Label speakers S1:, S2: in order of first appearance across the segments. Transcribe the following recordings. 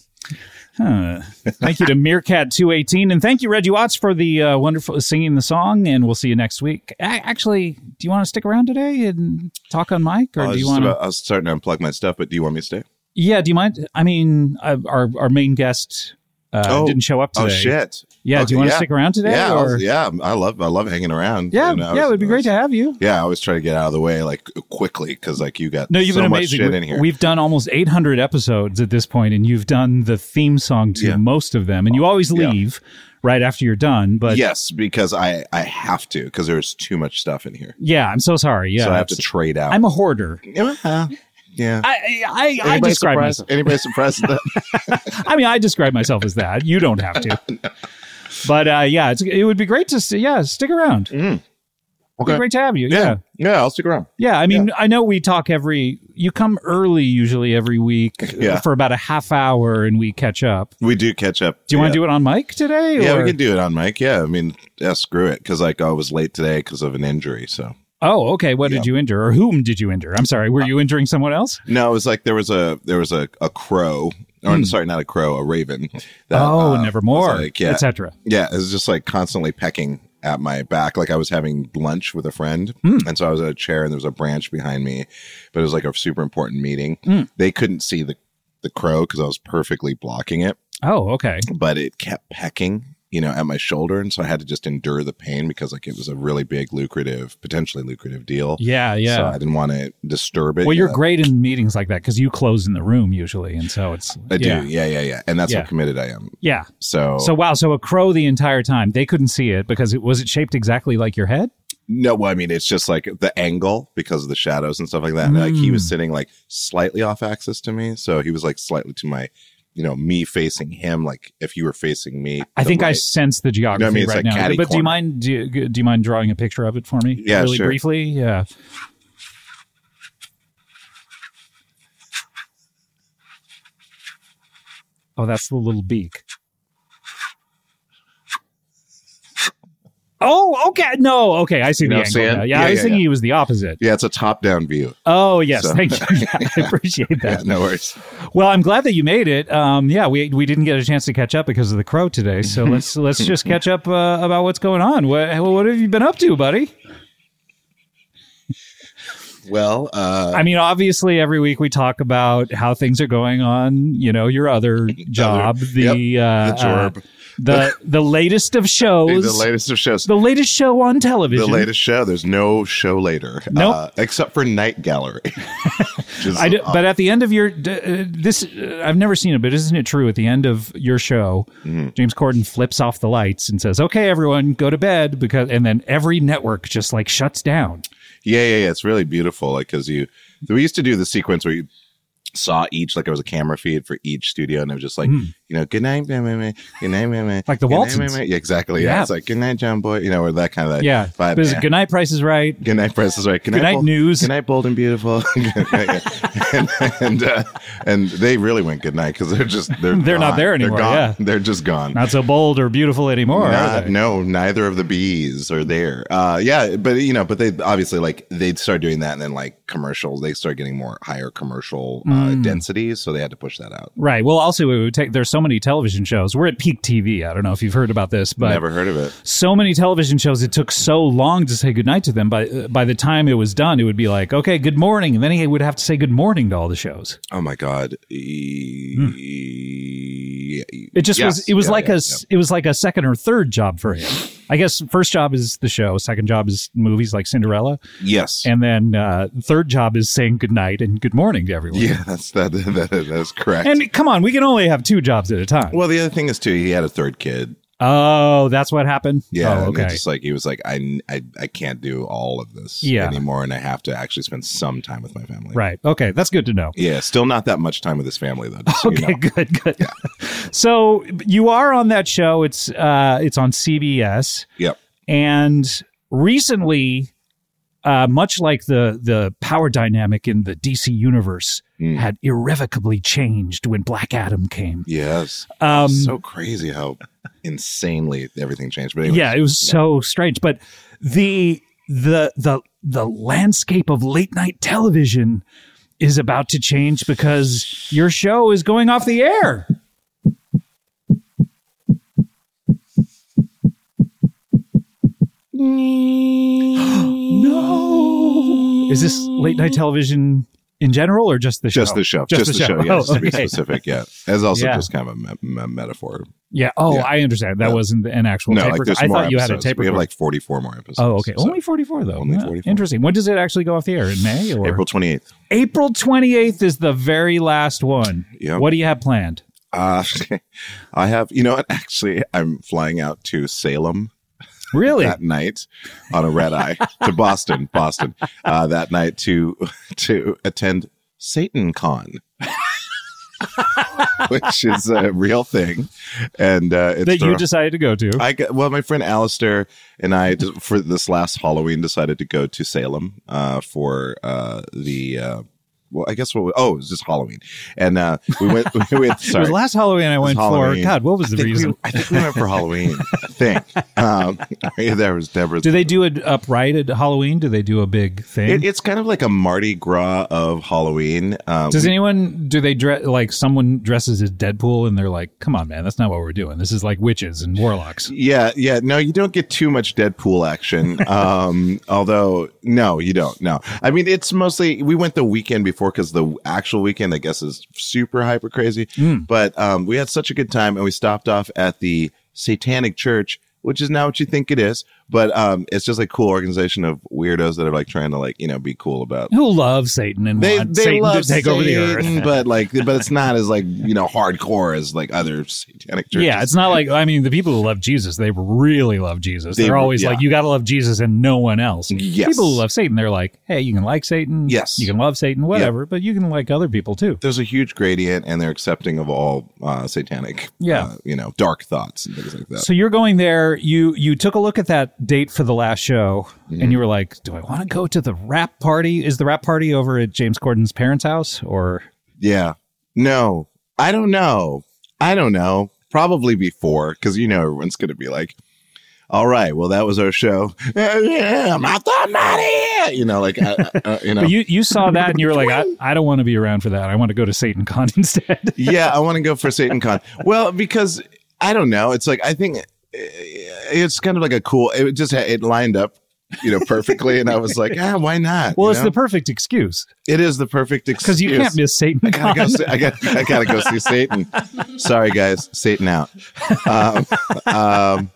S1: Huh. Thank you to Meerkat218. And thank you, Reggie Watts, for the uh, wonderful singing the song. And we'll see you next week. A- actually, do you want to stick around today and talk on mic? Or
S2: I was,
S1: do you
S2: just
S1: want to?
S2: Oh, about- I was starting to unplug my stuff, but do you want me to stay?
S1: Yeah, do you mind? I mean, uh, our, our main guest uh,
S2: Oh.
S1: didn't show up today.
S2: Oh shit!
S1: Yeah, do
S2: Okay,
S1: you want to
S2: yeah.
S1: stick around today?
S2: yeah, I
S1: or-
S2: was- yeah. I love I love hanging around.
S1: yeah,
S2: And I
S1: yeah,
S2: was-
S1: it would be
S2: I
S1: great
S2: was-
S1: to have you.
S2: Yeah, I always try to get out of the way like quickly because like you got
S1: No, you've
S2: so
S1: been
S2: much
S1: amazing.
S2: shit
S1: We-
S2: in here.
S1: We've done almost 800 episodes at this point, and you've done the theme song to
S2: Yeah.
S1: most of them. And you always
S2: Yeah.
S1: leave right after you're done. But
S2: yes, because I I have to because there's too much stuff in here,
S1: yeah, I'm so sorry. Yeah,
S2: so I have to
S1: it's-
S2: trade out.
S1: I'm a hoarder.
S2: yeah, yeah.
S1: I I, I, I
S2: Anybody
S1: describe
S2: surprised?
S1: myself.
S2: Anybody surprised? at that?
S1: I mean, I describe myself as that. You don't have to. But uh, yeah, it's, it would be great to see. Yeah, stick around. It'd be
S2: Mm. Okay.
S1: great to have you.
S2: Yeah.
S1: yeah.
S2: yeah, I'll stick around.
S1: Yeah, I mean, I know we talk every. You come early usually every week
S2: Yeah.
S1: for about a half hour, and we catch up.
S2: We do catch up.
S1: Do you want to do it on mic today?
S2: Yeah,
S1: or-
S2: we can do it on mic. Yeah, I mean, yeah, screw it, because like I was late today because of an injury. So
S1: Oh, okay. What did
S2: Yeah. Uh,
S1: you injure, or whom did you injure? I'm sorry. Were you injuring someone else?
S2: No, it was like there was a there was a, a crow, or sorry, not a crow, a raven. That,
S1: Hmm. oh,
S2: uh,
S1: nevermore,
S2: was Like, yeah,
S1: etc.
S2: yeah, it was just like constantly pecking at my back. Like I was having lunch with a friend,
S1: Hmm.
S2: and so I was at a chair, and there was a branch behind me, but it was like a super important meeting.
S1: Hmm.
S2: They couldn't see the the crow because I was perfectly blocking it,
S1: Oh, okay.
S2: but it kept pecking. You know, at my shoulder, and so I had to just endure the pain because, like, it was a really big, lucrative, potentially lucrative deal.
S1: Yeah, yeah.
S2: So I didn't want to disturb it.
S1: well,
S2: you
S1: you're
S2: know?
S1: great in meetings like that because you close in the room usually, and so it's
S2: I
S1: yeah,
S2: do. Oh. Yeah, yeah, yeah. And that's
S1: Yeah.
S2: how committed I am.
S1: yeah.
S2: So,
S1: So wow, so a crow the entire time. They couldn't see it because it was it shaped exactly like your head.
S2: no, well, I mean, it's just like the angle because of the shadows and stuff like that. And, Like he
S1: Mm.
S2: was sitting like slightly off axis to me. So he was like slightly to my, you know, me facing him. Like if you were facing me,
S1: I
S2: the
S1: think I
S2: right-
S1: sense the geography
S2: You know what I mean? It's
S1: right
S2: like
S1: now.
S2: catty
S1: but do you
S2: corner.
S1: mind do you, do you mind drawing a picture of it for me?
S2: Yeah,
S1: really
S2: sure.
S1: briefly. Yeah. Oh, that's the little beak. Oh, okay. No, okay. I see
S2: You
S1: the
S2: know
S1: angle.
S2: what I'm
S1: now.
S2: saying?
S1: Yeah,
S2: Yeah,
S1: I was
S2: yeah,
S1: thinking
S2: yeah.
S1: he was the opposite.
S2: Yeah, it's a top down view.
S1: Oh, yes.
S2: So-
S1: Thank you. Yeah, I appreciate
S2: Yeah,
S1: that.
S2: no worries.
S1: Well, I'm glad that you made it. Um, yeah, we we didn't get a chance to catch up because of the crow today. So let's let's just catch up uh, about what's going on. What what have you been up to, buddy?
S2: Well, uh,
S1: I mean, obviously, every week we talk about how things are going on. You know, your other job, the
S2: the
S1: uh, uh,
S2: Jorb,
S1: the the latest of shows,
S2: the latest of shows.
S1: the latest show on
S2: the
S1: television.
S2: latest show. There's no show later. uh,
S1: Nope.
S2: except for Night Gallery. Which is
S1: I do, but at the end of your d- uh, this, uh, I've never seen it, but isn't it true? At the end of your show,
S2: Mm-hmm.
S1: James Corden flips off the lights and says, "Okay, everyone, go to bed," because and then every network just like shuts down.
S2: Yeah, yeah, yeah. It's really beautiful. Like, cause you, we used to do the sequence where you saw each, like it was a camera feed for each studio. And it was just like, you know, good night, man, man, man, good night, man, man.
S1: Mm. Like the
S2: good night,
S1: Waltons.
S2: man, man." Yeah, exactly. Yeah.
S1: Yeah.
S2: It's like, good night, John Boy, you know, or that kind of like
S1: Yeah,
S2: vibe.
S1: Because
S2: Yeah.
S1: Good Night Price is Right.
S2: Good night, press is right. Good
S1: Good night,
S2: Bold-
S1: news.
S2: Good night, bold and beautiful. and and, uh, and they really went good night because they're just they're
S1: They're not
S2: gone.
S1: there anymore,
S2: They're gone.
S1: yeah.
S2: They're just gone.
S1: Not so bold or beautiful anymore.
S2: Not-
S1: are they?
S2: no, neither of the bees are there. Uh, yeah, but you know, but they obviously like they'd start doing that, and then like commercials, they start getting more higher commercial uh,
S1: Hmm.
S2: densities, so they had to push that out.
S1: Right. Well, also it would take. There's so many television shows. We're at peak TV. I don't know if you've heard about this, but
S2: Never heard of it.
S1: so many television shows it took so long to say goodnight to them by uh, by the time it was done it would be like okay good morning and then he would have to say good morning to all the shows
S2: Oh my god, E-
S1: it just
S2: Yes.
S1: was it was
S2: Yeah,
S1: like
S2: yeah,
S1: a s- it was like a second or third job for him i guess first job is the show second job is movies like cinderella
S2: yes.
S1: and then uh, third job is saying goodnight and good morning to everyone
S2: yeah, that's that, that that's correct.
S1: and come on we can only have two jobs at a time
S2: well, the other thing is too, he had a third kid.
S1: oh that's what happened
S2: Yeah,
S1: oh,
S2: and
S1: okay
S2: it's just like he was like, I, I, I can't do all of this
S1: Yeah.
S2: anymore, and I have to actually spend some time with my family.
S1: right okay that's good to know
S2: Yeah, still not that much time with his family though. just so you
S1: Okay,
S2: know.
S1: good, good. So you are on that show. It's uh, it's on CBS,
S2: Yep.
S1: and recently, uh, much like the the power dynamic in the DC universe
S2: Mm.
S1: had irrevocably changed when Black Adam came.
S2: Yes.
S1: Um,
S2: so crazy how insanely everything changed. But anyway,
S1: yeah, it was so strange, but the the the the landscape of late night television is about to change because your show is going off the air. no. Is this late night television in general or just the show?
S2: just the show. Just, the show. Yeah, just to be
S1: okay.
S2: specific. Yeah. As also
S1: Yeah.
S2: just kind of a me- me- metaphor.
S1: Yeah. Oh,
S2: Yeah.
S1: I understand. That
S2: Yeah.
S1: wasn't an actual
S2: no,
S1: tape
S2: like
S1: recorder.
S2: there's
S1: I
S2: more
S1: thought you had a
S2: episodes.
S1: tape
S2: We have
S1: recorder.
S2: like 44 more episodes.
S1: Oh, okay.
S2: So,
S1: only 44, though.
S2: Only
S1: Yeah.
S2: 44.
S1: Interesting. When does it actually go off the air? In May or?
S2: April 28th.
S1: April 28th is the very last one.
S2: Yep.
S1: What do you have planned?
S2: Uh, I have, you know what? Actually, I'm flying out to Salem
S1: Really?
S2: that night on a red eye to Boston, Boston, uh, that night to to attend Satan Con, which is a real thing, and uh, it's
S1: that
S2: thrown-
S1: you decided to go to.
S2: I got, well, my friend Alistair and I just, for this last Halloween decided to go to Salem uh, for uh, the. Uh, well, I guess what? We, oh, it was just Halloween, and uh, we went. We
S1: it
S2: went sorry,
S1: was last Halloween I went for.
S2: Halloween.
S1: God, what was the
S2: I think
S1: reason?
S2: We, I think we went for Halloween. I think um, there was Deborah's
S1: do they do it upright at Halloween? Do they do a big thing?
S2: It, it's kind of like a Mardi Gras of Halloween. Um,
S1: Does anyone do they dress like someone dresses as Deadpool and they're like, "Come on, man, that's not what we're doing. This is like witches and warlocks."
S2: yeah, yeah. No, you don't get too much Deadpool action. Um, although, no, you don't. No, I mean, it's mostly we went the weekend before because the actual weekend, I guess, is super hyper crazy. But um, we had such a good time, and we stopped off at the Satanic Church, which is not what you think it is, but um, it's just a cool organization of weirdos that are like trying to like you know be cool about
S1: Who loves Satan and
S2: they
S1: want
S2: they
S1: Satan
S2: love
S1: to take over the earth?
S2: Satan, but like but it's not as like you know hardcore as like other satanic churches.
S1: Yeah, it's not like I mean the people who love Jesus, they really love Jesus.
S2: They-
S1: They, are always
S2: yeah.
S1: like, you got to love Jesus and no one else.
S2: Yes.
S1: People who love Satan, they're like, hey, you can like Satan,
S2: Yes.
S1: you can love Satan, whatever, but you can like other people too.
S2: there's a huge gradient, and they're accepting of all uh, satanic,
S1: Yeah.
S2: uh, you know, dark thoughts and things like that.
S1: So you're going there. You you took a look at that date for the last show,
S2: Mm-hmm.
S1: and you were like, do I want to go to the rap party? Is the rap party over at James Corden's parents' house or?
S2: yeah, no, I don't know, I don't know. Probably before, because you know everyone's going to be like, all right, well, that was our show. Yeah, yeah, I'm out the money. You know, like, I, I- I- you know,
S1: But you you saw that and you were like, I, I don't want to be around for that. I want to go to Satan Con instead.
S2: yeah, I want to go for Satan Con. Well, because I don't know. It's like I think eh, it's kind of like a cool. It just ha- it lined up, you know, perfectly, and I was like, ah, why not?
S1: well,
S2: You
S1: it's
S2: know?
S1: the perfect excuse
S2: it is the perfect excuse
S1: because you can't miss Satan
S2: I gotta,
S1: Con.
S2: go see, I, gotta, I gotta go see Satan. Sorry, guys, Satan out. Um, um,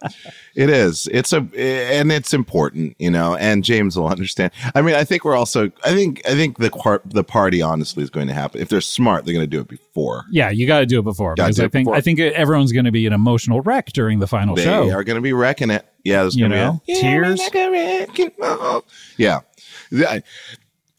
S2: it is. It's a and it's important, you know. And James will understand. I mean, I think we're also. I think. I think the quar- the party honestly is going to happen. If they're smart, they're going to do it before.
S1: Yeah, you got to do it before
S2: Gotta
S1: because
S2: do
S1: I
S2: it
S1: think
S2: before.
S1: I think everyone's going to be an emotional wreck during the final
S2: They
S1: show.
S2: are going to be wrecking it. Yeah, there's
S1: You
S2: going to
S1: know?
S2: be a-
S1: Tears.
S2: Yeah, I'm like a wrecking ball. Yeah. Yeah, I,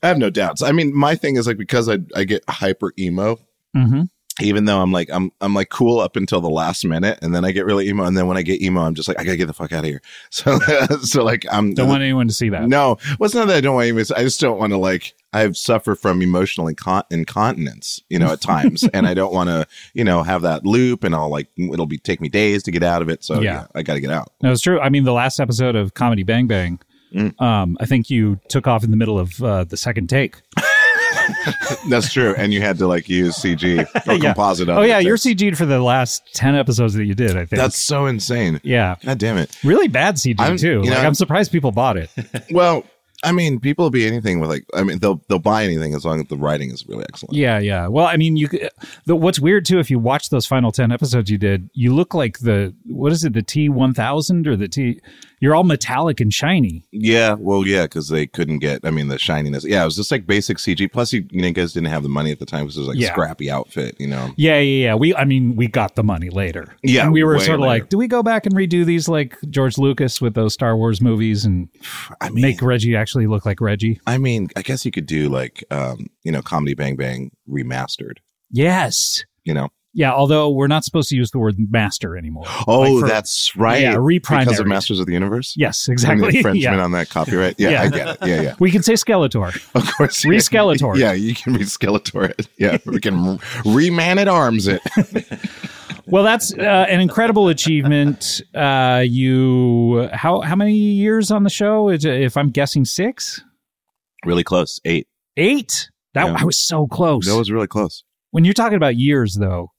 S2: I have no doubts. I mean, my thing is like because I I get hyper emo.
S1: Mhm.
S2: Even though I'm like I'm I'm like cool up until the last minute, and then I get really emo, and then when I get emo, I'm just like I gotta get the fuck out of here. So so like I'm
S1: Don't want anyone to see that.
S2: no, well, it's not that I don't want to. emo- I just don't want to like. I've suffered from emotional incon- incontinence, you know, at times, and I don't want to, you know, have that loop, and I'll like it'll be take me days to get out of it. So
S1: Yeah.
S2: yeah, I got to get out.
S1: No, it's true. I mean, the last episode of Comedy Bang Bang,
S2: Mm.
S1: um, I think you took off in the middle of uh, the second take.
S2: That's true. And you had to like use CG or composite.
S1: Oh,
S2: other
S1: yeah. You're
S2: things.
S1: CG'd for the last 10 episodes that you did, I think.
S2: That's so insane.
S1: yeah.
S2: God damn it.
S1: Really bad CG,
S2: I'm-
S1: too.
S2: you
S1: Like,
S2: know,
S1: I'm
S2: I'm-
S1: surprised people bought it.
S2: Well, I mean, people will be anything with like. I mean, they'll they'll buy anything as long as the writing is really excellent.
S1: yeah, yeah. Well, I mean, you. c- The, what's weird, too, if you watch those final 10 episodes you did, you look like the, what is it, the T1000 or the T, you're all metallic and shiny.
S2: Yeah. Well, yeah, because they couldn't get. I mean, the shininess. Yeah, it was just like basic CG. Plus, you, you know, you guys didn't have the money at the time because it was like
S1: Yeah.
S2: scrappy outfit. You know.
S1: Yeah, yeah, yeah. We, I mean, we got the money later.
S2: Yeah,
S1: and we were
S2: way
S1: sort of
S2: later.
S1: like, do we go back and redo these like George Lucas with those Star Wars movies and
S2: I mean,
S1: make Reggie actually look like Reggie?
S2: I mean, I guess you could do like, um, you know, comedy Bang Bang remastered.
S1: Yes.
S2: You know.
S1: Yeah, although we're not supposed to use the word master anymore.
S2: Oh,
S1: Like for-
S2: that's right.
S1: Yeah,
S2: because
S1: reprimaried.
S2: of Masters of the Universe.
S1: Yes,
S2: And the
S1: exactly.
S2: infringement
S1: yeah.
S2: on that copyright. Yeah,
S1: Yeah.
S2: I get it. Yeah, yeah.
S1: We can say Skeletor.
S2: Of course.
S1: Re-Skeletor.
S2: Yeah, you can re-Skeletor it. Yeah, we can re-man at arms it.
S1: Well, that's uh, an incredible achievement. Uh, you how how many years on the show? Is it- If I'm guessing, six,
S2: Really close. Eight.
S1: eight. That
S2: Yeah.
S1: I was so close.
S2: That was really close.
S1: when you're talking about years, though,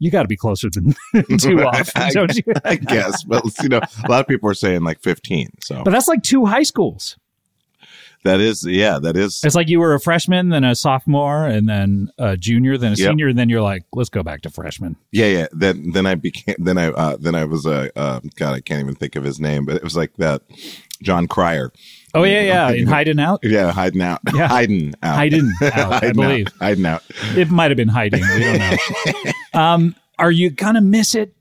S1: you got to be closer than two off,
S2: I-
S1: don't you?
S2: I guess. But, you know, a lot of people are saying like 15. So
S1: But that's like two high schools.
S2: that is, yeah, that is.
S1: It's like you were a freshman, then a sophomore, and then a junior, then a
S2: Yep.
S1: senior, and then you're like, let's go back to freshman.
S2: Yeah, yeah. Then then I became then I uh, then I was uh, uh God I can't even think of his name, but it was like that John Cryer.
S1: Oh yeah, yeah, in hiding out,
S2: Yeah, hiding out.
S1: Yeah.
S2: hiding out.
S1: hiding out. I
S2: Hiding
S1: believe
S2: out. Hiding out.
S1: it might have been hiding. We don't know. um, are you gonna miss it?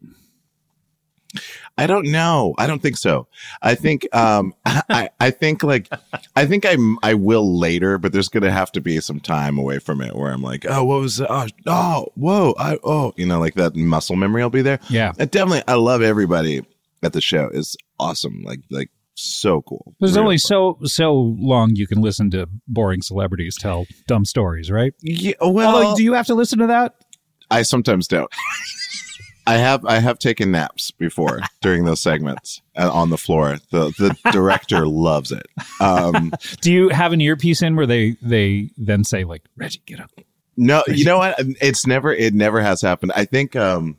S2: I don't know. I don't think so. I think um I, I think like I think I I will later, but there's gonna have to be some time away from it where I'm like, oh, what was that? oh, oh whoa I oh you know like that muscle memory will be there.
S1: Yeah.
S2: I definitely I love everybody at the show. It's awesome. Like like so cool.
S1: There's
S2: Really
S1: only
S2: fun.
S1: so so long you can listen to boring celebrities tell dumb stories, right?
S2: yeah, well
S1: Although, do you have to listen to that?
S2: I sometimes don't. I have I have taken naps before during those segments uh, on the floor. The the director loves it. Um,
S1: Do you have an earpiece in where they they then say like Reggie, get up?
S2: no, you know what? Um, It's never it never has happened. I think um,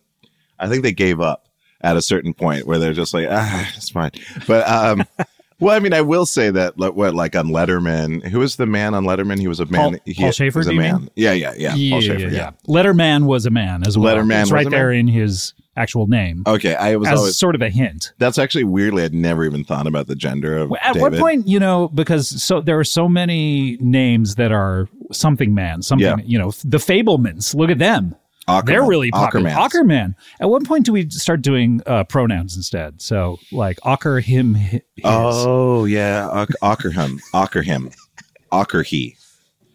S2: I think they gave up at a certain point where they're just like ah, it's fine. But um, well, I mean, I will say that like, what like on Letterman, who was the man on Letterman? He was a man.
S1: Paul-
S2: he
S1: Paul Schaefer,
S2: was a
S1: do you
S2: man. Yeah, yeah, yeah. Paul Schaefer. Yeah.
S1: Letterman was a man as well.
S2: Letterman
S1: it's
S2: was
S1: right
S2: a
S1: there in his actual name
S2: Okay, I was
S1: as
S2: always.
S1: sort of a hint.
S2: That's actually weirdly, I'd never even thought about the gender of.
S1: At what
S2: David.
S1: point, you know, because so there are so many names that are something man, something
S2: Yeah.
S1: you know, the Fablemans. Look at them;
S2: Ackerman.
S1: they're really popular.
S2: Ackermans.
S1: Ackerman. At what point do we start doing uh, pronouns instead? So like Ocker, him, hi- his.
S2: Oh yeah, Ock- Ockerham, Ockerham, Ockerhe,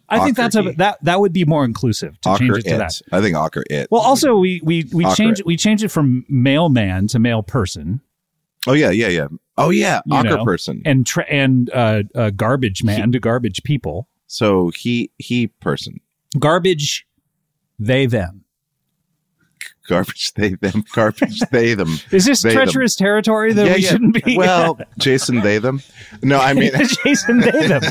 S1: I think that's a
S2: Ocker-y.
S1: that that would be more inclusive to change
S2: Ocker
S1: it to that.
S2: it. I think Ocker it.
S1: Well, also we we we
S2: Awkward.
S1: change we change it from mailman to mail person
S2: oh yeah, yeah, yeah. Oh yeah,
S1: You
S2: Ocker
S1: know.
S2: person.
S1: and tra- and uh, uh, garbage man to garbage people.
S2: So he he person.
S1: Garbage, they them.
S2: garbage they them garbage they them
S1: Is this
S2: they, them.
S1: treacherous territory that
S2: Yeah,
S1: we
S2: yeah.
S1: shouldn't be?
S2: well jason they them no i mean
S1: Jason Datham.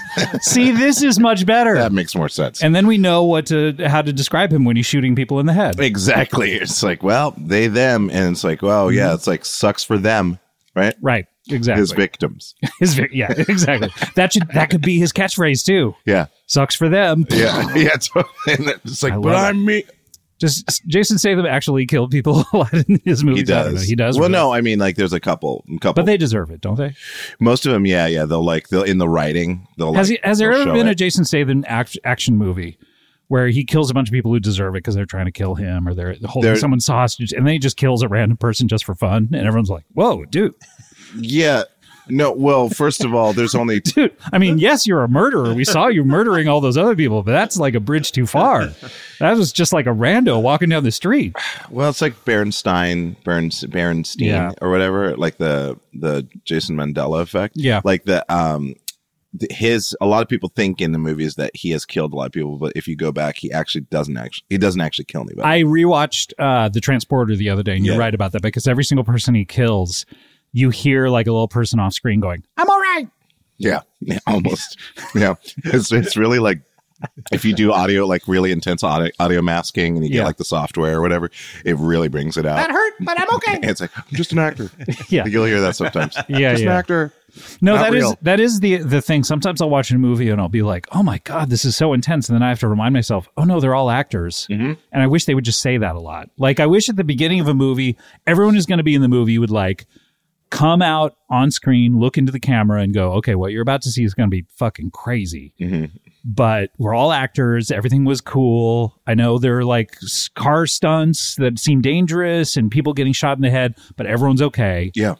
S1: See, this is much better.
S2: that makes more sense
S1: and then we know what to how to describe him when he's shooting people in the head.
S2: exactly it's like well they them and it's like well yeah it's like sucks for them right
S1: Right. Mm-hmm. Exactly.
S2: his victims
S1: His vic- yeah, exactly. That should that could be his catchphrase too.
S2: yeah
S1: Sucks for them.
S2: yeah yeah so, and it's like
S1: I
S2: but
S1: love
S2: i'm me
S1: Just Jason Statham actually killed people a lot in his movies.
S2: he
S1: I don't know.
S2: does
S1: He does.
S2: well
S1: really.
S2: no i mean like there's a couple couple
S1: but they deserve it, don't they?
S2: most of them yeah yeah they'll like they'll in the writing they'll
S1: Has
S2: like,
S1: he, has there
S2: they'll
S1: ever
S2: show
S1: been
S2: it.
S1: a Jason Statham act, action movie where he kills a bunch of people who deserve it because they're trying to kill him or they're holding
S2: There-
S1: someone's hostage and then he just kills a random person just for fun and everyone's like, "Whoa, dude,
S2: Yeah. No, well, first of all, there's only
S1: dude!" I mean, yes, you're a murderer. We saw you murdering all those other people, but that's like a bridge too far. That was just like a rando walking down the street.
S2: well, it's like Bernstein, Berns, Bernstein,
S1: Yeah.
S2: or whatever, like the the Jason Mandela effect.
S1: Yeah.
S2: like the um, th- his a lot of people think in the movies that he has killed a lot of people, but if you go back, he actually doesn't actually he doesn't actually kill anybody.
S1: I rewatched uh, the Transporter the other day, and you're
S2: Yeah.
S1: right about that because every single person he kills, you hear like a little person off screen going, "I'm all right."
S2: yeah, yeah, almost. yeah, it's it's really like. If you do audio, like really intense audio, audio masking, and you
S1: Yeah.
S2: get like the software or whatever, it really brings it out. That hurt, but I'm okay. it's like I'm just an actor.
S1: Yeah.
S2: you'll hear that sometimes.
S1: Yeah,
S2: just
S1: yeah.
S2: an actor.
S1: No,
S2: Not
S1: that is
S2: real.
S1: that is the the thing. Sometimes I'll watch a movie and I'll be like, "Oh my god, this is so intense," and then I have to remind myself, "Oh no, they're all actors."
S2: Mm-hmm.
S1: And I wish they would just say that a lot. Like I wish at the beginning of a movie, everyone who's going to be in the movie would like come out on screen, look into the camera, and go, "Okay, what you're about to see is going to be fucking crazy."
S2: Mm-hmm.
S1: But we're all actors. Everything was cool. I know there are like s- car stunts that seem dangerous and people getting shot in the head, but everyone's okay
S2: Yeah.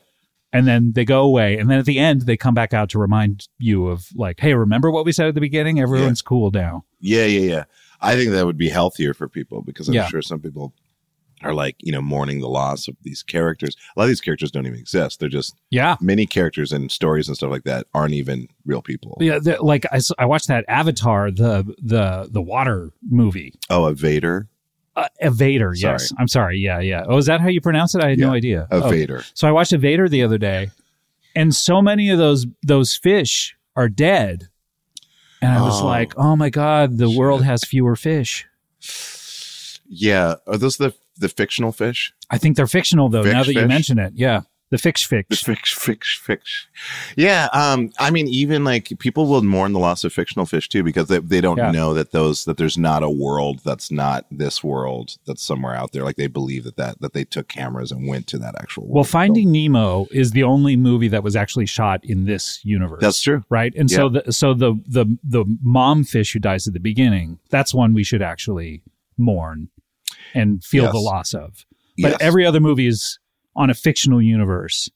S1: and then they go away and then at the end they come back out to remind you of like hey remember what we said at the beginning everyone's cool now
S2: Yeah, yeah, yeah. I think that would be healthier for people because I'm
S1: Yeah.
S2: sure some people are like, you know, mourning the loss of these characters. A lot of these characters don't even exist. They're just
S1: yeah
S2: many characters and stories and stuff like that aren't even real people.
S1: yeah the- like I, s- I watched that avatar the the the water movie
S2: Oh, a Vader.
S1: uh, evader yes i'm sorry yeah yeah oh is that how you pronounce it i had no
S2: Yeah.
S1: idea
S2: A
S1: Oh.
S2: Vader.
S1: so i watched evader the other day and so many of those those fish are dead and i was
S2: Oh.
S1: like oh my god the world has fewer fish
S2: Yeah. Are those the the fictional fish?
S1: i think they're fictional though
S2: Fish
S1: now that you
S2: fish?
S1: mention it yeah the fish
S2: The
S1: fish
S2: fish, fish, fish. Yeah. Um, I mean, even like people will mourn the loss of fictional fish too because they, they don't
S1: Yeah.
S2: know that those that there's not a world that's not this world that's somewhere out there. Like they believe that that that they took cameras and went to that actual. world.
S1: Well,
S2: So-
S1: Finding Nemo is the only movie that was actually shot in this universe.
S2: That's true.
S1: right. And so, the, so the the the mom fish who dies at the beginning, that's one we should actually mourn and feel
S2: Yes.
S1: the loss of. But
S2: Yes.
S1: every other movie is on a fictional universe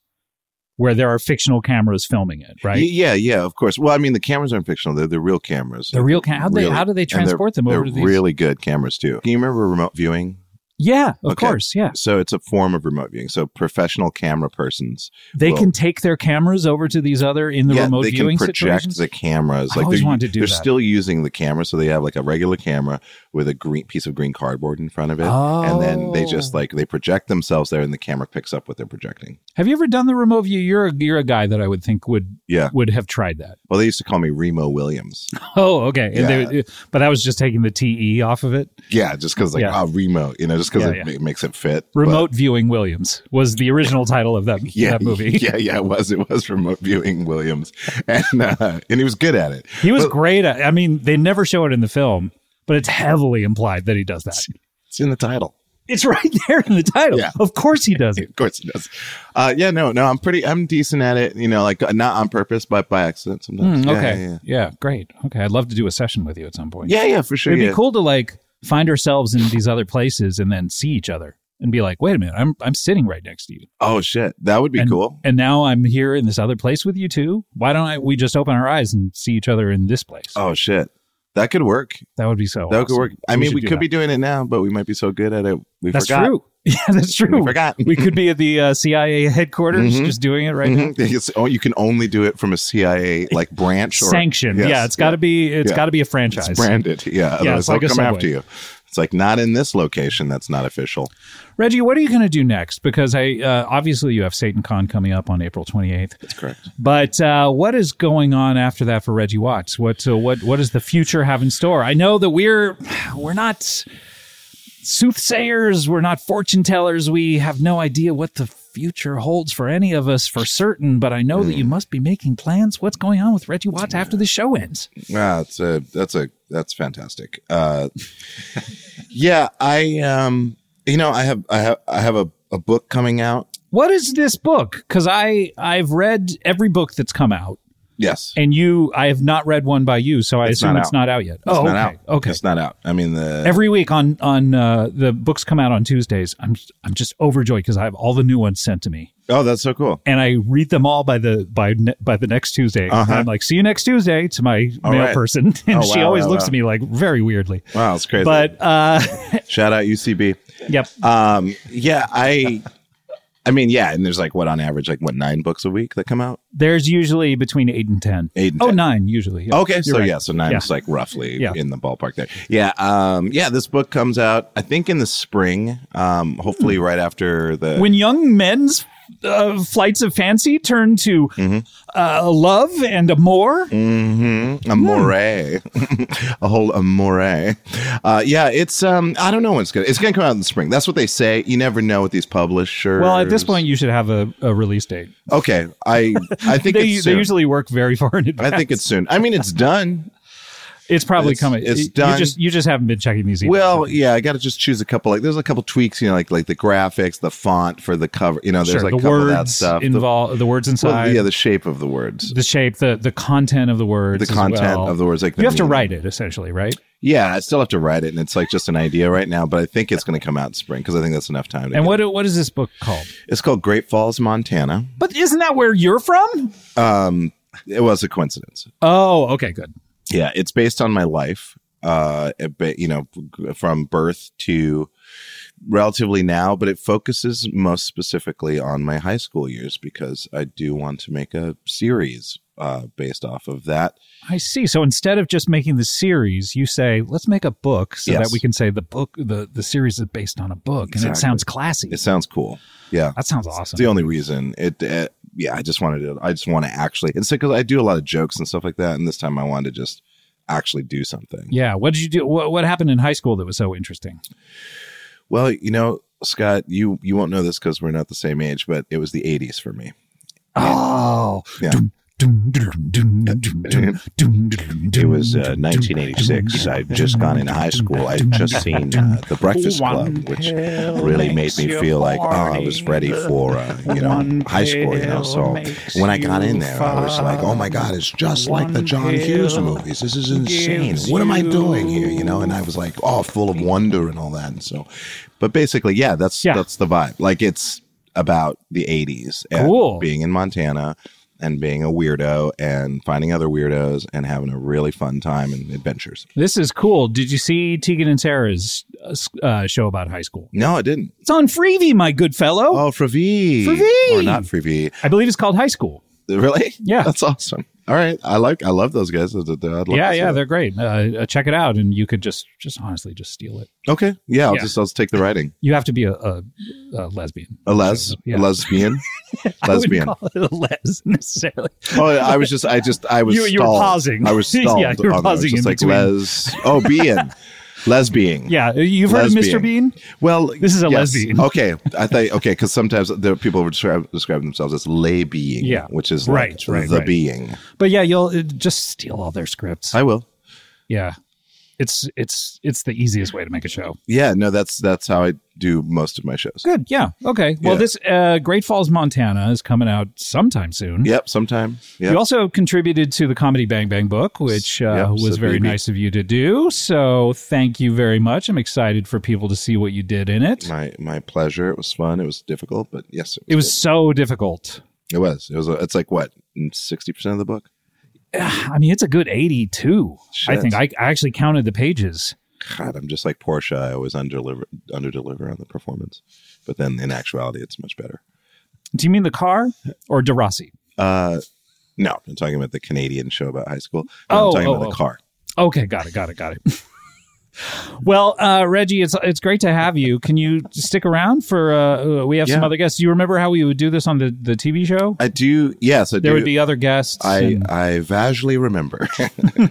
S1: where there are fictional cameras filming it.
S2: Y-
S1: Right.
S2: Yeah, yeah, of course. Well, I mean, the cameras aren't fictional; they're the real cameras.
S1: the real cam- how they
S2: Really.
S1: how do they
S2: And they're-
S1: transport them
S2: They're
S1: over to these?
S2: really good cameras too. Can you remember remote viewing?
S1: yeah, of
S2: Okay.
S1: course, yeah.
S2: So it's a form of remote viewing. So professional camera persons,
S1: They
S2: Well-
S1: can take their cameras over to these other in the
S2: yeah,
S1: remote
S2: they
S1: viewing
S2: can project
S1: situations.
S2: the cameras.
S1: I've
S2: like
S1: always
S2: they're,
S1: wanted to do
S2: they're
S1: that.
S2: still using the camera, so they have like a regular camera with a green piece of green cardboard in front of it, and then they just
S1: Oh.
S2: like they project themselves there, and the camera picks up what they're projecting.
S1: Have you ever done the remote view? You're a, you're a guy that I would think would
S2: Yeah.
S1: would have tried that.
S2: Well, they used to call me Remo Williams.
S1: Oh, okay. And they- but that was just taking the TE off of it.
S2: yeah, just because like
S1: Yeah.
S2: ah, Remo, you know, just because
S1: Yeah,
S2: it
S1: yeah.
S2: ma- makes it fit. But-
S1: Remote viewing Williams was the original title of that, that movie.
S2: Yeah, yeah, it was. It was remote viewing Williams, and uh, and he was good at it.
S1: He was great at I mean, they never show it in the film, but it's heavily implied that he does that.
S2: It's in the title,
S1: It's right there in the title.
S2: Yeah.
S1: Of course he does it.
S2: of course, he does. Uh, yeah, no, no, I'm pretty, I'm decent at it. You know, like not on purpose, but by accident
S1: Mm,
S2: sometimes. Yeah,
S1: okay.
S2: yeah, yeah.
S1: great. Okay. I'd love to do a session with you at some point.
S2: yeah, yeah, for sure.
S1: It'd
S2: Yeah.
S1: be cool to like find ourselves in these other places and then see each other and be like, wait a minute, I'm I'm sitting right next to you.
S2: Oh shit, that would be
S1: and,
S2: cool.
S1: And now I'm here in this other place with you too. Why don't I we just open our eyes and see each other in this place?
S2: Oh shit, that could work.
S1: that would be so.
S2: That could
S1: awesome.
S2: work. I mean,
S1: should
S2: we
S1: do
S2: could
S1: that.
S2: be doing it now, but we might be so good at it we
S1: That's
S2: forgot.
S1: true. Yeah, that's true.
S2: We forgot.
S1: We could be at the uh, CIA headquarters,
S2: Mhm.
S1: just doing it right now.
S2: Mhm. It's- oh, you can only do it from a CIA like branch or
S1: Sanctioned.
S2: Yes,
S1: yeah, it's got to be. It's
S2: Yeah.
S1: got to be a
S2: It's
S1: franchise.
S2: branded. Yeah, otherwise
S1: it's like
S2: they'll
S1: a
S2: come
S1: Subway.
S2: after you. It's like not in this location. That's not official.
S1: Reggie, what are you going to do next? Because I uh, obviously you have Satan Con coming up on April 28th.
S2: That's correct.
S1: But uh, what is going on after that for Reggie Watts? What uh, what what does the future have in store? I know that we're we're not soothsayers, we're not fortune tellers. We have no idea what the future holds for any of us for certain. But I know that
S2: Hmm.
S1: you must be making plans. What's going on with Reggie Watts after the show ends?
S2: Yeah, it's a that's a that's fantastic. Uh, yeah, I um, you know, I have I have I have a, a book coming out.
S1: What is this book? Because I I've read every book that's come out.
S2: Yes,
S1: And you, I have not read one by you, so I
S2: It's
S1: assume
S2: not
S1: it's
S2: out.
S1: not out yet.
S2: it's
S1: oh,
S2: not
S1: okay.
S2: out.
S1: Okay.
S2: it's not out. I mean the
S1: Every week on on uh, the books come out on Tuesdays. I'm I'm just overjoyed because I have all the new ones sent to me,
S2: oh, that's so cool.
S1: and I read them all by the by ne- by the next Tuesday.
S2: Uh-huh.
S1: I'm like, see you next Tuesday to my
S2: All
S1: mail
S2: right.
S1: person, and
S2: Oh,
S1: she
S2: wow,
S1: always
S2: wow,
S1: looks
S2: wow.
S1: at me like very weirdly.
S2: Wow, it's crazy.
S1: But uh,
S2: shout out UCB.
S1: yep,
S2: Um, yeah, I, I mean, yeah, and there's like what on average like what nine books a week that come out.
S1: there's usually between eight and ten.
S2: Eight and
S1: oh,
S2: 10.
S1: nine usually. yeah.
S2: Okay, so
S1: right.
S2: yeah, so nine's
S1: Yeah.
S2: is like roughly
S1: Yeah.
S2: in the ballpark there. Yeah, um, yeah. This book comes out, I think, in the spring. Um, hopefully, right after the
S1: Hmm. When young men's uh, flights of fancy turn to
S2: Mm-hmm.
S1: uh, love and amor.
S2: Mhm. amore, a whole amore. Uh, yeah, it's um, I don't know when it's gonna. It's gonna come out in the spring. That's what they say. You never know with these publishers.
S1: Well, at this point, you should have a, a release date.
S2: okay, I I think
S1: They,
S2: it's
S1: they
S2: soon.
S1: usually work very far in
S2: I
S1: advance.
S2: think it's soon. I mean, it's done.
S1: It's probably
S2: It's-
S1: coming.
S2: it's
S1: You-
S2: done.
S1: You just you just haven't been checking these. Emails.
S2: Well, yeah, I got to just choose a couple. Like, there's a couple tweaks, you know, like like the graphics, the font for the cover. You know, there's
S1: sure.
S2: like a
S1: the
S2: couple
S1: words
S2: of that stuff. The-
S1: involved. The, words
S2: well,
S1: inside.
S2: yeah, the shape of the words,
S1: the shape. The the content of the words.
S2: the content of the words. Like
S1: You have to
S2: meaning.
S1: write it essentially, right?
S2: Yeah, I still have to write it, and it's like just an idea right now. But I think it's going to come out in spring because I think that's enough time. To
S1: And
S2: get-
S1: what what is this book called?
S2: it's called Great Falls, Montana.
S1: But isn't that where you're from?
S2: Um, it was a coincidence.
S1: Oh, okay, good.
S2: Yeah, it's based on my life. Uh, but you know, from birth to relatively now, but it focuses most specifically on my high school years because I do want to make a series uh, based off of that.
S1: I see. So instead of just making the series, you say let's make a book so
S2: Yes.
S1: that we can say the book the the series is based on a book, and it
S2: Exactly.
S1: sounds classy.
S2: It sounds cool. Yeah,
S1: that sounds
S2: It's
S1: awesome.
S2: the only reason it, uh yeah i just wanted to i just want to actually it's because i do a lot of jokes and stuff like that and this time i wanted to just actually do something
S1: Yeah. What did you do? What, what happened in high school that was so interesting?
S2: well you know scott you you won't know this because we're not the same age but it was the 80s for me
S1: Oh.
S2: Yeah.
S1: It
S2: it was uh, 1986 i'd just gone into high school i'd just seen uh, the breakfast club which really made me feel like oh i was ready for uh, you know high school you know so when i got in there i was like oh my god it's just like the john hughes movies this is insane what am i doing here you know and i was like oh full of wonder and all that and so but basically yeah that's
S1: Yeah.
S2: that's the vibe like it's about the 80s and
S1: Cool.
S2: being in montana and being a weirdo and finding other weirdos and having a really fun time and adventures
S1: This is cool. Did you see Tegan and Sarah's uh, s- uh, show about high school?
S2: no i didn't
S1: It's on Freevee, my good fellow.
S2: oh freebie
S1: Freebie!
S2: or not freebie
S1: I believe it's called High School.
S2: Really?
S1: Yeah.
S2: That's awesome. All right. I like I love those guys. I'd- I'd love
S1: yeah,
S2: to
S1: yeah,
S2: see that.
S1: they're great. Uh, uh, check it out, and you could just just honestly just steal it.
S2: Okay. Yeah, I'll
S1: Yeah.
S2: just I'll just take the writing.
S1: You have to be a, a, a lesbian.
S2: A les
S1: Yeah.
S2: a lesbian.
S1: I wouldn't
S2: lesbian.
S1: call it a les necessarily.
S2: Oh, I was just I just I was
S1: You- you were
S2: stalled.
S1: pausing.
S2: I was
S1: Yeah,
S2: stalled.
S1: you were
S2: on that. I was
S1: pausing
S2: just
S1: in
S2: like
S1: between.
S2: les oh being. Lesbian.
S1: Yeah, you've heard of Mr.
S2: Lesbian.
S1: Bean?
S2: Well,
S1: This is a lesbian.
S2: Okay, I thought okay because sometimes the people describe, describe themselves as lay being,
S1: Yeah.
S2: which is like
S1: Right, right,
S2: the
S1: right.
S2: being.
S1: But yeah, you'll uh, just steal all their scripts.
S2: I will.
S1: yeah, it's it's it's the easiest way to make a show.
S2: Yeah, no, that's that's how I do most of my shows.
S1: Good. Yeah. Okay. Well,
S2: Yeah.
S1: this uh, Great Falls, Montana is coming out sometime soon.
S2: Yep, sometime. Yep.
S1: You also contributed to the Comedy Bang Bang book, which uh,
S2: Yep,
S1: was
S2: so
S1: very
S2: maybe-
S1: nice of you to do. So thank you very much. I'm excited for people to see what you did in it.
S2: my my pleasure. It was fun. It was difficult, but yes,
S1: It was so difficult.
S2: It was. It was. It's like what sixty percent of the book.
S1: I mean, it's a good 82. I
S2: Shit.
S1: think I, I actually counted the pages.
S2: God, I'm just like Portia. I always underdeliver underdeliver on the performance, but then in actuality, it's much better.
S1: Do you mean the car or DeRossi?
S2: Uh, no, I'm talking about the Canadian show about high school.
S1: Oh,
S2: I'm talking
S1: oh,
S2: about
S1: oh.
S2: the car.
S1: Okay, got it, got it, got it.
S3: Well, uh, Reggie, it's it's great to have you. Can you stick around for? Uh, uh, we have some
S2: Yeah.
S3: other guests. Do you remember how we would do this on the, the TV show?
S2: I do. Yes, I
S3: there
S2: do.
S3: would be other guests.
S2: I
S3: and
S2: I vaguely remember.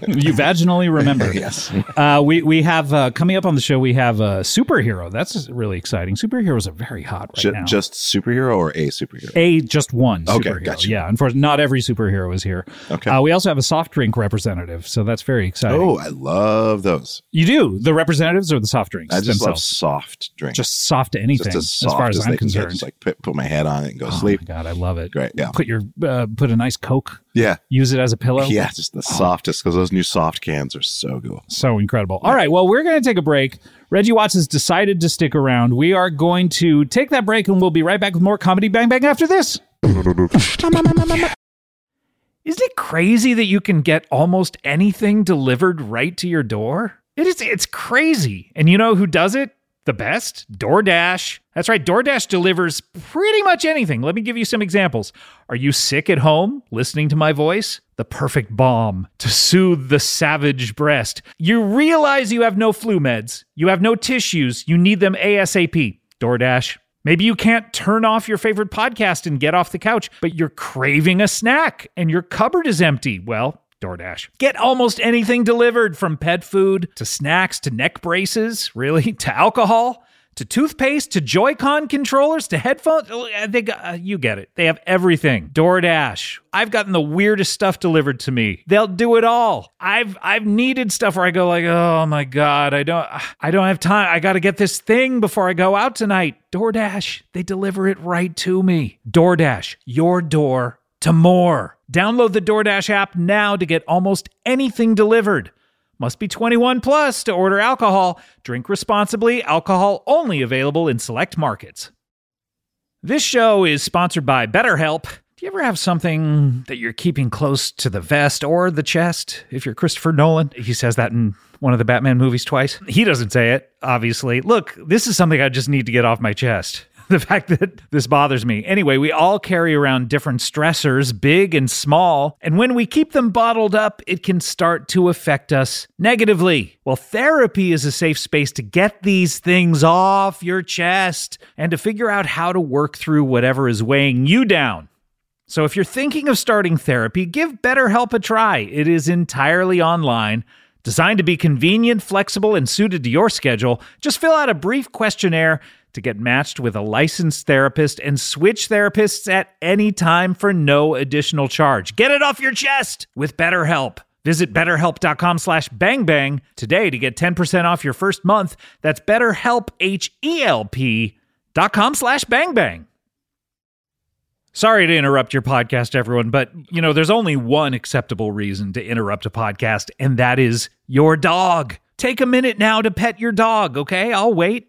S3: you vaginally remember.
S2: yes.
S3: Uh, we we have uh, coming up on the show. We have a superhero. That's really exciting. Superheroes are very hot right
S2: Ju-
S3: now.
S2: just superhero or a superhero?
S3: a just one.
S2: Okay,
S3: superhero.
S2: gotcha.
S3: Yeah, unfortunately, not every superhero is here.
S2: Okay.
S3: Uh, we also have a soft drink representative, so that's very exciting.
S2: Oh, I love those.
S3: You do the representatives or the soft drinks
S2: I just love
S3: themselves?
S2: soft drinks.
S3: just soft to anything.
S2: just as soft
S3: as far as,
S2: they
S3: I'm
S2: can get.
S3: concerned.
S2: Just like put, put my head on it and go to
S3: Oh
S2: sleep.
S3: my God, I love it.
S2: Great, yeah.
S3: Put your uh, put a nice Coke.
S2: Yeah.
S3: Use it as a pillow.
S2: Yeah, just the softest because those new soft cans are so cool.
S3: So incredible. All right. Well, we're going to take a break. Reggie Watts has decided to stick around. We are going to take that break and we'll be right back with more comedy bang bang after this.
S1: Isn't it crazy that you can get almost anything delivered right to your door? It is it's crazy. And you know who does it? The best? DoorDash. That's right, DoorDash delivers pretty much anything. Let me give you some examples. Are you sick at home listening to my voice? The perfect balm to soothe the savage breast. You realize you have no flu meds, you have no tissues, you need them ASAP. DoorDash. Maybe you can't turn off your favorite podcast and get off the couch, but you're craving a snack and your cupboard is empty. Well, DoorDash. Get almost anything delivered from pet food to snacks to neck braces, really, to alcohol to toothpaste to Joy-Con controllers to headphones. Uh, They got, uh, you get it. They have everything. DoorDash. I've gotten the weirdest stuff delivered to me. They'll do it all. I've I've needed stuff where I go like, oh my god, I don't I don't have time. I got to get this thing before I go out tonight. DoorDash. They deliver it right to me. DoorDash. Your door to more. Download the DoorDash app now to get almost anything delivered. Must be 21 plus to order alcohol. Drink responsibly. Alcohol only available in select markets. This show is sponsored by BetterHelp. Do you ever have something that you're keeping close to the vest or the chest? If you're Christopher Nolan, he says that in one of the Batman movies twice. He doesn't say it, obviously. Look, this is something I just need to get off my chest. The fact that this bothers me. Anyway, we all carry around different stressors, big and small, and when we keep them bottled up, it can start to affect us negatively. Well, therapy is a safe space to get these things off your chest and to figure out how to work through whatever is weighing you down. So if you're thinking of starting therapy, give BetterHelp a try. It is entirely online, designed to be convenient, flexible, and suited to your schedule. Just fill out a brief questionnaire to get matched with a licensed therapist and switch therapists at any time for no additional charge. Get it off your chest with BetterHelp. Visit betterhelp.com slash bangbang today to get 10% off your first month. That's betterhelp, H-E-L-P dot com slash bangbang. Sorry to interrupt your podcast, everyone, but you know, there's only one acceptable reason to interrupt a podcast, and that is your dog. Take a minute now to pet your dog, okay? I'll wait.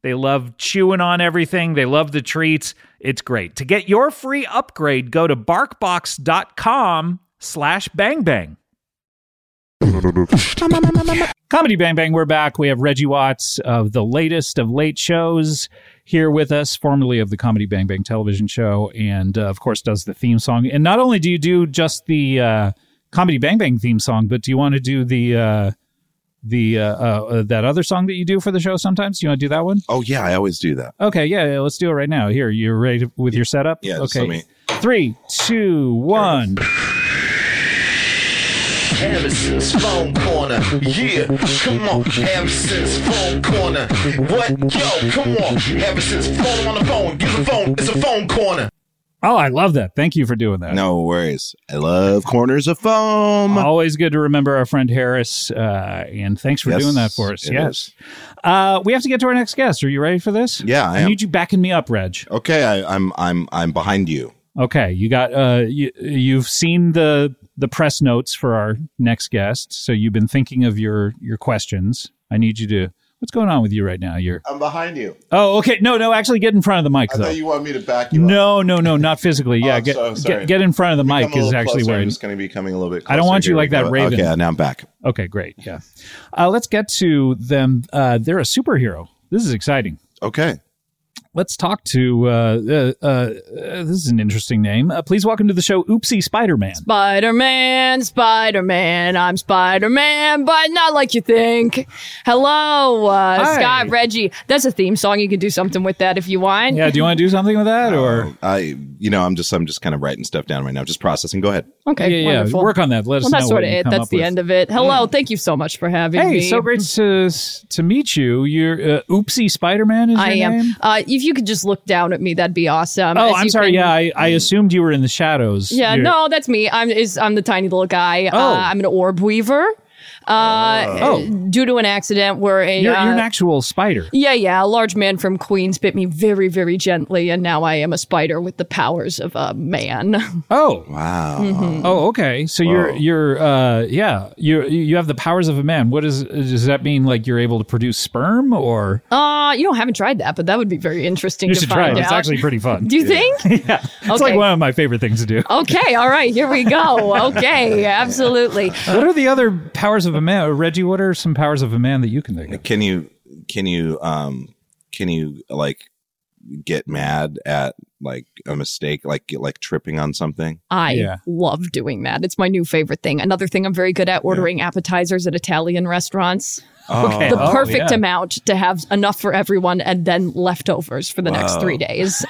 S1: They love chewing on everything. They love the treats. It's great. To get your free upgrade, go to barkbox.com slash bangbang.
S3: Comedy Bang Bang, we're back. We have Reggie Watts of the latest of late shows here with us, formerly of the Comedy Bang Bang television show, and uh, of course does the theme song. And not only do you do just the uh, Comedy Bang Bang theme song, but do you want to do the uh, the uh, uh, uh, that other song that you do for the show sometimes? You want to do that one?
S2: Oh yeah, I always do that.
S3: Okay, yeah, yeah, let's do it right now. Here, you ready to- with your setup?
S2: Yeah, just
S3: Okay.
S2: let me-
S3: Three, two, one.
S4: Harrison's phone corner. Yeah, come on, Harrison's phone corner. What? Yo, come on, Harrison's phone on the phone. Use the phone. It's a phone corner.
S1: Oh, I love that. Thank you for doing that.
S2: No worries. I love corners of foam.
S3: Oh.
S1: Always good to remember our friend Harris, uh, and thanks for
S2: Yes,
S1: doing that for us.
S2: it
S1: Yes,
S2: is.
S1: uh, we have to get to our next guest. Are you ready for this?
S2: Yeah, I
S1: I,
S2: am.
S1: need you backing me up, Reg.
S2: Okay, I, I'm I'm I'm behind you.
S1: Okay, you got uh, you, you've seen the the press notes for our next guest, so you've been thinking of your your questions. I need you to. What's going on with you right now? You're.
S2: I'm behind you.
S1: Oh, okay. No, no. Actually, get in front of the mic
S2: I
S1: though.
S2: thought you wanted me to back you up.
S1: no, no, no. Not physically. Yeah,
S2: I'm
S1: get,
S2: so sorry.
S1: get get in front of the
S2: Come
S1: mic
S2: a little
S1: is actually
S2: closer.
S1: where.
S2: I'm just going to be coming a little bit.
S1: I don't
S2: closer
S1: want you
S2: here.
S1: like that
S2: Go-
S1: raven.
S2: Okay, now I'm back.
S1: Okay, great. Yeah. Uh, let's get to them. Uh, they're a superhero. This is exciting.
S2: Okay.
S1: Let's talk to. Uh, uh, uh, this is an interesting name. Uh, please welcome to the show, Oopsie Spider Man.
S5: Spider Man, Spider Man, I'm Spider Man, but not like you think. Hello, uh,
S1: Hi.
S5: Scott, Reggie. That's a theme song. You can do something with that if you want.
S1: Yeah, do you want to do something with that or?
S2: I you know, I'm just I'm just kind of writing stuff down right now, just processing. Go ahead.
S5: Okay,
S1: yeah, yeah.
S5: wonderful.
S1: Work on that. Let us
S5: well,
S1: know.
S5: that's sort
S1: what
S5: of
S1: you
S5: it.
S1: come
S5: That's
S1: up
S5: the
S1: with.
S5: end of it. Hello, thank you so much for having
S1: Hey,
S5: me.
S1: so great to to meet you. You're uh, Oopsie Spider Man is your
S5: I
S1: name?
S5: am. Uh, if you could just look down at me, that'd be awesome.
S1: Oh,
S5: As
S1: I'm
S5: you
S1: sorry.
S5: can-
S1: yeah, I, I assumed you were in the shadows.
S5: Yeah,
S1: You're-
S5: no, that's me. I'm is I'm the tiny little guy.
S1: Oh.
S5: Uh, I'm an orb weaver. Uh, due to an accident where a
S1: You're,
S5: uh,
S1: you're an actual spider.
S5: Yeah, yeah. A large man from Queens bit me very, very gently, and now I am a spider with the powers of a man.
S1: Oh,
S2: Wow.
S1: oh, okay. So you're you're uh yeah you you have the powers of a man. What is does that mean? Like you're able to produce sperm or
S5: Uh, you know, I haven't tried that, but that would be very interesting
S1: you
S5: to
S1: should try
S5: find
S1: it.
S5: out.
S1: It's actually pretty fun.
S5: Do you think?
S1: yeah, it's like
S5: Okay.
S1: one of my favorite things to do.
S5: okay, all right, here we go. Okay, absolutely.
S1: What are the other powers of a man, Uh, Reggie? What are some powers of a man that you can think of?
S2: Can you can you um can you like get mad at like a mistake, like get, like tripping on something?
S5: I
S1: Yeah.
S5: love doing that. It's my new favorite thing. Another thing I'm very good at ordering appetizers at Italian restaurants.
S1: Okay,
S5: The
S1: oh,
S5: perfect
S1: yeah.
S5: amount to have enough for everyone and then leftovers for the next three days.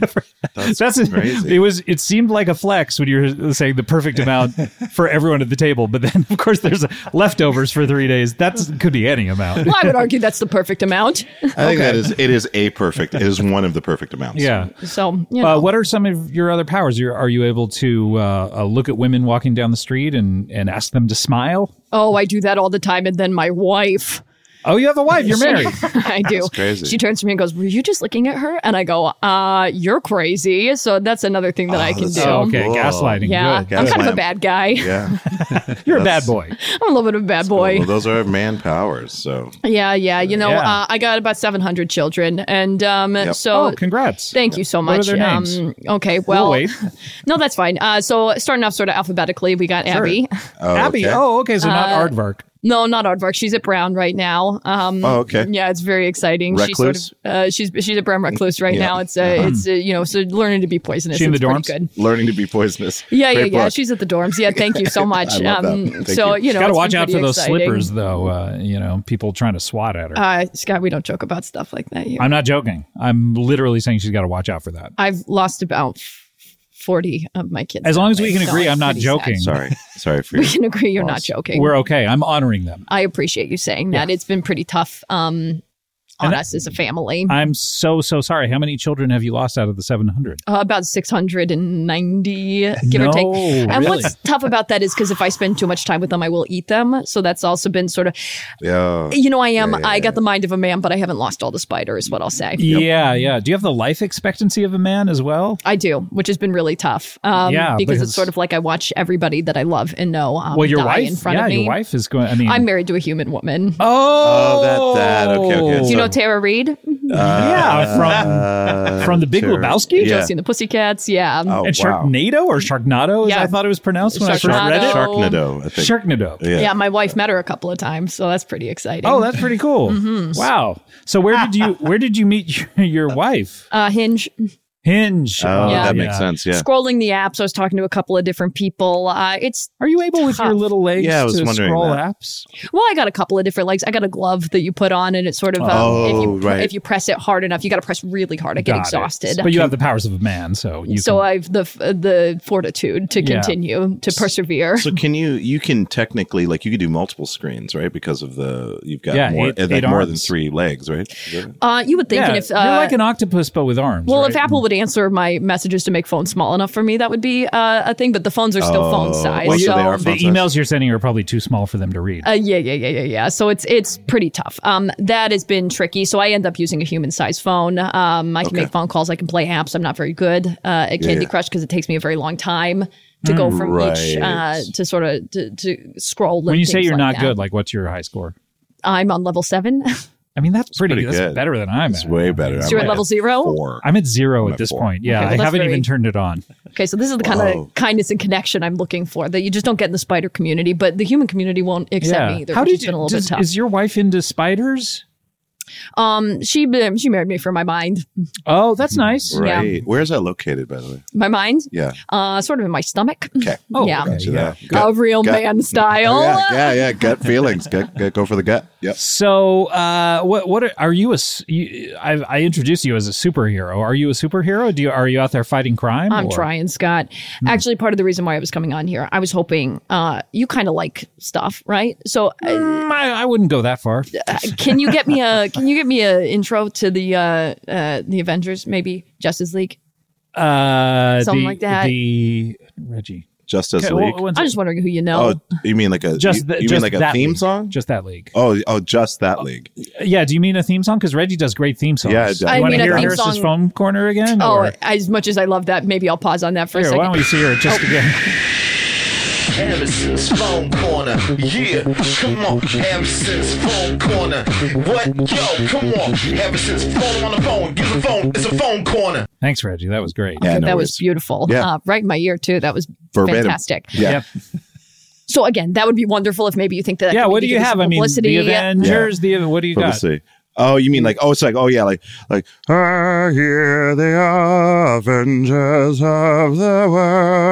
S1: That's a,
S2: crazy.
S1: it was. It seemed like a flex when you were saying the perfect amount for everyone at the table, but then of course there's leftovers for three days. That could be any amount.
S5: well, I would argue that's the perfect amount.
S2: I think that is it is a perfect it is one of the perfect amounts.
S1: Yeah.
S5: So, you know.
S1: Uh, what are some of your other powers? You're, are you able to uh, uh, look at women walking down the street and, and ask them to smile?
S5: Oh, I do that all the time. And then my wife,
S1: Oh, you have a wife. You're married.
S5: I do.
S2: crazy.
S5: She turns to me and goes, Were you just looking at her? And I go, Uh, you're crazy. So that's another thing that I can
S2: that's
S5: do.
S1: Oh, okay,
S2: Whoa.
S1: gaslighting.
S5: Yeah.
S1: Good.
S5: I'm
S2: Gaslight
S5: kind of a
S2: him.
S5: bad guy.
S2: Yeah.
S1: You're a bad
S2: That's-
S1: boy.
S5: I'm a little bit of a bad boy.
S2: Well, those are man powers, so
S5: Yeah, yeah. You know,
S1: Yeah.
S5: Uh, I got about 700 children. And um, so.
S1: Oh, congrats.
S5: Thank you so
S1: What are
S5: much.
S1: their names?
S5: Um, okay, well,
S1: We'll wait.
S5: no, that's fine. Uh, so starting off sort of alphabetically, we got Abby.
S2: oh,
S1: Abby.
S2: okay.
S1: Oh, okay. So not
S5: Uh,
S1: Aardvark.
S5: No, not Aardvark. She's at Brown right now. Um,
S2: Oh, okay.
S5: Yeah, it's very exciting. She's sort
S2: Recluse?
S5: of uh, she's she's at Brown recluse right
S2: Yeah. Uh-huh.
S5: now. It's uh, it's uh, you know so learning to be poisonous.
S1: She in the
S5: It's pretty
S1: dorms?
S5: Good.
S2: learning to be poisonous.
S5: Yeah,
S2: Great
S5: yeah, yeah.
S2: book.
S5: She's at the dorms. Yeah, thank you so much. Um,
S2: love that. Thank
S5: so
S2: you.
S5: you know,
S1: Got to
S5: it's
S1: watch
S5: been
S1: out for
S5: pretty
S1: those
S5: exciting.
S1: slippers, though. Uh, you know, people trying to swat at her.
S5: Uh, Scott, we don't joke about stuff like that. Here.
S1: I'm not joking. I'm literally saying she's got to watch out for that.
S5: I've lost about f- forty of my kids.
S1: As long
S5: that
S1: as we
S5: way,
S1: can
S5: so
S1: agree,
S5: it's
S1: I'm not
S5: pretty sad.
S1: joking.
S2: sorry. Sorry for
S5: We
S2: you.
S5: can agree. You're not
S2: Lost.
S5: joking.
S1: We're okay. I'm honoring them.
S5: I appreciate you saying that. It's been pretty tough um, on
S1: And
S5: us as a family.
S1: I'm so so sorry. How many children have you lost out of the 700?
S5: Uh, about 690, give
S1: No,
S5: or take. And
S1: really?
S5: what's tough about that is because if I spend too much time with them, I will eat them. So that's also been sort of,
S2: Yeah.
S5: you know, I am,
S2: Yeah, yeah,
S5: I
S2: yeah.
S5: got the mind of a man, but I haven't lost all the spider, is what I'll say.
S1: Yeah, yeah. Do you have the life expectancy of a man as well?
S5: I do, which has been really tough. Um,
S1: Yeah,
S5: because,
S1: because-
S5: it's sort of like I watch everybody that I love and know um,
S1: well, your
S5: die
S1: wife.
S5: in front
S1: yeah,
S5: of me.
S1: your wife is going. I mean,
S5: I'm married to a human woman.
S1: oh,
S2: Oh, that- that. Okay, okay.
S5: Do you
S2: so- uh,
S5: know Tara Reid?
S1: yeah, from from the Big
S2: sure.
S1: Lebowski
S2: Yeah.
S5: Josie and the Pussycats. Yeah.
S2: Oh,
S1: and
S2: wow.
S1: Sharknado or Sharknado, as
S5: Yeah.
S1: I thought it was pronounced when I first read it.
S2: Sharknado, I think.
S1: Sharknado.
S5: yeah. my wife met her a couple of times, so that's pretty exciting.
S1: Oh, that's pretty cool.
S5: Mm-hmm.
S1: Wow. So where did you where did you meet your, your wife?
S5: uh, Hinge.
S1: Hinge.
S2: Oh,
S5: Yeah.
S2: that makes sense. Yeah.
S5: Scrolling the apps, I was talking to a couple of different people. Uh, it's
S1: Are you able with your
S5: Tough.
S1: little legs
S2: Yeah, I was
S1: to
S2: wondering
S1: scroll
S2: that.
S1: apps?
S5: Well, I got a couple of different legs. I got a glove that you put on, and it's sort of um, if
S2: Oh,
S5: you
S2: right.
S5: if you press it hard enough, you got to press really hard. I get
S1: Got it.
S5: exhausted.
S1: But you have the powers of a man, so you
S5: so
S1: can,
S5: I've the uh, the fortitude to
S1: Yeah.
S5: continue to persevere.
S2: So can you? You can technically like you could do multiple screens, right? Because of the you've got
S1: Yeah,
S2: more
S1: eight-
S2: like,
S1: eight
S2: more than
S1: arms.
S2: three legs, right? Is that it?
S5: uh, you would think,
S1: yeah,
S5: and if uh,
S1: you're like an octopus but with arms.
S5: well, if
S1: right?
S5: Apple would answer my messages to make phones small enough for me, that would be uh, a thing. But the phones are still phone
S2: Oh,
S5: size,
S2: well,
S5: so
S2: so they are
S1: the
S2: phone size.
S1: emails you're sending are probably too small for them to read.
S5: Uh, yeah, yeah, yeah, yeah, yeah. So it's it's pretty tough. Um, that has been tricky. So I end up using a human sized phone. Um, I can make phone calls. I can play apps. I'm not very good uh, at Candy Crush because it takes me a very long time to go from each uh,
S2: right.
S5: to sort of to, to scroll.
S1: when
S5: and
S1: you say
S5: things
S1: you're
S5: like
S1: not
S5: that.
S1: good, like what's your high score?
S5: I'm on level seven.
S1: I mean, that's pretty,
S2: pretty
S1: that's
S2: good.
S1: better than I'm
S2: It's
S1: at.
S2: way better.
S5: so you're
S2: I'm
S5: at
S2: like
S5: level
S2: a
S5: zero.
S2: Four.
S1: I'm at zero
S2: I'm
S1: at
S2: at
S1: this
S2: four.
S1: point. Yeah,
S5: Okay, well,
S1: I
S5: that's
S1: haven't
S5: very-
S1: even turned it on.
S5: Okay, so this is the kind
S2: Whoa.
S5: of kindness and connection I'm looking for that you just don't get in the spider community, but the human community won't accept me either.
S1: How
S5: which
S1: did
S5: has been a
S1: you-
S5: little
S1: does-
S5: bit tough.
S1: Is your wife into spiders?
S5: um, she she married me for my mind,
S1: Oh, that's nice.
S2: Hmm. Right. Where is that located, by the way?
S5: my mind,
S2: Yeah.
S5: uh, sort of in my stomach.
S2: Okay.
S1: Oh,
S5: yeah.
S1: okay,
S2: So
S1: yeah.
S2: that- gut-
S5: a real
S2: gut-
S5: man style.
S2: Yeah, yeah, yeah. Gut feelings. Gut, gut, go for the gut. Yep.
S1: So, uh, what what are, are you a? s- You, I, I introduced you as a superhero. Are you a superhero? Do you are you out there fighting crime?
S5: I'm
S1: or-
S5: trying, Scott.
S2: Hmm.
S5: Actually, part of the reason why I was coming on here, I was hoping uh, you kind of like stuff, right? So, uh,
S1: Mm, I, I wouldn't go that far.
S5: can you get me a can you get me a intro to the uh, uh, the Avengers, maybe Justice League?
S1: Uh,
S5: Something
S1: the-
S5: like that.
S1: The Reggie.
S2: Justice
S1: Okay,
S2: League.
S1: well, one
S5: I'm
S1: sec.
S5: just wondering who you know.
S2: oh, you mean like a
S1: just
S2: you,
S1: the-
S2: you
S1: just
S2: mean like a
S1: that
S2: theme
S1: league.
S2: song?
S1: Just that league.
S2: Oh, oh, just that league.
S1: Yeah. Do you mean a theme song? Because Reggie does great theme songs.
S2: Yeah, it does.
S1: You
S2: I
S1: wanna
S2: mean a
S1: hear
S2: theme
S1: Harris's
S5: song-
S1: phone corner again?
S5: Oh,
S1: or-
S5: as much as I love that, maybe I'll pause on that for a
S1: Here, why
S5: second. Oh.
S1: don't we see her just again?
S4: Harrison's phone corner. Yeah, come on, Harrison's phone corner. What? Yo, come on, Harrison's phone on the phone. Get the phone. It's a phone corner.
S1: Thanks, Reggie. That was great.
S2: Yeah, no
S5: that was
S2: worries.
S5: beautiful.
S2: Yeah.
S5: Uh, right in my ear too. That was
S2: Verbatim.
S5: fantastic.
S2: Yeah.
S1: Yep.
S5: So again, that would be wonderful if maybe you think that.
S1: yeah,
S5: could
S1: what
S5: be
S1: do you
S5: given
S1: have?
S5: some
S1: I mean,
S5: publicity. uh,
S1: the Avengers. The what do you got?
S2: Publicity. Oh, you mean like oh, it's like oh yeah, like like ah, here they are, Avengers of the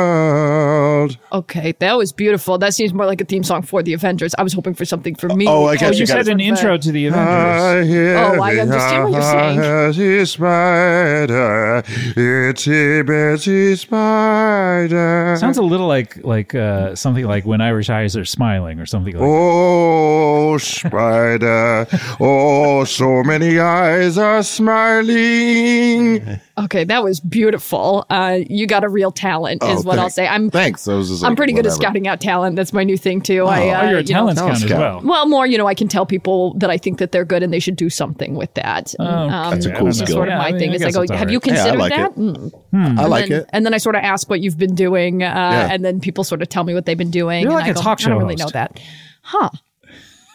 S2: world.
S5: Okay, that was beautiful. That seems more like a theme song for the Avengers. I was hoping for something for me.
S2: Oh, I guess
S1: Oh,
S2: Yes,
S1: you
S2: you got
S1: said
S2: it.
S1: an intro to the Avengers.
S6: I hear
S5: Oh, I understand what you're saying.
S6: Itty spider, itty bitty spider.
S1: Sounds a little like like uh, something like when Irish eyes are smiling or something like.
S6: Oh, spider. oh, so many eyes are smiling.
S5: Okay, that was beautiful. Uh, you got a real talent, is
S2: Oh,
S5: what I'll
S2: thank-
S5: say. I'm
S2: Thanks. That was just
S5: I'm
S2: like,
S5: pretty good at
S2: whatever.
S5: scouting out talent. That's my new thing too. I,
S1: that.
S5: uh,
S1: Oh, your
S5: you know-
S1: talents count as
S2: Scout.
S1: well.
S5: well, more you know, I can tell people that I think that they're good and they should do something with that. And,
S1: That's a
S2: cool
S5: that's
S2: skill.
S5: Sort of
S1: Oh, Yeah,
S5: my
S1: I mean,
S5: thing
S1: I
S5: is I
S1: guess
S5: go,
S1: it's all
S5: have you
S1: right."
S2: Yeah, I
S5: considered
S2: like
S5: that?
S2: it.
S5: Mm.
S2: I
S5: And
S2: like
S5: then,
S2: it.
S5: And then I sort of ask what you've been doing, uh, and then people sort of tell me what they've been doing.
S1: You're
S5: and
S1: like
S5: I
S1: a
S5: go,
S1: talk
S5: I
S1: show
S5: don't really know
S1: host.
S5: that, huh?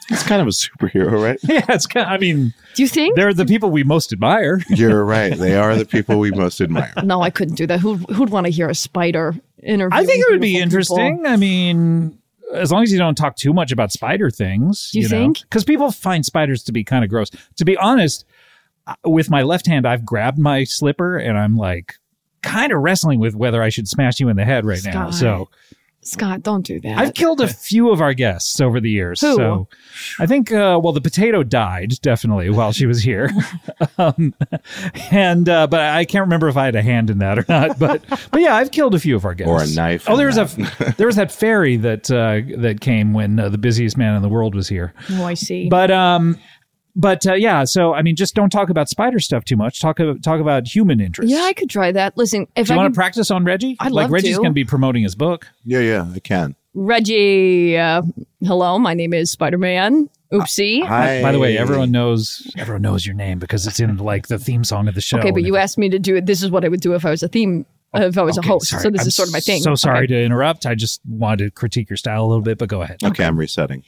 S2: It's kind of a superhero, right?
S1: yeah, it's kind. I mean,
S5: Do you think?
S1: they're the people we most admire.
S2: You're right. They are the people we most admire.
S5: no, I couldn't do that. Who who'd want to hear a spider interview?
S1: I think it would be
S5: beautiful people?
S1: interesting. I mean, as long as you don't talk too much about spider things,
S5: You think?
S1: Because people find spiders to be kind of gross. To be honest, I- with my left hand, I've grabbed my slipper and I'm like kind of wrestling with whether I should smash you in the head right now.
S5: Scott.
S1: So
S5: Scott, don't do that.
S1: I've killed a few of our guests over the years.
S5: Who?
S1: So I think, uh, well, the potato died definitely while she was here. um, and, uh, but I can't remember if I had a hand in that or not. But, but yeah, I've killed a few of our guests.
S2: Or a knife
S1: Oh,
S2: in
S1: there was a, there was that fairy that, uh, that came when uh, the busiest man in the world was here.
S5: oh, I see.
S1: But, um, but uh, yeah, so I mean, just don't talk about spider stuff too much. Talk about, talk about human interests.
S5: yeah, I could try that. Listen, if
S1: Do
S5: I
S1: you want
S5: could,
S1: to practice on Reggie?
S5: I'd
S1: like
S5: love
S1: Reggie's
S5: to.
S1: going to be promoting his book.
S2: Yeah, yeah, I can.
S5: Reggie, uh, hello, my name is Spider Man.
S1: Uh,
S5: Oopsie.
S2: Hi.
S1: By the way, everyone knows everyone knows your name because it's in like the theme song of the show.
S5: okay, but you asked me to do it. This is what I would do if I was a theme, if I was a host. oh, So this is sort of my thing.
S1: So sorry
S5: Okay.
S1: to interrupt. I just wanted to critique your style a little bit, but go ahead.
S2: Okay, I'm resetting.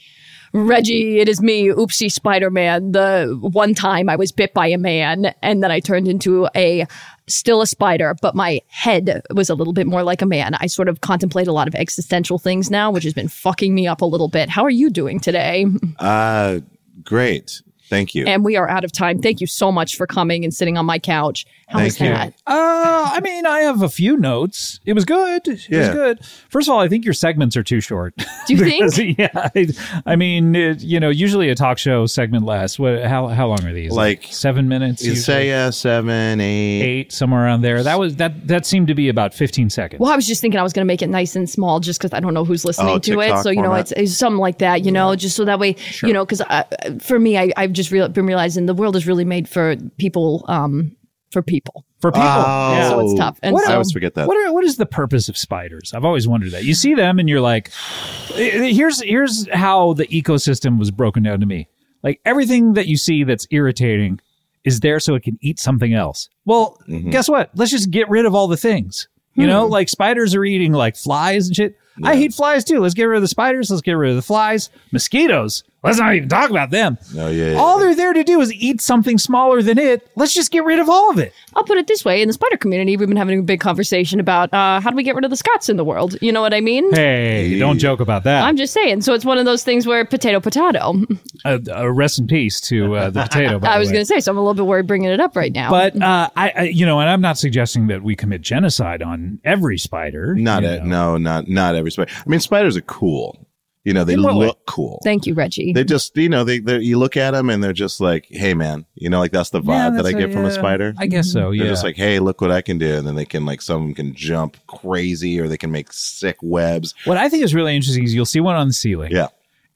S5: Reggie, it is me, Oopsie Spider Man. The one time I was bit by a man and then I turned into a still a spider, but my head was a little bit more like a man. I sort of contemplate a lot of existential things now, which has been fucking me up a little bit. How are you doing today?
S2: Uh great. Thank you.
S5: And we are out of time. Thank you so much for coming and sitting on my couch. How was
S2: Thank you.
S5: that?
S1: Uh, I mean, I have a few notes. It was good. It was
S2: Yeah.
S1: good. First of all, I think your segments are too short.
S5: Do you think?
S1: Because, yeah, I, I mean, it, you know, usually a talk show segment lasts. What? How how long are these?
S2: Like,
S1: seven minutes?
S2: You
S1: usually?
S2: say uh, seven, eight.
S1: eight somewhere around there. That was that that seemed to be about fifteen seconds.
S5: Well, I was just thinking I was going to make it nice and small just because I don't know who's listening
S2: Oh,
S5: to it.
S2: TikTok
S5: So, you know,
S2: format.
S5: it's, it's something like that, you know, just so that way, you know, because for me, I, I've just real, been realizing the world is really made for people, um, for people.
S1: for people.
S2: Oh.
S5: So it's tough. And
S1: What
S5: so,
S2: I always forget that.
S1: What are, what is the purpose of spiders? I've always wondered that. You see them and you're like, here's here's how the ecosystem was broken down to me. Like everything that you see that's irritating is there so it can eat something else. Well, guess what? Let's just get rid of all the things. You know, like spiders are eating like flies and shit. I hate flies too. Let's get rid of the spiders. Let's get rid of the flies. Mosquitoes. Let's not even talk about them.
S2: No, Oh, yeah, yeah,
S1: all they're there to do is eat something smaller than it. Let's just get rid of all of it.
S5: I'll put it this way in the spider community, we've been having a big conversation about uh, how do we get rid of the Scots in the world? You know what I mean?
S1: Hey, don't joke about that.
S5: I'm just saying. So it's one of those things where potato, potato.
S1: uh, uh, rest in peace to uh, the potato. By
S5: I
S1: the
S5: was
S1: way.
S5: going to say, so I'm a little bit worried bringing it up right now.
S1: but uh, I, I, you know, and I'm not suggesting that we commit genocide on every spider.
S2: Not
S1: you
S2: it.
S1: know.
S2: No, not not every spider. I mean, spiders are cool. You know, they
S1: In what way?
S2: look cool.
S5: thank you, Reggie.
S2: they just, you know, they they you look at them and they're just like, hey, man. You know, like that's the
S1: Yeah,
S2: vibe that I
S1: that's
S2: get from a
S1: yeah.
S2: spider.
S1: I guess so.
S2: They're
S1: Yeah.
S2: just like, hey, look what I can do, and then they can like some of them can jump crazy or they can make sick webs.
S1: what I think is really interesting is you'll see one on the ceiling,
S2: Yeah,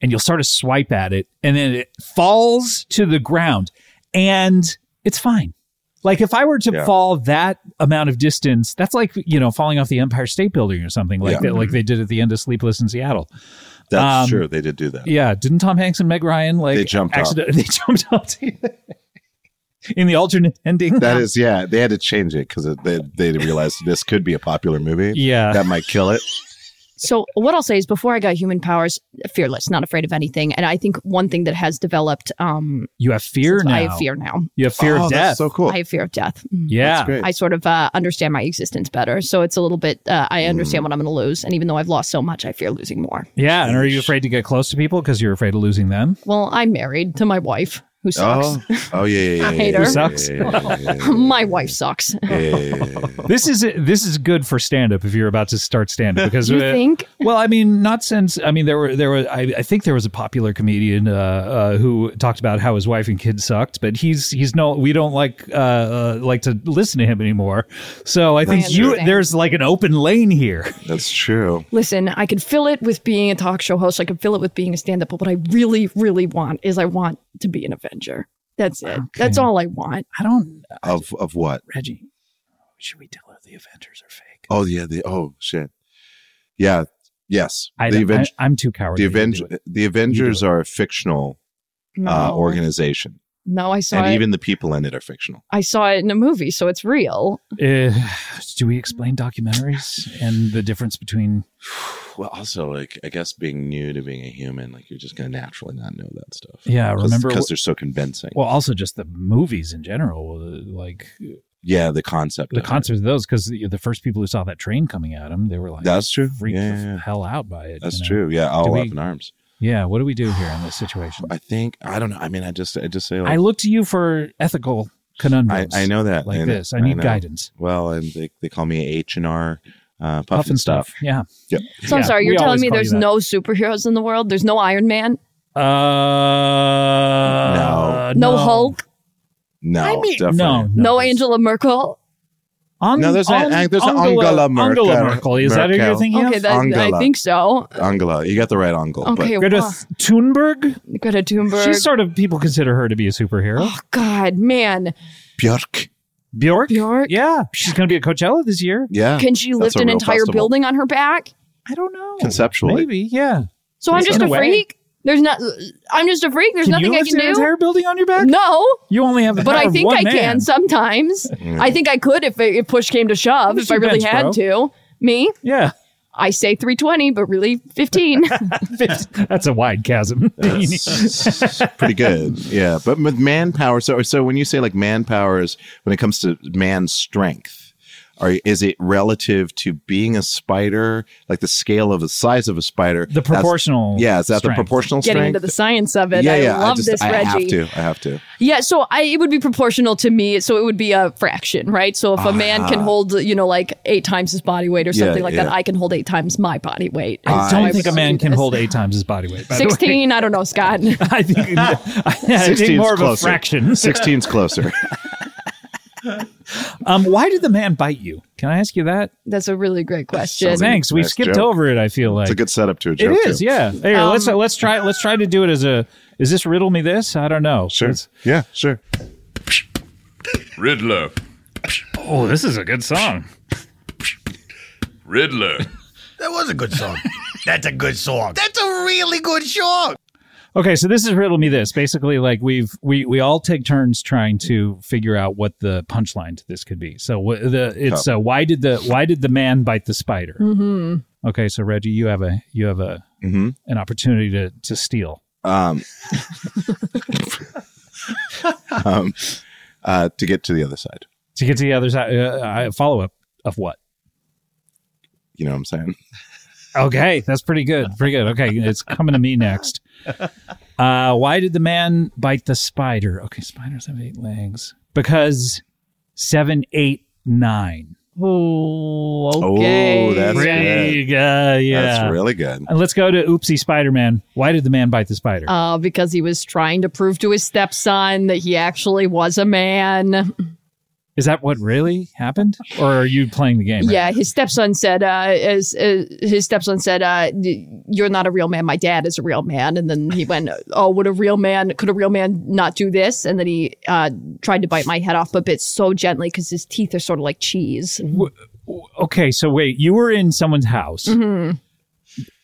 S1: and you'll sort of swipe at it, and then it falls to the ground, and it's fine. Like if I were to
S2: Yeah.
S1: fall that amount of distance, that's like you know falling off the Empire State Building or something like
S2: Yeah.
S1: that,
S5: Mm-hmm.
S1: like they did at the end of Sleepless in Seattle.
S2: that's
S1: Um,
S2: true. They did do that.
S1: Yeah, didn't Tom Hanks and Meg Ryan like
S2: They jumped off.
S1: accident- They jumped off in the alternate ending.
S2: That is, yeah, they had to change it because they they realized this could be a popular movie.
S1: Yeah.
S2: that might kill it.
S5: So what I'll say is before I got human powers, fearless, not afraid of anything. And I think one thing that has developed um
S1: you have fear
S5: since
S1: now.
S5: I have fear now.
S1: You have fear
S2: Oh,
S1: of death.
S2: that's so cool.
S5: I have fear of death. Mm.
S1: yeah.
S2: great.
S5: I sort of uh, understand my existence better. So it's a little bit uh, I
S1: Mm.
S5: understand what I'm going to lose and even though I've lost so much, I fear losing more.
S1: Yeah. And are you afraid to get close to people because you're afraid of losing them?
S5: Well, I'm married to my wife who sucks.
S2: Oh, oh yeah, yeah, yeah,
S5: I
S2: yeah,
S5: hate
S2: yeah,
S5: her.
S2: yeah,
S1: Sucks.
S2: yeah, yeah, yeah,
S1: Oh.
S2: yeah.
S5: my wife sucks.
S1: this is this is good for stand up if you're about to start stand up because
S5: You
S1: uh,
S5: think?
S1: well I mean not since I mean there were there were I, I think there was a popular comedian uh, uh, who talked about how his wife and kids sucked but he's he's no we don't like uh, uh, like to listen to him anymore so I think you
S5: understand.
S1: there's like an open lane here
S2: That's true.
S5: Listen, I could fill it with being a talk show host. I could fill it with being a stand up. But what I really, really want is I want to be an Avenger. That's it. That's all I want.
S1: I don't
S2: Of of what?
S1: Reggie should we tell her the Avengers are fake
S2: Oh yeah, the oh shit. Yeah. Yes.
S1: I,
S2: the
S1: don't-
S2: Aven-
S1: I, am too cowardly
S2: the
S1: to do
S2: Avenge
S1: it.
S2: the Avengers
S1: do
S2: are a fictional
S5: No,
S2: uh, organization.
S5: no I saw
S2: and
S5: it.
S2: even the people in it are fictional.
S5: I saw it in a movie, so it's real.
S1: Uh, do we explain documentaries and the difference between
S2: Well, also like I guess being new to being a human, like you're just gonna naturally not know that stuff.
S1: Yeah, remember-
S2: because they're so convincing.
S1: well also just the movies in general uh, like
S2: yeah, the concept.
S1: the
S2: of it.
S1: concept of those because the, the first people who saw that train coming at them they were like
S2: That's true.
S1: freaked
S2: Yeah,
S1: the
S2: yeah, yeah.
S1: hell out by it
S2: That's
S1: you know?
S2: true. Yeah, all
S1: we-
S2: up in arms.
S1: yeah what do we do here in this situation
S2: I think I don't know. I mean, I just I just say
S1: i
S2: like
S1: look to you for ethical
S2: I,
S1: conundrums
S2: I know that
S1: like
S2: and
S1: this i need
S2: know.
S1: guidance
S2: Well, and they, they call me H and R uh, puff,
S1: puff and stuff, yeah
S5: So I'm
S1: Yeah,
S5: sorry,
S1: we
S5: you're telling
S1: always
S5: me
S1: call you
S5: there's
S1: that.
S5: no superheroes in the world? There's no Iron Man?
S1: uh
S5: No, Hulk?
S2: No,
S1: I mean,
S2: definitely.
S1: no,
S5: No,
S1: there's-
S5: Angela Merkel?
S1: Ang-
S2: No, there's a-
S1: Ang-
S2: uh, there's a Angela Merkel.
S1: Merkel. Is that what you're
S2: Merkel.
S1: thinking
S5: Okay,
S1: of?
S5: that, I
S2: Angela.
S5: think so.
S2: Angela, you got the right angle.
S5: Okay,
S1: Greta
S5: wow.
S1: Thunberg.
S5: Greta Thunberg.
S1: She's sort of people consider her to be a superhero.
S5: oh, God, man.
S2: But Bjork.
S1: Bjork.
S5: Bjork?
S1: Yeah, she's going to be at Coachella this year.
S2: Yeah.
S5: Can she
S2: That's
S5: lift
S2: a
S5: an
S2: real
S5: entire
S2: festival.
S5: building on her back?
S1: I don't know.
S2: Conceptually.
S1: maybe. Yeah.
S5: So I'm
S1: Is
S5: just
S1: that
S5: a
S1: a way?
S5: freak? There's not. I'm just a freak. There's
S1: Can
S5: nothing
S1: you
S5: I
S1: lift
S5: can
S1: an
S5: do.
S1: entire building on your back?
S5: no,
S1: You only have the
S5: but
S1: power
S5: I
S1: of
S5: think
S1: one
S5: I
S1: man.
S5: can sometimes. I think I could if, if push came to shove,
S1: Lift
S5: if I
S1: your
S5: really
S1: bench,
S5: had
S1: bro.
S5: to. Me,
S1: Yeah,
S5: I say 320, but really 15.
S1: that's a wide chasm.
S2: That's pretty good. Yeah. But with manpower, so so when you say like manpower is when it comes to man strength, Or is it relative to being a spider, like the scale of the size of a spider?
S1: The
S2: That's-
S1: proportional
S2: yeah, is that
S1: strength.
S2: the proportional
S5: Getting
S2: strength?
S5: into the science of it.
S2: yeah,
S5: I
S2: yeah. I
S5: love
S2: just,
S5: this,
S2: I
S5: Reggie.
S2: have to. I have to.
S5: Yeah, so I it would be proportional to me. So it would be a fraction, right? So if a man can hold, you know, like eight times his body weight or
S2: Ah. Yeah,
S5: something like that,
S2: yeah. Ah.
S5: I can hold eight times my body weight. And
S1: I
S5: so
S1: don't
S5: I
S1: think a
S5: would
S1: man
S5: do
S1: can
S5: this.
S1: hold eight times his body weight. By the way.
S5: sixteen. I don't know, Scott.
S1: I think, I think
S2: 16's
S1: more of a
S2: closer.
S1: fraction.
S2: 16's closer.
S1: Um, why did the man bite you? Can I ask you that?
S5: That's a really great question.
S1: Thanks. We've
S2: nice
S1: skipped
S2: joke.
S1: over it. I feel like
S2: It's a good setup to a
S1: It
S2: joke.
S1: is,
S2: too.
S1: Yeah. Here, let's let's try let's try to do it as a. Is this riddle me this? I don't know.
S2: Sure.
S1: Let's-
S2: Yeah, sure.
S7: Riddler.
S8: Oh, this is a good song.
S7: Riddler.
S9: That was a good song. That's a good song. That's a really good song.
S1: Okay, so this is riddle me this. Basically, like we've we we all take turns trying to figure out what the punchline to this could be. So wh- the it's
S2: Oh.
S1: uh, why did the why did the man bite the spider? Mm-hmm. Okay, so Reggie, you have a you have a an opportunity to to steal.
S2: Mm-hmm. Um, um, uh, to get to the other side.
S1: to get to the other side. Uh, uh, follow up of what?
S2: You know what I'm saying?
S1: Okay, that's pretty good. Pretty good. Okay, it's coming to me next. Uh, why did the man bite the spider? Okay, spiders have eight legs because seven, eight, nine.
S5: Oh,
S2: Oh, that's good.
S1: Pretty, uh, yeah.
S2: That's really good.
S1: and let's go to Oopsie Spider Man. Why did the man bite the spider?
S5: Uh, because he was trying to prove to his stepson that he actually was a man.
S1: Is that what really happened, or are you playing the game? right
S5: Yeah, his stepson said, uh, as, uh, his stepson said, uh, d- you're not a real man. My dad is a real man. And then he went, oh, would a real man, could a real man not do this? And then he uh, tried to bite my head off, but bit so gently because his teeth are sort of like cheese.
S1: Mm-hmm. okay, so wait, you were in someone's house,
S5: Mm-hmm.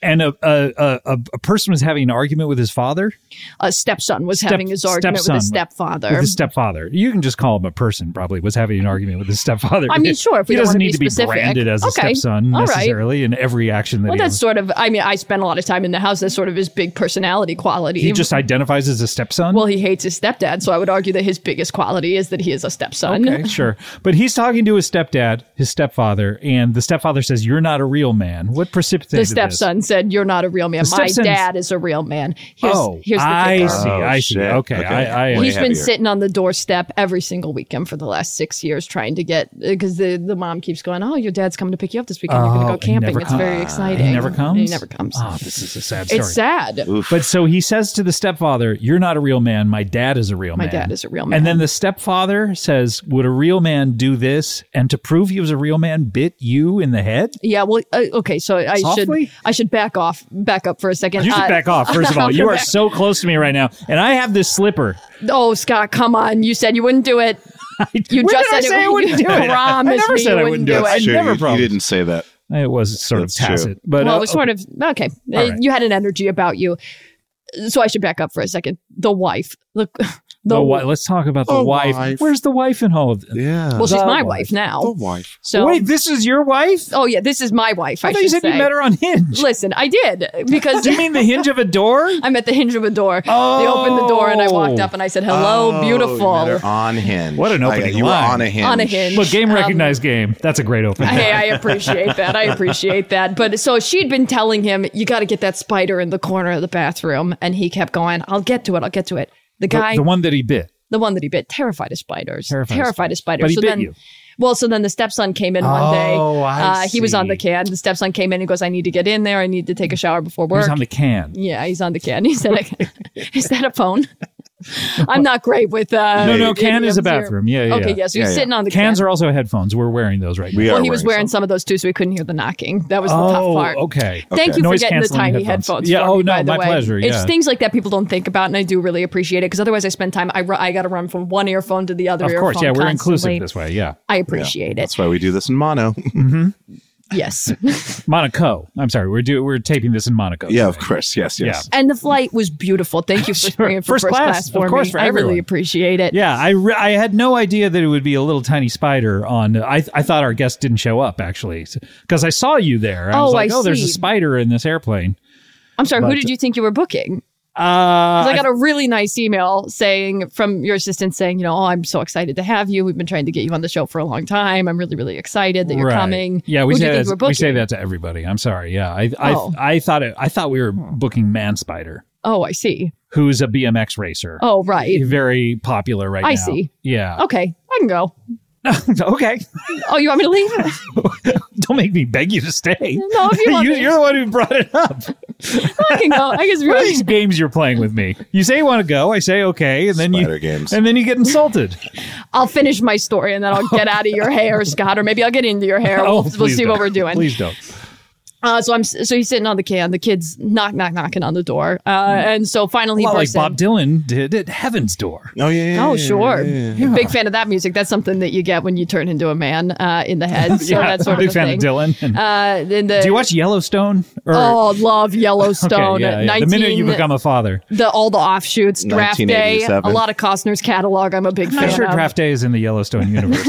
S1: and a, a a a person was having an argument with his father,
S5: A stepson was
S1: Step-
S5: having his argument with his
S1: stepson.
S5: stepfather.
S1: with his stepfather. You can just call him a person. Probably was having an argument with his stepfather.
S5: I mean, sure, if we
S1: he
S5: don't
S1: doesn't
S5: wanna
S1: need
S5: be
S1: to be
S5: specific.
S1: branded as a
S5: Okay,
S1: stepson
S5: all right.
S1: necessarily in every action that
S5: well,
S1: he.
S5: that's
S1: Was.
S5: sort of, I mean, I spent a lot of time in the house. That's sort of his big personality quality.
S1: He just identifies as a stepson.
S5: Well, he hates his stepdad, so I would argue that his biggest quality is that he is a stepson.
S1: Okay, sure. But he's talking to his stepdad, his stepfather, and the stepfather says, "You're not a real man." What precipitated
S5: The
S1: this?
S5: stepson said, "You're not a real man.
S1: The
S5: My
S1: stepson's-
S5: dad is a real man." Here's,
S1: oh,
S5: here's the
S1: I
S5: kicker.
S1: see.
S2: Oh,
S1: I see.
S2: shit.
S1: Okay,
S2: Okay.
S1: I, I,
S2: He's
S5: He's
S2: heavier.
S5: been sitting on the doorstep every single weekend for the last six years, trying to get because the, the mom keeps going. Oh, your dad's coming to pick you up this weekend. You're
S1: Oh,
S5: going to go
S1: he never
S5: camping. It's very exciting.
S1: He never comes.
S5: He never comes.
S1: Oh, this is a sad story.
S5: it's sad.
S1: But so he says to the stepfather, "You're not a real man. My dad is a real
S5: My
S1: man.
S5: dad is a real
S1: And
S5: man.
S1: then the stepfather says, "Would a real man do this?" And to prove he was a real man, bit you in the head.
S5: Yeah. Well. Uh, okay. So I
S1: Softly?
S5: should I should back off back up for a second.
S1: You should
S5: Uh,
S1: back off. First of all, you are
S5: back-
S1: so close to me right now, and I have this slipper.
S5: Oh, Scott, come on! You said you wouldn't do it. You
S1: When
S5: just
S1: did I
S5: said it
S1: say I wouldn't
S5: you
S1: do it?
S5: promised
S1: I never
S5: me
S1: said
S5: you
S1: I
S5: wouldn't
S1: wouldn't
S5: do
S1: do it.
S5: it.
S1: I never
S2: you, you
S1: promised.
S2: didn't say that.
S1: It was sort
S2: That's
S1: of
S2: true.
S1: tacit, but
S5: well,
S1: uh,
S5: it was sort of okay.
S1: All
S5: Uh,
S1: right.
S5: You had an energy about you, so I should back up for a second. The wife, look, the,
S1: the wi- let's talk about the,
S6: The
S1: wife.
S6: wife.
S1: Where's the wife in all of this?
S6: Yeah.
S5: well, she's
S1: the
S5: my
S1: wife.
S5: wife now.
S2: Oh,
S6: the wife.
S5: So,
S1: Oh, Wait, this is your wife?
S5: oh yeah, this is my wife. I,
S1: I thought
S5: should
S1: you said
S5: say.
S1: you met her on Hinge.
S5: Listen, I did because
S1: Do you mean the hinge of a door?
S5: I'm at the hinge of a door. They opened the door and I walked up and I said,
S2: Oh,
S1: Oh,
S5: "Hello, beautiful."
S2: On hinge.
S1: What an
S2: I-
S1: opening
S2: you
S1: line.
S2: were on a hinge.
S5: On a hinge.
S1: Look, game recognized game. That's a great opening.
S5: hey, I appreciate that. I appreciate that. But so she'd been telling him, you got to get that spider in the corner of the bathroom. And he kept going, I'll get to it. I'll get to it. The
S1: The-
S5: guy,
S1: the one that he bit.
S5: the one that he bit, terrified of spiders.
S1: Terrified
S5: Terrified,
S1: of
S5: of
S1: spiders.
S5: spiders.
S1: But he
S5: so
S1: bit
S5: then,
S1: you.
S5: well, so then the stepson came in one day.
S1: Oh, I
S5: uh, He was on the
S1: see.
S5: can. The stepson came in and goes, I need to get in there. I need to take a shower before
S1: He
S5: work.
S1: was on the can.
S5: yeah, he's on the can. He said, Is that a phone? I'm not great with. Uh,
S1: No, no, can is a
S5: idioms here.
S1: bathroom. Yeah, yeah.
S5: Okay,
S1: yeah.
S5: yes, you're
S2: Yeah, yeah.
S5: sitting on the
S1: Cans
S5: can.
S1: are also headphones. We're wearing those right now.
S2: We
S5: well,
S2: are
S5: he was wearing
S2: wearing
S5: some of those too, so we couldn't hear the knocking. That was the tough
S1: oh,
S5: part.
S1: okay.
S5: Thank you for
S1: Noise
S5: getting the
S1: canceling
S5: tiny
S1: headphones.
S5: headphones.
S1: Yeah,
S5: for
S1: oh,
S5: me,
S1: no,
S5: by the
S1: my
S5: way.
S1: pleasure,
S5: It's
S1: yeah.
S5: things like that people don't think about, and I do really appreciate it because otherwise I spend time. I, ru- I got to run from one earphone to the other.
S1: Of course,
S5: earphone
S1: yeah, we're
S5: constantly.
S1: inclusive this way. Yeah,
S5: I appreciate it.
S2: That's why we do this in mono.
S5: Yes,
S1: Monaco. I'm sorry, we're do we're taping this in Monaco.
S2: yeah, of course. Yes, yes.
S5: and the flight was beautiful. Thank you for bringing it for
S1: First
S5: first,
S1: class,
S5: class,
S1: of
S5: for
S1: course,
S5: me.
S1: for
S5: I
S1: everyone.
S5: really appreciate it.
S1: yeah. I re- I had no idea that it would be a little tiny spider on. I I thought our guest didn't show up actually because I saw you there. I was
S5: Oh,
S1: like,
S5: I
S1: oh, there's a
S5: see.
S1: spider in this airplane.
S5: I'm sorry.
S1: But-
S5: who did you think you were booking?
S1: Uh,
S5: I got a really nice email saying from your assistant saying, you know, oh, I'm so excited to have you. We've been trying to get you on the show for a long time. I'm really, really excited that you're
S1: Right.
S5: coming.
S1: Yeah, we
S5: Who do
S1: say
S5: you think
S1: that.
S5: we're
S1: We say
S5: booking?
S1: that to everybody. I'm sorry. Yeah, I I,
S5: Oh.
S1: I thought it, I thought we were booking Man Spider,
S5: Oh, I see.
S1: who's a BMX racer.
S5: Oh, right.
S1: very popular right now.
S5: I see.
S1: Yeah.
S5: Okay, I can go.
S1: okay.
S5: Oh, you want me to leave?
S1: Don't make me beg you to stay.
S5: No, if you want
S1: you,
S5: me.
S1: you're the one who brought it up.
S5: I can go. I guess
S1: What are
S5: really.
S1: these games you're playing with me? You say you want to go. I say okay, and then
S2: Spider
S1: you
S2: games.
S1: and then you get insulted.
S5: I'll finish my story and then I'll get out of your hair, Scott, or maybe I'll get into your hair.
S1: oh,
S5: we'll, we'll
S1: please
S5: see what
S1: don't.
S5: we're doing.
S1: Please don't.
S5: Uh, so I'm so he's sitting on the can. The kid's knock knock knocking on the door, uh, and so finally he
S1: Mm. Well, like
S5: bursts
S1: Bob
S5: in.
S1: Dylan did at Heaven's Door.
S2: Oh yeah, yeah,
S5: Oh,
S2: yeah,
S5: sure.
S2: yeah, yeah.
S5: Big fan of that music. That's something that you get when you turn into a man uh, in the head. So that's sort
S1: I'm a big
S5: of a
S1: fan
S5: thing.
S1: of Dylan. And
S5: Uh, then the,
S1: do you watch Yellowstone? Or,
S5: Oh, love
S1: Okay,
S5: Yellowstone.
S1: yeah, yeah.
S5: 19,
S1: the minute you become a father.
S5: the- all the offshoots, Draft Day, a
S2: 1987.
S5: lot of Costner's catalog. I'm a big
S1: I'm
S5: fan
S1: not sure
S5: of.
S1: Draft Day is in the Yellowstone universe.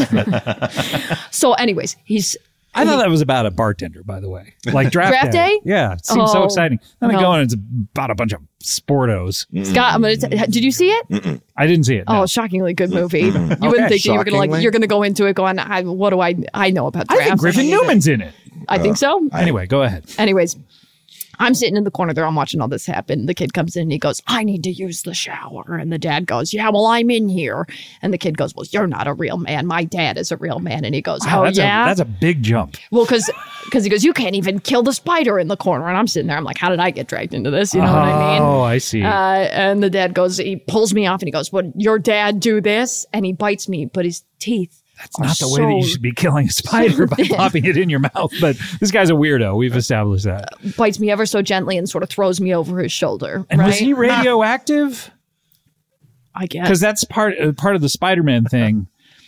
S5: so, anyways, he's
S1: I thought that was about a bartender, by the way. Like Draft,
S5: Draft Day?
S1: Yeah, it seems so
S5: Oh,
S1: exciting. Then I
S5: no.
S1: go and it's about a bunch of sportos.
S5: Scott. I'm gonna. T- did you see it?
S1: I didn't see it. no.
S5: Oh, shockingly good movie. You wouldn't
S2: Okay.
S5: think that you were gonna like
S2: Shockingly?
S5: you're gonna go into it going, I, what do I I know about
S1: I
S5: drafts?
S1: think Griffin Newman's in it.
S5: I think so.
S1: Anyway, go ahead.
S5: Anyways, I'm sitting in the corner there. I'm watching all this happen. The kid comes in and he goes, I need to use the shower. And the dad goes, Yeah, well, I'm in here. And the kid goes, Well, you're not a real man. My dad is a real man. And he goes,
S1: Wow,
S5: Oh,
S1: that's
S5: yeah.
S1: a, that's a big jump.
S5: well, because he goes, You can't even kill the spider in the corner. And I'm sitting there. I'm like, How did I get dragged into this? You know what I mean?
S1: Oh, I see.
S5: Uh, and the dad goes, He pulls me off and he goes, Would your dad do this? And he bites me, but his teeth.
S1: It's not the way that you should be killing a spider by popping it in your mouth. But this guy's a weirdo. We've established that.
S5: bites me ever so gently and sort of throws me over his shoulder.
S1: And
S5: right?
S1: was he radioactive?
S5: I guess.
S1: Because that's part uh, part of the Spider-Man thing.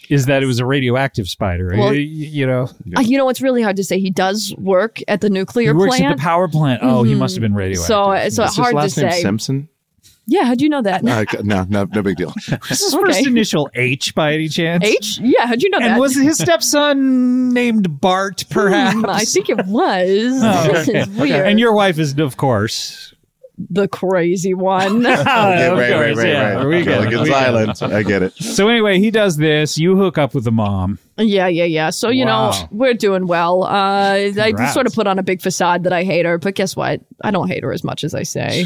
S1: Is that it was a radioactive spider?
S5: Well-
S1: Y- y- you know,
S5: Uh, you know, it's really hard to say. He does work at the nuclear
S1: he works at
S5: plant.
S1: the power plant. Oh, he must have been radioactive.
S5: so it's uh,
S2: Is his
S5: hard to
S2: last name
S5: say.
S2: Simpson?
S5: yeah, how'd you know that?
S2: Uh, no, no, no big deal.
S1: Is his first
S5: Okay.
S1: initial H by any chance?
S5: H? Yeah, how'd you know
S1: And
S5: that?
S1: was his stepson named Bart, perhaps? Oh,
S5: Hmm, I think it was. this is weird.
S1: And your wife is, of course. Uh,
S5: the crazy one.
S2: Oh, Okay,
S1: Of
S2: right, right,
S1: course,
S2: right,
S1: yeah.
S2: right.
S1: We
S2: Okay,
S1: get it,
S2: Gilligan's
S1: we get it.
S2: Island. I get it.
S1: So anyway, he does this. You hook up with the mom.
S5: yeah, yeah, yeah. So you
S1: Wow.
S5: know we're doing well. Uh, I
S1: Congrats.
S5: sort of put on a big facade that I hate her, but guess what? I don't hate her as much as I say.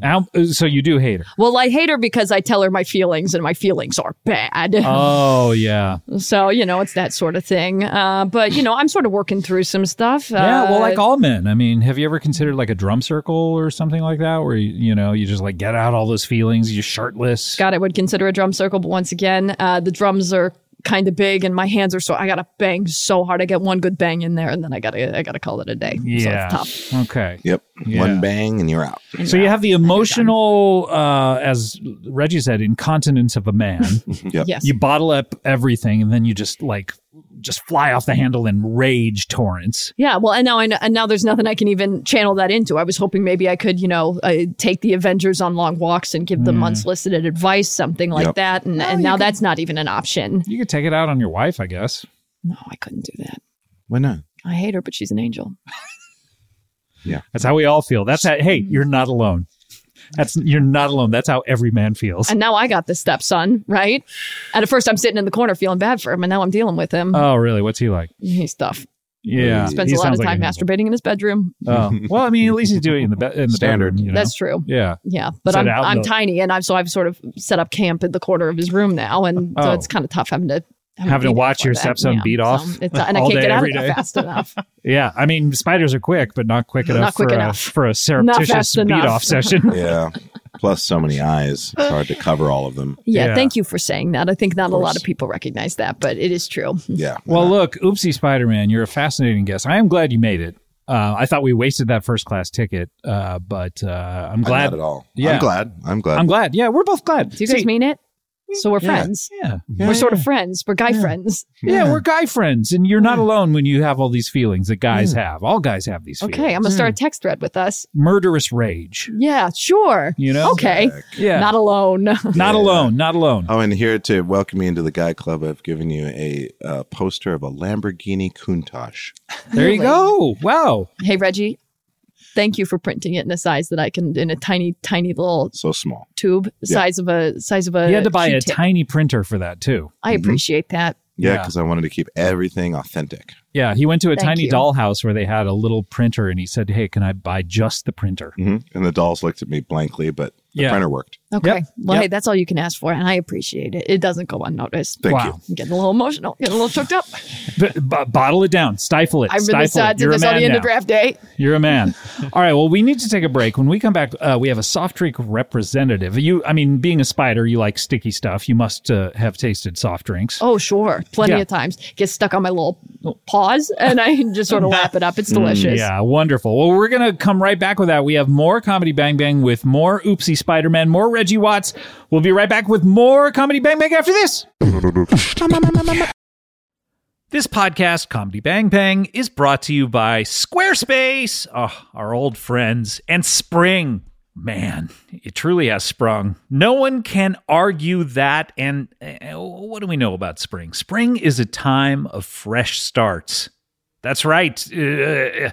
S1: How- So you do hate her.
S5: well, I hate her because I tell her my feelings, and my feelings are bad.
S1: Oh yeah.
S5: So you know it's that sort of thing. Uh, but you know I'm sort of working through some stuff.
S1: Yeah. Well,
S5: Uh,
S1: like all men. I mean, have you ever considered like a drum circle or something like that, where you, you know you just like get out all those feelings, you're shirtless.
S5: God, I would consider a drum circle, but once again, uh, the drums are kind of big and my hands are so I gotta bang so hard. I get one good bang in there and then I gotta I gotta call it a day.
S1: yeah.
S5: So it's tough.
S1: Okay.
S2: Yep.
S1: Yeah.
S2: One bang and you're out.
S1: So you have the emotional, uh, as Reggie said, incontinence of a man.
S2: Yep.
S5: Yes.
S1: you bottle up everything, and then you just like just fly off the handle in rage torrents.
S5: yeah. Well, and now I know, and now there's nothing I can even channel that into. I was hoping maybe I could, you know, uh, take the Avengers on long walks and give them
S1: Mm.
S5: unsolicited advice, something like
S2: Yep.
S5: that. And, and now that's not even an option.
S1: You could take it out on your wife, I guess.
S5: No, I couldn't do that.
S2: Why not?
S5: I hate her, but she's an angel.
S1: That's how we all feel. That's how, hey, you're not alone. That's you're not alone. That's how every man feels.
S5: And now I got the stepson, right? And at first I'm sitting in the corner feeling bad for him, and now I'm dealing with him.
S1: oh, really? What's he like?
S5: He's tough.
S1: Yeah,
S5: spends
S1: he
S5: a lot
S1: sounds
S5: of
S1: like
S5: time
S1: a-
S5: masturbating in his bedroom.
S1: Oh. well, I mean, at least he's doing it in the be- in the
S2: Standard.
S1: bedroom, you know?
S5: That's true.
S1: yeah.
S5: Yeah, but
S1: Set
S5: I'm
S1: out
S5: I'm
S1: the-
S5: tiny, and I'm so I've sort of set up camp in the corner of his room now, and so
S1: Oh.
S5: it's kind of tough having to having,
S1: Having to
S5: be there
S1: watch
S5: for
S1: your
S5: that.
S1: stepson beat
S5: so
S1: off
S5: it's, and I
S1: all
S5: can't
S1: day,
S5: get out
S1: every
S5: of there
S1: day.
S5: fast enough.
S1: Yeah, I mean, spiders are quick, but not quick enough,
S5: quick
S1: for,
S5: enough.
S1: A, for a surreptitious
S5: fast
S1: beat
S5: enough.
S1: off session.
S2: Yeah. Plus so many eyes. It's hard to cover all of them.
S5: Yeah,
S1: Yeah.
S5: thank you for saying that. I think not a lot of people recognize that, but it is true.
S2: Yeah.
S1: well, look, oopsie, Spider Man, you're a fascinating guest. I am glad you made it. Uh, I thought we wasted that first class ticket, uh, but uh, I'm glad.
S2: Not at all.
S1: Yeah.
S2: I'm glad. I'm glad.
S1: I'm glad. Yeah, we're both glad.
S5: Do you guys
S1: See,
S5: mean it? So we're friends.
S1: Yeah.
S5: we're sort of friends. We're guy friends.
S1: Yeah, we're guy friends, and you're not alone when you have all these feelings that guys have. All guys have these feelings.
S5: Okay, I'm gonna start a text thread with us.
S1: Murderous rage.
S5: Yeah, sure.
S1: You know?
S5: okay,
S1: Yeah.
S5: not alone.
S1: Not alone. Not alone.
S2: Oh, and here to welcome you into the Guy Club, I've given you a uh, poster of a Lamborghini Countach.
S1: there you go. Wow.
S5: hey Reggie, Thank you for printing it in a size that I can in a tiny, tiny little
S2: So small.
S5: tube, size of a size of a.
S1: You had to buy a
S5: Q-tip.
S1: tiny printer for that too.
S5: I appreciate that.
S2: Yeah,
S1: Yeah.
S2: because I wanted to keep everything authentic.
S1: Yeah, he went to a
S5: Thank
S1: tiny
S5: you.
S1: dollhouse where they had a little printer, and he said, "Hey, can I buy just the printer?"
S2: hmm And the dolls looked at me blankly, but the
S1: Mm-hmm. Yeah.
S2: printer worked.
S5: Okay.
S1: Yep.
S5: Well, hey,
S1: Yep.
S5: that's all you can ask for, and I appreciate it. It doesn't go unnoticed.
S2: Thank
S1: wow,
S5: I'm getting a little emotional, getting a little choked up.
S1: B- b- bottle it down, stifle it.
S5: I'm
S1: stifle
S5: really
S1: it.
S5: sad that
S1: You're a
S5: this on
S1: man
S5: the end
S1: now.
S5: of draft day.
S1: You're a man. All right. Well, we need to take a break. When we come back, uh, we have a soft drink representative. You, I mean, being a spider, you like sticky stuff. You must uh, have tasted soft drinks.
S5: Oh, sure. Plenty
S1: Yeah.
S5: of times. Get stuck on my little paws and I just sort of lap it up. It's delicious.
S1: Mm, Yeah, wonderful. Well, we're going to come right back with that. We have more Comedy Bang Bang with more Oopsie Spider Man, more Reggie Watts. We'll be right back with more Comedy Bang Bang after this. This podcast, Comedy Bang Bang, is brought to you by Squarespace, oh, our old friends, and Spring. Man, it truly has sprung. No one can argue that. And uh, what do we know about spring? Spring is a time of fresh starts. That's right. Uh,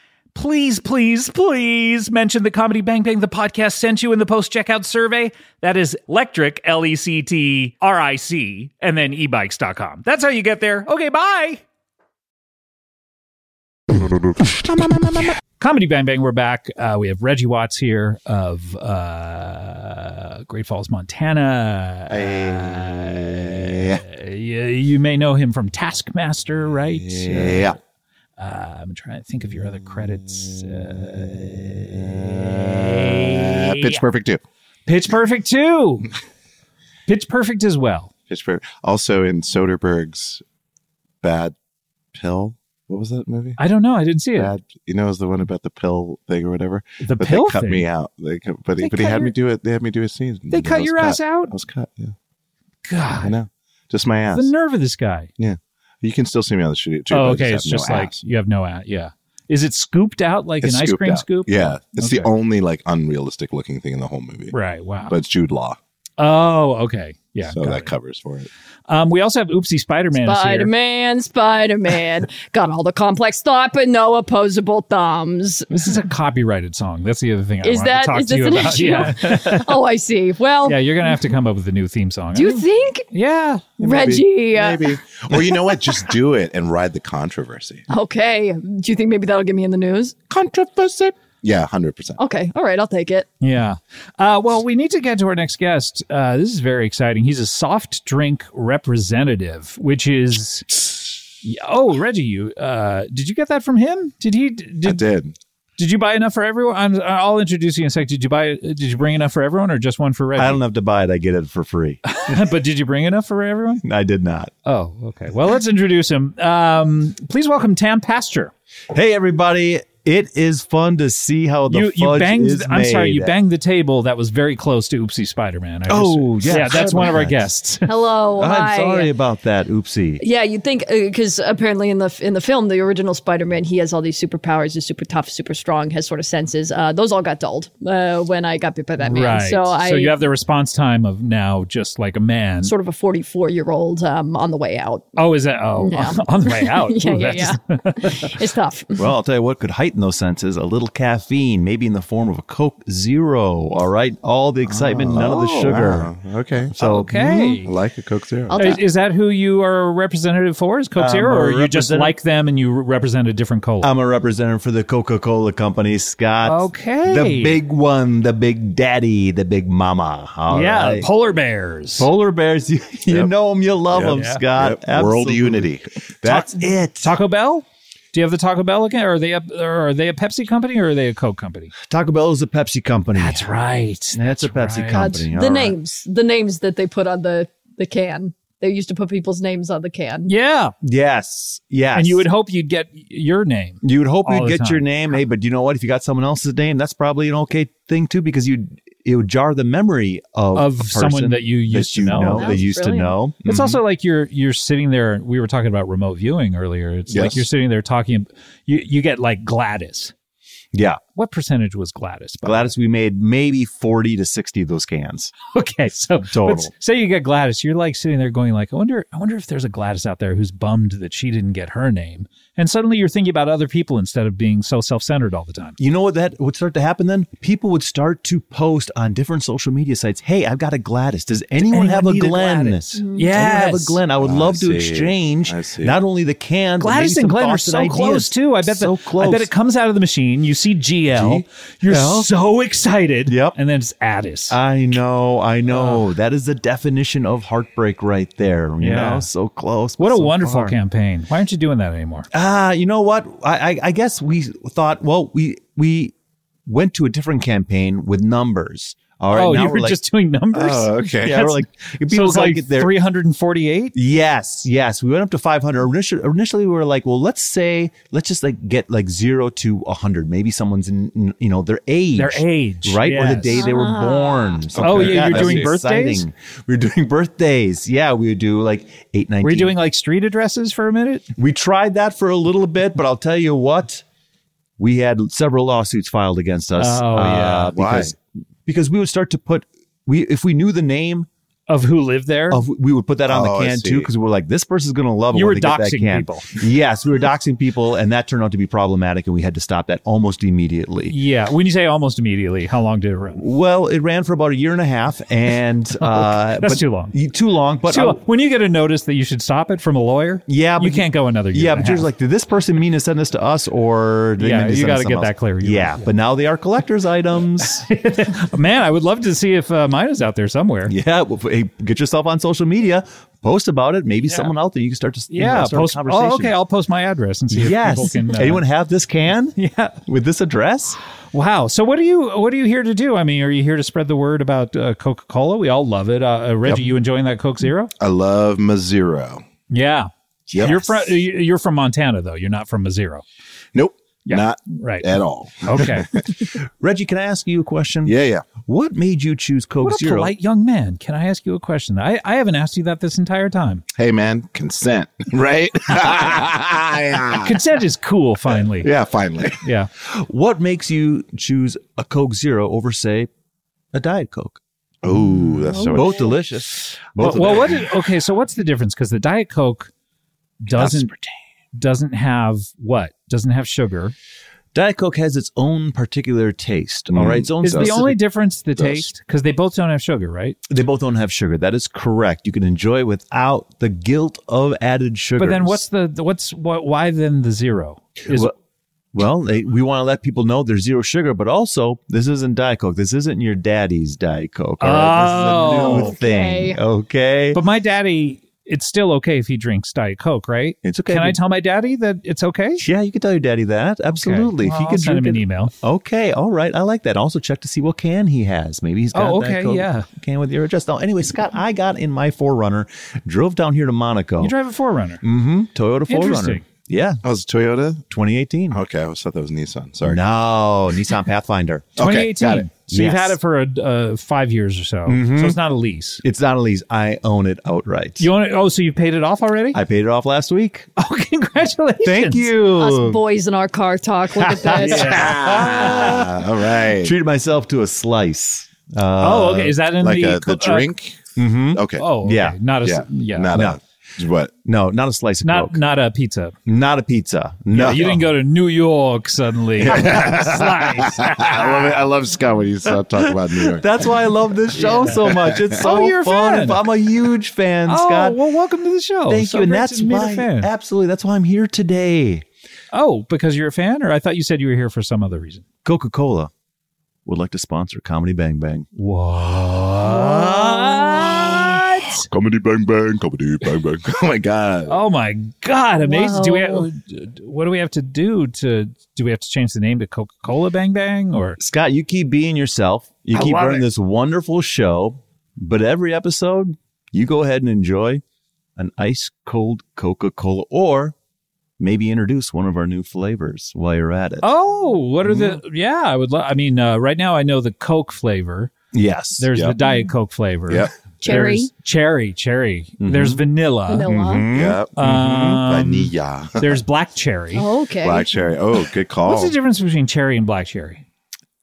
S1: Please, please, please mention the Comedy Bang Bang the podcast sent you in the post checkout survey. That is electric, L E C T R I C, and then e ebikes.com. That's how you get there. Okay, bye. Comedy Bang Bang, we're back. Uh, we have Reggie Watts here of uh, Great Falls, Montana. Uh, you, you may know him from Taskmaster, right?
S2: Yeah.
S1: Uh, I'm trying to think of your other credits. Uh,
S2: Uh, Pitch Perfect too.
S1: Pitch Perfect too. Pitch Perfect as well.
S2: Pitch Perfect. Also in Soderbergh's Bad Pill. What was that movie?
S1: I don't know. I didn't see it.
S2: Bad. You know, it was the one about the pill thing or whatever.
S1: the
S2: But
S1: pill
S2: they cut
S1: thing.
S2: me out. They cut, but
S1: They
S2: but he
S1: cut
S2: had
S1: your-
S2: me do it. They had me do a scene.
S1: They
S2: And I
S1: cut
S2: was
S1: your ass out.
S2: I was cut. Yeah, I
S1: God,
S2: know. Just my ass.
S1: the nerve of this guy.
S2: You can still see me on the studio too.
S1: oh,
S2: but I
S1: okay.
S2: have
S1: It's
S2: no
S1: just
S2: ass.
S1: like you have no ass. Yeah. Is it scooped out like
S2: It's
S1: an ice
S2: scooped
S1: cream
S2: out.
S1: scoop?
S2: Yeah, it's the
S1: Okay.
S2: only like unrealistic looking thing in the whole movie.
S1: Right. Wow.
S2: But it's Jude Law,
S1: oh, okay. Yeah.
S2: so
S1: got
S2: that
S1: it.
S2: covers for it.
S1: Um, we also have Oopsie Spider Man.
S5: Spider Man, Spider Man. Got all the complex thought, but no opposable thumbs.
S1: This is a copyrighted song. That's the other thing I
S5: Is
S1: wanted
S5: that-
S1: to talk
S5: is
S1: to
S5: this
S1: you
S5: an
S1: about.
S5: issue?
S1: Yeah.
S5: Oh, I see. Well,
S1: yeah, you're gonna have to come up with a new theme song.
S5: do you think
S1: yeah.
S5: Reggie? uh,
S2: Maybe, or you know what? Just do it and ride the controversy.
S5: Okay. Do you think maybe that'll get me in the news?
S2: Controversy. Yeah, hundred percent.
S1: Oh,
S5: Okay. All right. I'll take it.
S1: Yeah. Uh, well, we need to get to our next guest. Uh, this is very exciting. He's a soft drink representative, which is. Oh, Reggie, you uh, did you get that from him? Did he?
S2: I
S1: Did
S2: did.
S1: Did you buy enough for everyone? I'm, I'll introduce you in a sec. Did you buy? Did you bring enough for everyone, or just one for Reggie?
S7: I don't have to buy it. I get it for free.
S1: but did you bring enough for everyone?
S7: I did not.
S1: Oh, okay. Well, let's introduce him. Um, please welcome Tam Pasture.
S7: Hey, everybody. It is fun to see how the
S1: you you
S7: fudge
S1: banged.
S7: is
S1: I'm sorry,
S7: made.
S1: you banged the table that was very close to Oopsie Spider Man.
S7: Oh,
S1: yeah,
S7: yes.
S1: that's one of our
S7: Nice.
S1: guests.
S5: Hello. hi.
S7: I'm sorry about that. Oopsie.
S5: Yeah, you'd think because apparently in the in the film, the original Spider-Man, he has all these superpowers. He's super tough, super strong, has sort of senses. Uh, those all got dulled uh, when I got bit by that man. So I
S1: you have the response time of now just like a man.
S5: sort of a 44 year old um, on the way out.
S1: oh, is that? Oh,
S5: Yeah.
S1: on the way out.
S5: yeah,
S1: Ooh,
S5: yeah,
S1: that's-
S5: yeah. it's tough.
S7: Well, I'll tell you what could heighten those senses a little caffeine, maybe in the form of a Coke Zero. All right. All the excitement, none of the sugar.
S2: Wow, Okay.
S7: So, hmm,
S1: Okay.
S2: I like a Coke Zero.
S5: I'll
S1: Is,
S5: t-
S1: is that who you are a representative for? Is Coke
S7: Um,
S1: Zero,
S7: a
S1: or you just
S7: representative- Uh,
S1: like them and you represent a different color?
S7: I'm a representative for the Coca Cola company, Scott.
S1: Okay.
S7: The big one, the big daddy, the big mama. All
S1: yeah,
S7: right.
S1: Uh, polar bears.
S7: Polar bears, you, you know them, you love
S2: Yep.
S7: them,
S2: Yeah.
S7: Scott.
S2: Yep. World
S7: Absolutely.
S2: unity.
S7: That's it.
S1: Taco Bell. Do you have the Taco Bell again? Are they a, or are they a Pepsi company or are they a Coke company?
S7: Taco Bell is a Pepsi company. That's,
S1: right.
S7: a Pepsi
S1: right.
S5: God,
S7: company.
S5: Uh, the
S7: all right.
S5: names, the names that they put on the the can. They used to put people's names on the can.
S1: Yeah,
S7: Yes, yes.
S1: and you would hope you'd get your name.
S7: you would hope
S1: all
S7: you'd
S1: the
S7: get your
S1: time.
S7: name. Hey, but you know what? If you got someone else's name, that's probably an okay thing too, because you it would jar the memory of
S1: Of
S7: a
S1: someone
S7: person
S1: that you used to
S7: you
S1: know.
S7: They
S5: That's
S7: used to
S5: brilliant.
S7: know.
S1: It's
S7: Mhm.
S1: also like you're you're sitting there. We were talking about remote viewing earlier. It's like
S2: Yes.
S1: you're sitting there talking. You you get like Gladys.
S7: yeah.
S1: What percentage was Gladys? by the way?
S7: Gladys, we made maybe forty to sixty of those cans.
S1: Okay, so but
S7: Total.
S1: s- say you get Gladys, you're like sitting there going like, I wonder, I wonder if there's a Gladys out there who's bummed that she didn't get her name, and suddenly you're thinking about other people instead of being so self centered all the time.
S7: You know what that would start to happen then? People would start to post on different social media sites. Hey, I've got a Gladys. Does anyone, have a
S1: need a
S7: Glenn?
S1: Gladys? Mm-hmm.
S7: Anyone
S1: Yes.
S7: have a Glenn. I would
S2: Oh,
S7: love
S2: I
S7: to
S2: see.
S7: exchange
S2: I see.
S7: not only the can, but
S1: Gladys
S7: maybe
S1: and
S7: some
S1: Glenn are
S7: thoughts and
S1: so
S7: ideas.
S1: close too. I bet
S7: so
S1: that
S7: close.
S1: I bet it comes out of the machine. You see GL, you're
S7: GL.
S1: so excited.
S7: Yep. Uh,
S1: and then it's Addis.
S7: I know, I know. that is the definition of heartbreak right there. You
S1: Yeah.
S7: know, so close.
S1: what a
S7: so
S1: wonderful
S7: far.
S1: campaign! Why aren't you doing that anymore?
S7: Ah, you know what? I, I I guess we thought. Well, we we went to a different campaign with numbers. All right,
S1: oh,
S7: now
S1: you
S7: we're
S1: were
S7: like,
S1: just doing numbers.
S2: Oh, okay.
S7: yeah, we're
S1: that's-
S7: like
S1: so
S7: people
S1: it's
S7: gotta
S1: like
S7: get there.
S1: 348.
S7: Yes, yes. We went up to 500. Initially, initially, we were like, well, let's say, let's just like get like zero to 100. Maybe someone's, in, in- you know, their age.
S1: Their age,
S7: Right? Or the
S1: yes.
S7: day they were born. something
S1: Oh, yeah,
S7: like that.
S1: you're
S7: That'd
S1: doing
S7: be
S1: birthdays?
S7: exciting. We were doing birthdays. Yeah, we would do like 8, 19.
S1: Were you doing like street addresses for a minute?
S7: We tried that for a little bit, but I'll tell you what, we had several lawsuits filed against us. uh,
S1: Oh, yeah.
S2: Why?
S7: Because, because we would start to put, we if we knew the name,
S1: Of who lived there?
S7: of we would put that on
S2: Oh, I
S7: the can
S2: see.
S7: too because we're like this person's gonna love it.
S1: You
S7: when
S1: were
S7: they get that
S1: doxing
S7: can.
S1: people.
S7: Yes, we were doxing people, and that turned out to be problematic, and we had to stop that almost immediately.
S1: Yeah. When you say almost immediately, how long did it run?
S7: Well, it ran for about a year and a half, and uh,
S1: That's
S7: but-
S1: too long.
S7: y- Too long, but
S1: So
S7: I-
S1: when you get a notice that you should stop it from a lawyer,
S7: Yeah,
S1: you
S7: but-
S1: can't go another year.
S7: yeah,
S1: and a
S7: but you're
S1: half.
S7: just like, did this person mean to send this to us, or did they
S1: Yeah,
S7: mean to
S1: you
S7: send
S1: gotta
S7: us
S1: get
S7: something
S1: that
S7: else?
S1: clear. You're
S7: Yeah,
S1: right.
S7: but now they are collectors' items.
S1: man, I would love to see if uh, mine is out there somewhere.
S7: yeah, well, hey, get yourself on social media, post about it. Maybe someone out there you can start to you know,
S1: Yeah,
S7: start a
S1: post.
S7: conversation.
S1: Oh, okay. I'll post my address and see if people
S7: yes,
S1: can. uh,
S7: anyone have this can?
S1: Yeah.
S7: with this address.
S1: Wow. So what are you? What are you here to do? I mean, are you here to spread the word about uh, Coca Cola? We all love it. Uh, uh, Reggie, you enjoying that Coke Zero?
S2: I love my Zero.
S1: Yeah.
S2: Yep.
S1: You're from you're from Montana though. You're not from Missouri.
S2: Nope.
S1: Yeah,
S2: Not
S1: right.
S2: at all.
S1: Okay.
S7: Reggie, can I ask you a question?
S2: Yeah, yeah.
S7: What made you choose Coke
S1: what a
S7: Zero?
S1: polite young man. Can I ask you a question? I, I haven't asked you that this entire time.
S2: Hey, man, consent, right? yeah.
S1: Consent is cool, finally.
S2: yeah, finally.
S1: Yeah.
S7: what makes you choose a Coke Zero over, say, a Diet Coke?
S2: Ooh, that's
S1: Oh.
S2: so
S7: Both delicious.
S1: Well, well, what is, okay, so what's the difference? Because the Diet Coke doesn't doesn't have what? Doesn't have sugar.
S7: Diet Coke has its own particular taste. All
S1: Mm.
S7: right, its own.
S1: Is the
S7: specific-
S1: only difference the
S7: does.
S1: taste? Because they both don't have sugar, right?
S7: They both don't have sugar. That is correct. You can enjoy without the guilt of added sugar.
S1: But then what's the the- what's what? Why then the zero? Is
S7: well, well, they, we want to let people know there's zero sugar, but also this isn't Diet Coke. This isn't your daddy's Diet Coke. all right? this is a new
S1: Oh.
S7: thing. Okay.
S1: but my daddy. It's still okay if he drinks Diet Coke, right?
S7: It's okay.
S1: Can I tell my daddy that it's okay?
S7: yeah, you can tell your daddy that.
S1: Okay.
S7: Absolutely. If
S1: Well,
S7: he
S1: I'll
S7: can
S1: send him
S7: drink
S1: an
S7: it-
S1: email.
S7: Okay, all right. I like that. Also check to see what can he has. Maybe he's got
S1: Oh,
S7: that
S1: okay,
S7: Coke
S1: yeah.
S7: can with your address. Now, anyway, Scott, I got in my Forerunner, drove down here to Monaco.
S1: You drive a Forerunner.
S7: mm-hmm. Toyota Forerunner.
S1: Interesting.
S7: Yeah,
S2: Oh, it's Toyota?
S7: 2018.
S2: Okay, I always thought that was Nissan. Oh, Sorry.
S7: No, Nissan Pathfinder.
S1: 2018.
S2: got it.
S1: So you've
S7: Yes. Mm-hmm.
S1: had it for a, uh, five years or so. So it's not a lease.
S7: It's not a lease. I own it outright.
S1: You want to, Oh, so you paid it off already?
S7: I paid it off last week.
S1: oh, congratulations!
S7: Thank you.
S5: Us boys in our car talk. Look at this.
S2: Ah, all right.
S7: Treated myself to a slice. Uh,
S1: Oh, okay. Is that in
S2: like
S1: the,
S2: a, the
S1: co- uh,
S2: drink?
S7: mhm.
S2: Okay.
S1: oh, okay.
S7: Yeah.
S1: Not a
S2: yeah.
S1: s- yeah.
S2: Not
S7: No.
S2: a, what?
S7: No, not a slice of
S1: not
S7: Coke.
S1: not a pizza.
S7: Not a pizza. No.
S1: Yeah, you didn't go to New York suddenly. Slice.
S2: I love it. I love Scott when you stop talking about New York.
S7: That's why I love this show so much. It's so
S1: Oh, you're a
S7: fun.
S1: fan.
S7: I'm a huge fan,
S1: oh,
S7: Scott.
S1: well, welcome to the show.
S7: Thank
S1: So
S7: you. And
S1: great
S7: that's
S1: to meet a
S7: why,
S1: fan.
S7: absolutely, that's why I'm here today.
S1: Oh, because you're a fan, or I thought you said you were here for some other reason.
S7: Coca Cola would like to sponsor Comedy Bang Bang.
S1: What?
S2: Comedy bang bang, comedy bang bang. Oh my god.
S1: Oh my God! Amazing. Do we have, what do we have to do to do we have to change the name to Coca Cola Bang Bang or
S7: Scott, you keep being yourself. You keep running this wonderful show, but every episode, you go ahead and enjoy an ice cold Coca Cola or maybe introduce one of our new flavors while you're at it.
S1: Oh, what are the? Yeah, I would. Lo- I mean, uh, right now I know the Coke flavor.
S7: yes.
S1: There's
S2: Yep.
S1: the Diet Coke flavor.
S2: Yep. Mm-hmm.
S5: Cherry.
S1: There's cherry, cherry. There's vanilla.
S5: Vanilla.
S7: Mm-hmm.
S2: Yep.
S1: Um,
S2: Mm-hmm. Vanilla.
S1: There's black cherry.
S5: okay.
S2: Black cherry. Oh, good
S1: What's
S2: call.
S1: the difference between cherry and black cherry?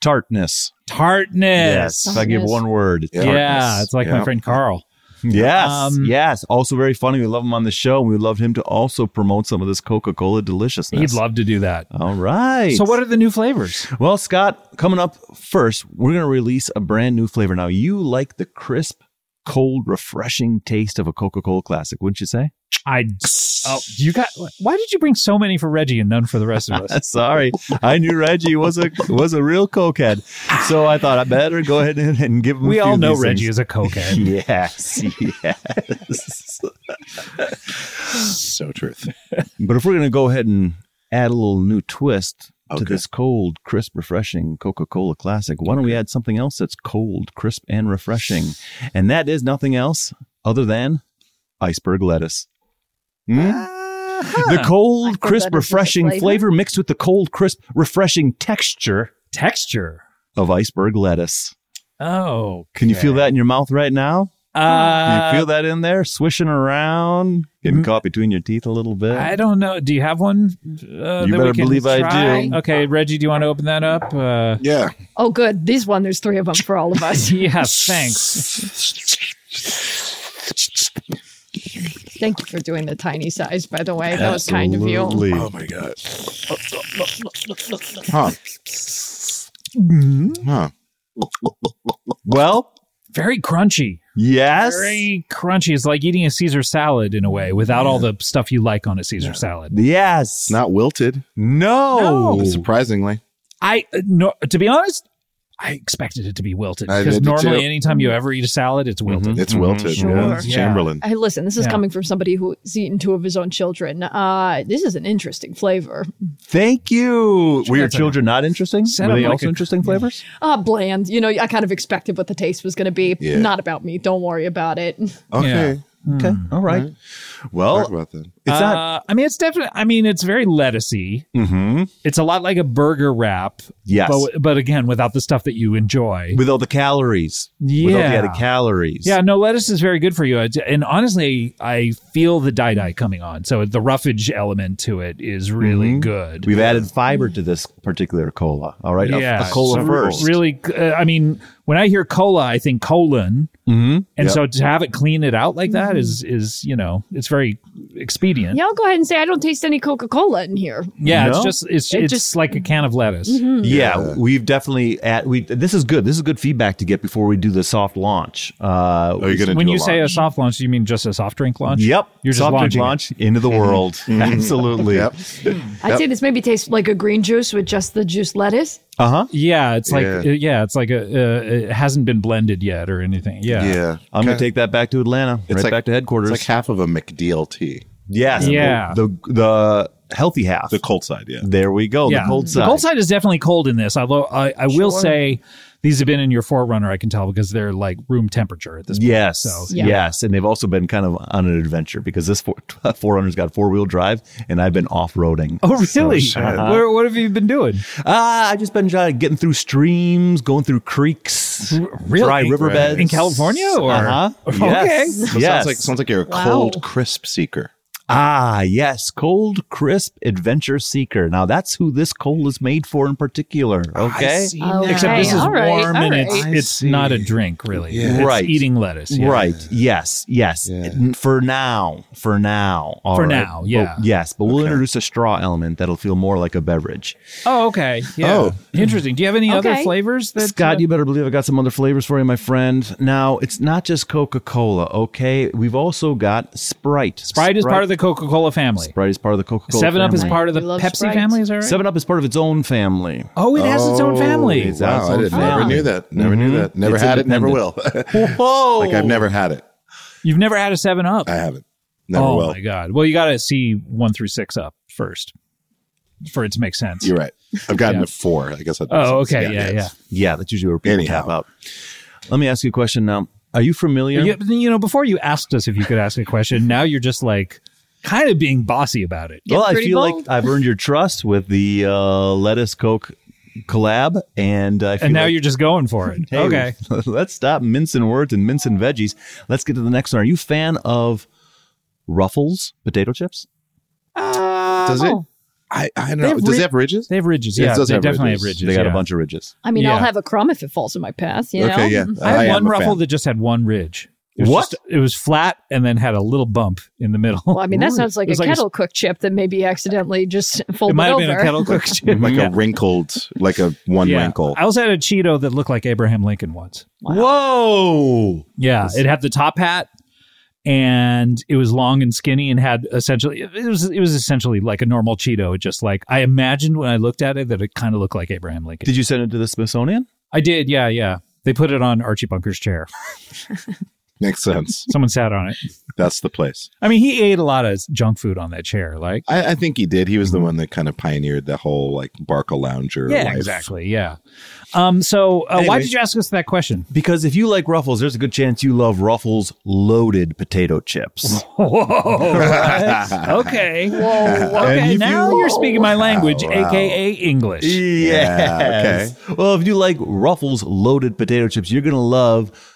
S7: tartness.
S1: Tartness.
S7: If I give
S5: Tartness.
S7: one word, it's
S2: Yeah.
S1: Yeah, it's like my
S2: Yeah.
S1: friend Carl.
S7: Yes.
S1: Um,
S7: yes. Also very funny. We love him on the show. and We would love him to also promote some of this Coca Cola deliciousness.
S1: He'd love to do that.
S7: All right.
S1: So, what are the new flavors?
S7: Well, Scott, coming up first, we're going to release a brand new flavor. Now, you like the crisp, cold, refreshing taste of a Coca Cola classic, wouldn't you say?
S1: I. Oh, you got. Why did you bring so many for Reggie and none for the rest of us?
S7: Sorry, I knew Reggie was a was a real cokehead, so I thought I better go ahead and, and give him.
S1: we
S7: a few
S1: all
S7: of
S1: know
S7: these things.
S1: Reggie is a cokehead.
S7: Yes, yes.
S2: so truth.
S7: But if we're going to go ahead and add a little new twist
S2: Okay.
S7: to this cold, crisp, refreshing Coca Cola classic, why don't we add something else that's cold, crisp, and refreshing? And that is nothing else other than iceberg lettuce. Hmm? The cold,
S5: Ah, Iceberg
S7: crisp,
S5: lettuce is a
S7: refreshing
S5: flavor?
S7: flavor? mixed with the cold, crisp, refreshing texture
S1: Texture.
S7: of iceberg lettuce.
S1: Oh,
S7: Can you feel that in your mouth right now? Can
S1: Uh,
S7: you feel that in there, swishing around, getting caught between your teeth a little bit?
S1: I don't know. Do you have one? Uh,
S7: You
S1: that we
S7: better
S1: can
S7: believe I
S1: try?
S7: do.
S1: Okay, Reggie, do you want to open that up? Uh,
S2: Yeah.
S5: Oh, good. These one. There's three of them for all of us.
S1: yeah, thanks.
S5: Thank you for doing the tiny size, by the way. That was kind of you.
S7: Absolutely.
S2: Oh my god. Huh. Huh.
S7: Well,
S1: Very crunchy.
S7: yes.
S1: Very crunchy. It's like eating a Caesar salad in a way, without all the stuff you like on a Caesar salad.
S7: Yes.
S2: Not wilted.
S7: No.
S1: No.
S2: Surprisingly.
S1: I uh, no, to be honest, I expected it to be wilted
S2: I
S1: because
S2: did too. Mm-hmm.
S1: normally, anytime you ever eat a salad, it's wilted.
S2: It's wilted.
S5: Sure.
S2: Yeah, it's
S1: Yeah.
S2: Chamberlain.
S5: Hey, listen, this is
S1: Yeah.
S5: coming from somebody who's eaten two of his own children. Uh, this is an interesting flavor.
S7: Thank you. Were your
S1: that's
S7: children not interesting?
S1: Set
S7: Were
S1: up
S7: they
S1: like
S7: also
S1: a-
S7: interesting flavors?
S5: Ah, bland. You know, I kind of expected what the taste was going to be.
S2: Yeah.
S5: Not about me. Don't worry about it.
S2: Okay.
S7: Okay. All right.
S2: Talk
S7: Well,
S2: about that.
S7: It's not.
S1: Hmm. Uh, I mean, it's definitely. I mean, it's very lettucey.
S7: Mm-hmm.
S1: It's a lot like a burger wrap.
S7: Yes.
S1: but, but again, without the stuff that you enjoy.
S7: With all the calories. With all the
S1: Yeah.
S7: added calories.
S1: Yeah, no, lettuce is very good for you. I- And honestly, I feel the dye dye coming on. So the roughage element to it is really
S2: Mm-hmm.
S1: good.
S7: We've added fiber to this particular cola. All right. A-
S1: yeah,
S7: A, cola
S1: so
S7: first.
S1: Really, uh, I mean, when I hear cola, I think colon,
S7: Mhm.
S1: and
S7: Yep.
S1: so to have it clean it out like that is
S5: Mm-hmm.
S1: is you know it's very expedient.
S5: Y'all go ahead and say I don't taste any Coca Cola in here.
S1: Yeah, it's
S7: No?
S1: just it's
S5: It
S1: it's
S5: just- Mm-hmm.
S1: like a can of lettuce.
S7: Hmm. Yeah, we've definitely at we. This is good. This is good feedback to get before we do the soft launch. Uh,
S2: Oh, you're gonna
S1: When
S2: do
S1: you
S2: a
S1: say a
S2: launch.
S1: soft launch, you mean just a soft drink launch?
S7: yep,
S1: you're just
S7: soft drink
S1: launching it.
S7: launch into the world. Absolutely.
S2: Yep.
S5: I'd say this maybe tastes like a green juice with just the juice lettuce.
S7: Uh huh.
S1: Yeah, it's like
S2: Yeah.
S1: yeah, it's like a, uh, it hasn't been blended yet or anything. Yeah,
S2: Yeah.
S7: I'm gonna
S2: Kinda-
S7: take that back to Atlanta,
S2: It's
S7: right
S2: like-
S7: back to headquarters.
S2: It's like half of a McDLT.
S7: yes.
S1: Yeah.
S7: The, the the healthy half.
S2: The cold side, yeah.
S7: there we go.
S1: yeah.
S7: The cold side.
S1: is definitely cold in this. Although I, I will say these have been in your forerunner. I can tell because they're like room temperature at this point.
S7: Yes.
S1: So-
S5: Yeah.
S7: Yes. And they've also been kind of on an adventure because this four, 400's got four wheel drive and I've been off roading.
S1: Oh really?
S7: Uh-huh.
S1: Where- what have you been doing?
S7: Ah, I've just been try- getting through streams, going through creeks,
S1: really?
S7: dry riverbeds.
S1: In California or
S7: Uh-huh. Yes.
S1: Okay.
S2: So it
S7: Yes.
S2: Sounds like sounds like you're a
S5: Wow.
S2: cold crisp seeker.
S7: ah, yes. Cold, crisp adventure seeker. Now that's who this coal is made for in particular. Okay.
S5: Okay,
S1: Except this is
S5: all right,
S1: warm
S5: all
S1: and
S5: right.
S1: it's it's not a drink really. It's
S7: Right.
S1: Eating lettuce. yeah.
S7: Right. Yes. Yes. N- For now. For now. All
S1: For
S7: right.
S1: now, yeah.
S7: But- yes, but we'll introduce a straw element that'll feel more like a beverage.
S1: Oh okay. Yeah.
S2: Oh.
S1: Interesting. Do you have any other
S5: Okay.
S1: flavors that uh,
S7: Scott, you better believe I got some other flavors for you, my friend. Now, it's not just Coca Cola, okay? We've also got Sprite.
S1: Sprite is part of the Coca Cola family.
S7: Sprite is part of the Coca Cola.
S1: Seven Up is part of the
S5: We love
S1: Pepsi
S5: Sprite.
S1: family. Is that right?
S7: Seven Up is part of its own family.
S1: Oh, it has its own family.
S7: It's
S2: Wow, I
S7: out so
S2: didn't, never
S7: fast.
S2: knew that. Never
S1: Mm-hmm.
S2: knew that. Never
S7: It's
S2: had it. Never will.
S7: independent. Whoa!
S2: like I've never had it.
S1: You've never had a Seven Up.
S2: I haven't. Never
S1: oh
S2: will.
S1: my god! Well, you got to see one through six up first for it to make sense.
S2: You're right. I've gotten
S1: Yeah.
S2: to four. I guess. that makes
S1: oh,
S2: sense.
S1: okay, yeah, yeah.
S7: Yeah, that's usually where people
S2: Anyhow.
S7: tap out. Let me ask you a question now. Are you familiar?
S1: You, you know, before you asked us if you could ask a question, now you're just like kind of being bossy about it.
S7: well, I
S5: pretty
S7: feel
S5: bold.
S7: like I've earned your trust with the uh, lettuce Coke collab, and I feel
S1: And now
S7: like-
S1: you're just going for it.
S7: Hey,
S1: okay.
S7: let's stop mincing words and mincing veggies. Let's get to the next one. Are you a fan of Ruffles potato chips?
S2: Does it?
S5: Oh,
S2: I, I don't
S1: They
S2: know.
S1: have
S2: Does
S1: ri-
S2: it have ridges?
S1: They have ridges.
S2: It
S1: Yeah,
S2: does
S1: they
S2: have
S1: definitely
S2: ridges.
S1: have ridges.
S7: They got
S1: yeah.
S7: a bunch of ridges.
S5: I mean, I'll
S1: Yeah.
S5: have a crumb if it falls in my path. You know?
S2: Okay. Yeah.
S1: I had
S2: am
S1: one
S2: a fan.
S1: ruffle that just had one ridge. It was
S7: What?
S1: just- it was flat and then had a little bump in the middle.
S5: Well, I mean, that sounds
S1: It
S5: like a
S1: was
S5: kettle cook chip that maybe accidentally just
S1: it
S5: folded
S1: might have
S5: over.
S1: been a kettle cooked chip.
S2: like
S1: Yeah.
S2: a wrinkled, like a one
S1: Yeah.
S2: wrinkle.
S1: I also had a Cheeto that looked like Abraham Lincoln once.
S7: Whoa!
S1: Yeah, it had the top hat, and it was long and skinny, and had essentially it was it was essentially like a normal Cheeto. It just like I imagined when I looked at it that it kind of looked like Abraham Lincoln.
S7: Did you send it to the Smithsonian?
S1: I did, yeah, yeah. They put it on Archie Bunker's chair.
S2: Makes sense.
S1: Someone sat on it.
S2: That's the place.
S1: I mean, he ate a lot of junk food on that chair. Like,
S2: I, I think he did. He was the one that kind of pioneered the whole like Barca lounger. life.
S1: exactly, yeah. Um, so uh, why
S7: Anyways.
S1: did you ask us that question?
S7: Because if you like Ruffles, there's a good chance you love Ruffles loaded potato chips.
S1: okay, okay.
S7: if
S1: Now
S7: you-
S1: you, are speaking my language,
S2: Wow.
S1: aka English.
S7: Yes. okay. Well, if you like Ruffles loaded potato chips, you're gonna love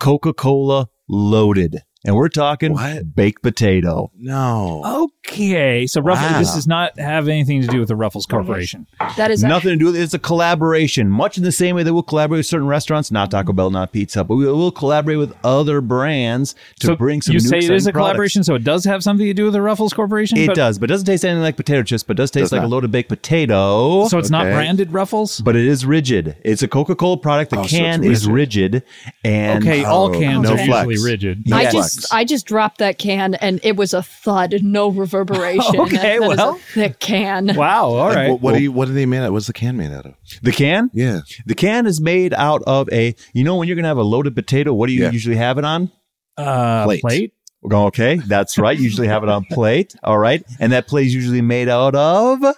S7: Coca Cola loaded, and we're talking baked potato.
S2: No.
S1: Okay, so Ruffles.
S7: Wow.
S1: This does not have anything to do with the Ruffles Corporation.
S5: that is
S7: Nothing to do with it. It's a collaboration, much in the same way that we'll collaborate with certain restaurants, not Taco Bell, not Pizza, Hut, but we will collaborate with other brands to
S1: so
S7: bring some.
S1: you
S7: new
S1: say it
S7: exciting
S1: is a
S7: products.
S1: collaboration, so it does have something to do with the Ruffles Corporation.
S7: It
S1: but-
S7: does, but it doesn't taste anything like potato chips, but it does taste
S2: Does
S7: like a
S2: not.
S7: loaded baked potato.
S1: So it's not
S2: Okay.
S1: branded Ruffles.
S7: but it is rigid. It's a Coca Cola product. The
S2: Oh, so it's
S7: can is rigid, and
S1: Okay, all cans
S2: no
S1: are
S2: flex.
S1: usually rigid.
S7: No
S5: I
S7: flex.
S5: just I just dropped that can and it was a thud, no reverberation.
S1: Okay,
S5: That is
S1: well.
S5: a thick can.
S1: Wow. All
S2: Like,
S1: right.
S2: What, what do you? What are they made out? of? What's the can made out of?
S7: the can.
S2: Yeah.
S7: The can is made out of a. You know, when you're gonna have a loaded potato, what do you
S2: Yeah.
S7: usually have it on?
S1: uh, plate.
S2: Plate.
S7: Okay, that's right. Usually have it on plate. All right, and that plate is usually made out of.
S1: Uh,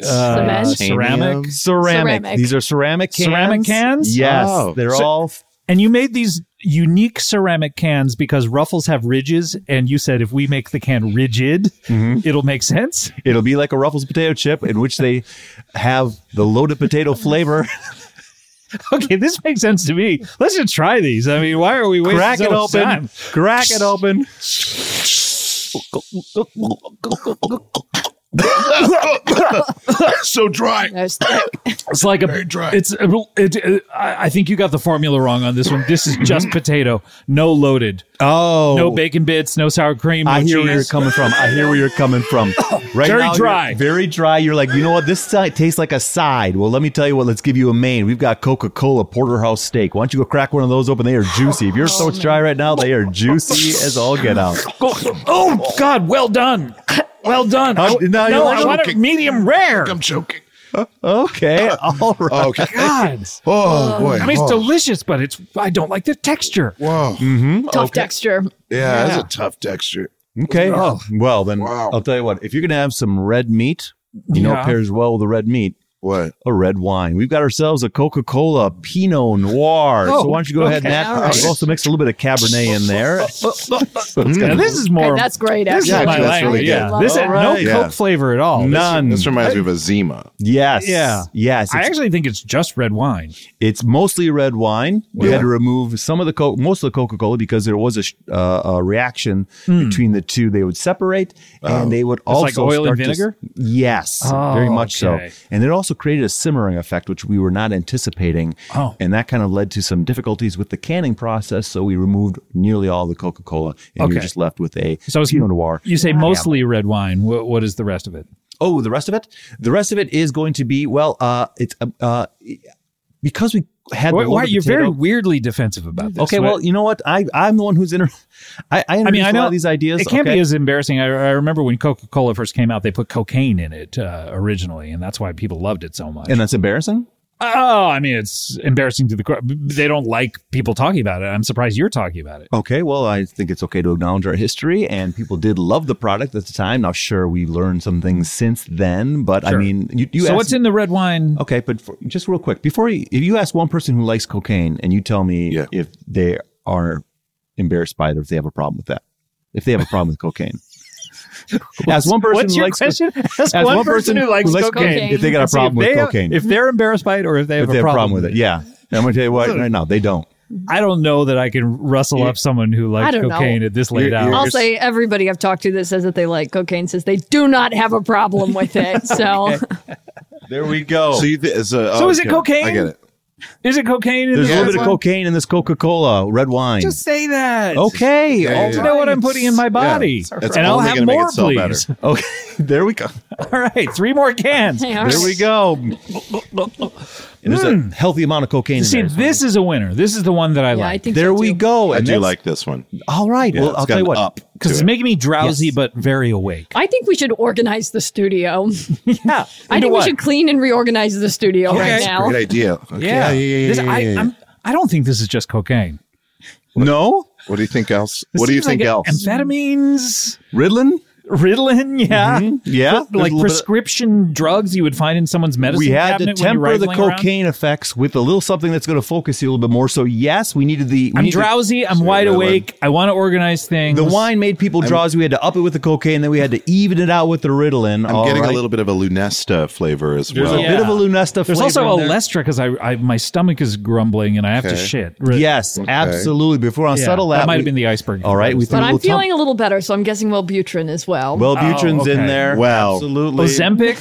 S5: Cement.
S1: ceramic.
S7: ceramic.
S5: Ceramic.
S7: These are ceramic cans.
S1: Ceramic cans?
S7: Yes,
S2: Oh.
S7: they're
S1: So-
S7: all
S1: And you made these unique ceramic cans because ruffles have ridges, and you said if we make the can rigid,
S7: Mm-hmm.
S1: it'll make sense.
S7: It'll be like a Ruffles potato chip in which they have the loaded potato flavor.
S1: Okay, this makes sense to me. Let's just try these. I mean, why are we wasting
S7: Crack
S1: so
S7: it
S1: much
S7: open.
S1: time?
S7: Crack it open.
S2: so dry.
S5: There's thick.
S1: It's like a.
S9: dry.
S1: It's. a- It, it, I I think you got the formula wrong on this one. This is just potato, no loaded,
S7: Oh.
S1: no bacon bits, no sour cream. No
S7: I hear where you're
S1: cheese.
S7: coming from. I hear where you're coming from. Right
S1: Very
S7: now, you're
S1: dry.
S7: Very dry. You're like, you know what? This si- tastes like a side. Well, let me tell you what. Let's give you a main. We've got Coca Cola Porterhouse Steak. Why don't you go crack one of those open? They are juicy. If your throat's dry right now, they are juicy as all get out.
S1: Oh God! Well done. Well done. I-
S7: How- now you're
S1: no, I
S7: like-
S1: want it medium rare.
S9: I'm joking.
S7: Okay. All right.
S2: Okay.
S1: God,
S2: Oh boy.
S1: I mean it's
S2: oh,
S1: delicious, but it's I don't like the texture.
S2: whoa.
S7: Mm-hmm.
S5: Tough texture.
S2: Yeah, that's a tough texture.
S7: Okay. Well, then
S2: Wow.
S7: I'll tell you what. If you're going to have some red meat, you know,
S1: Yeah.
S7: it pairs well with the red meat.
S2: What?
S7: a red wine. We've got ourselves a Coca Cola Pinot Noir.
S1: Oh,
S7: so why don't you go ahead and
S5: okay,
S7: that?
S5: all right.
S7: We've also mixed a little bit of Cabernet in
S2: Oh,
S7: there.
S1: Now, this is more.
S5: Okay, that's great.
S1: this is
S5: Actually,
S1: my
S2: actually, that's
S1: language.
S2: really
S1: yeah,
S5: good.
S1: this is no Coke
S7: Alright.
S2: Yeah.
S1: flavor at all.
S7: None.
S2: This reminds me of a Zima.
S7: yes.
S1: Yeah.
S7: Yes.
S1: I
S7: It's,
S1: actually think it's just red wine.
S7: it's mostly red wine. We
S2: Yeah.
S7: had to remove some of the Coke, most of the Coca Cola because there was a, sh- uh, a reaction between the two. They would separate and they would also
S1: Hmm. Oh. like oil and
S7: start to s-
S1: vinegar?
S7: yes.
S1: Oh,
S7: very much
S1: okay.
S7: so. And it also created a simmering effect, which we were not anticipating.
S1: Oh.
S7: And that kind of led to some difficulties with the canning process. So we removed nearly all the Coca Cola and we
S1: Okay.
S7: were just left with a
S1: So it's
S7: Pinot Noir.
S1: You say mostly red wine. What, what is the rest of it?
S7: Oh, the rest of it? The rest of it is going to be, well, uh, it's uh, uh, because we had
S1: Why,
S7: the
S1: why
S7: loaded
S1: you're very
S7: potato-
S1: weirdly defensive about this?
S7: Okay,
S1: What-
S7: well, you know what? I I'm the one who's inter. I I,
S1: I mean, I know
S7: know lot of these ideas.
S1: It can't
S7: okay?
S1: be as embarrassing. I, I remember when Coca Cola first came out, they put cocaine in it uh, originally, and that's why people loved it so much.
S7: and that's embarrassing.
S1: oh, I mean, it's embarrassing to the cro- they don't like people talking about it. I'm surprised you're talking about it.
S7: Okay, well, I think it's okay to acknowledge our history, and people did love the product at the time. Now, sure, we learned some things since then, but I
S1: Sure.
S7: mean, you, you
S1: so
S7: asked-
S1: what's in the red wine?
S7: Okay, but for, just real quick before you, if you ask one person who likes cocaine, and you tell me
S2: Yeah.
S7: if they are embarrassed by it or if they have a problem with that, if they have a problem with cocaine. As one person
S1: What's
S7: who
S1: your
S7: likes
S1: question? As
S7: as
S1: one, person, who likes cocaine,
S5: cocaine.
S7: if they got a
S1: See,
S7: problem
S1: if
S7: with
S1: they-
S7: cocaine,
S1: if they're embarrassed by it or if they have,
S7: if they have a problem with it, yeah. And I'm gonna tell you what, right now they don't.
S1: I don't know that I can rustle up someone who likes
S5: don't know.
S1: cocaine at this late
S2: You're-
S1: hour.
S2: you're-
S5: I'll say everybody I've talked to that says that they like cocaine says they do not have a problem with it. So
S7: There we go.
S2: So you th- it's a,
S1: So
S2: oh,
S1: is it
S2: okay.
S1: cocaine?
S2: I get it.
S1: Is it cocaine in
S7: There's
S1: the
S7: a
S1: red
S7: little bit of
S1: wine?
S7: cocaine in this Coca-Cola red wine.
S1: Just say that.
S7: okay. all
S1: To know what I'm putting in my body,
S2: It's
S1: and I'll
S2: only
S1: have
S2: gonna make
S1: more,
S2: it sell better.
S1: please.
S7: Okay, there we go.
S1: All right, three more cans.
S5: Hey, all
S7: There
S5: right.
S7: we go. And there's a healthy amount of cocaine.
S1: Hmm. See,
S7: in there.
S1: this is a winner. This is the one that I
S5: yeah, I
S1: like
S5: think
S7: There
S5: so
S7: we
S5: too.
S7: go.
S2: I
S7: And
S2: do
S7: that's-
S2: like this one.
S7: All right.
S2: Yeah,
S7: well,
S2: it's
S7: I'll
S2: got
S7: tell you
S2: an
S7: what.
S2: up
S1: because it's
S2: to it.
S1: making me drowsy
S7: Yes.
S1: but very awake.
S5: I think we should organize the studio.
S1: Yeah,
S5: I think we should clean and reorganize the studio right
S1: Okay.
S5: now.
S2: Great idea. Okay.
S1: Yeah, This- I, I'm- I don't think this is just cocaine.
S7: no
S2: What do you think else?
S1: This
S2: what do you
S1: seems like
S2: think
S1: a-
S2: else?
S1: Amphetamines,
S7: Ritalin.
S1: Ritalin. Yeah,
S7: Yeah, there's
S1: like
S7: a little bit of-
S1: prescription drugs you would find in someone's medicine.
S7: we had to
S1: cabinet when you're
S7: temper the
S1: rifling around.
S7: cocaine effects with a little something that's going to focus you a little bit more. So yes, we needed the. We
S1: I'm
S7: needed
S1: drowsy. I'm wide
S2: Ritalin.
S1: awake. I want to organize things.
S7: The wine made people drowsy. We had to up it with the cocaine, then we had to even it out with the Ritalin.
S2: I'm getting a little bit of a Lunesta flavor as
S7: There's
S2: well.
S7: a bit of a Lunesta.
S1: There's
S7: flavor
S1: also
S7: in there.
S1: Alestra because I, I my stomach is grumbling and I have to
S2: Okay.
S1: shit.
S7: Yes, absolutely. Before I
S1: Yeah,
S7: settle that,
S1: might
S7: we-
S1: have been the iceberg.
S7: All right, we
S5: But
S7: threw a
S5: I'm
S7: little tum-
S5: feeling a little better, so I'm guessing Wellbutrin as well.
S7: well, Butrin's
S1: okay.
S7: in there.
S2: Oh, Well,
S7: absolutely.
S1: Ozempic.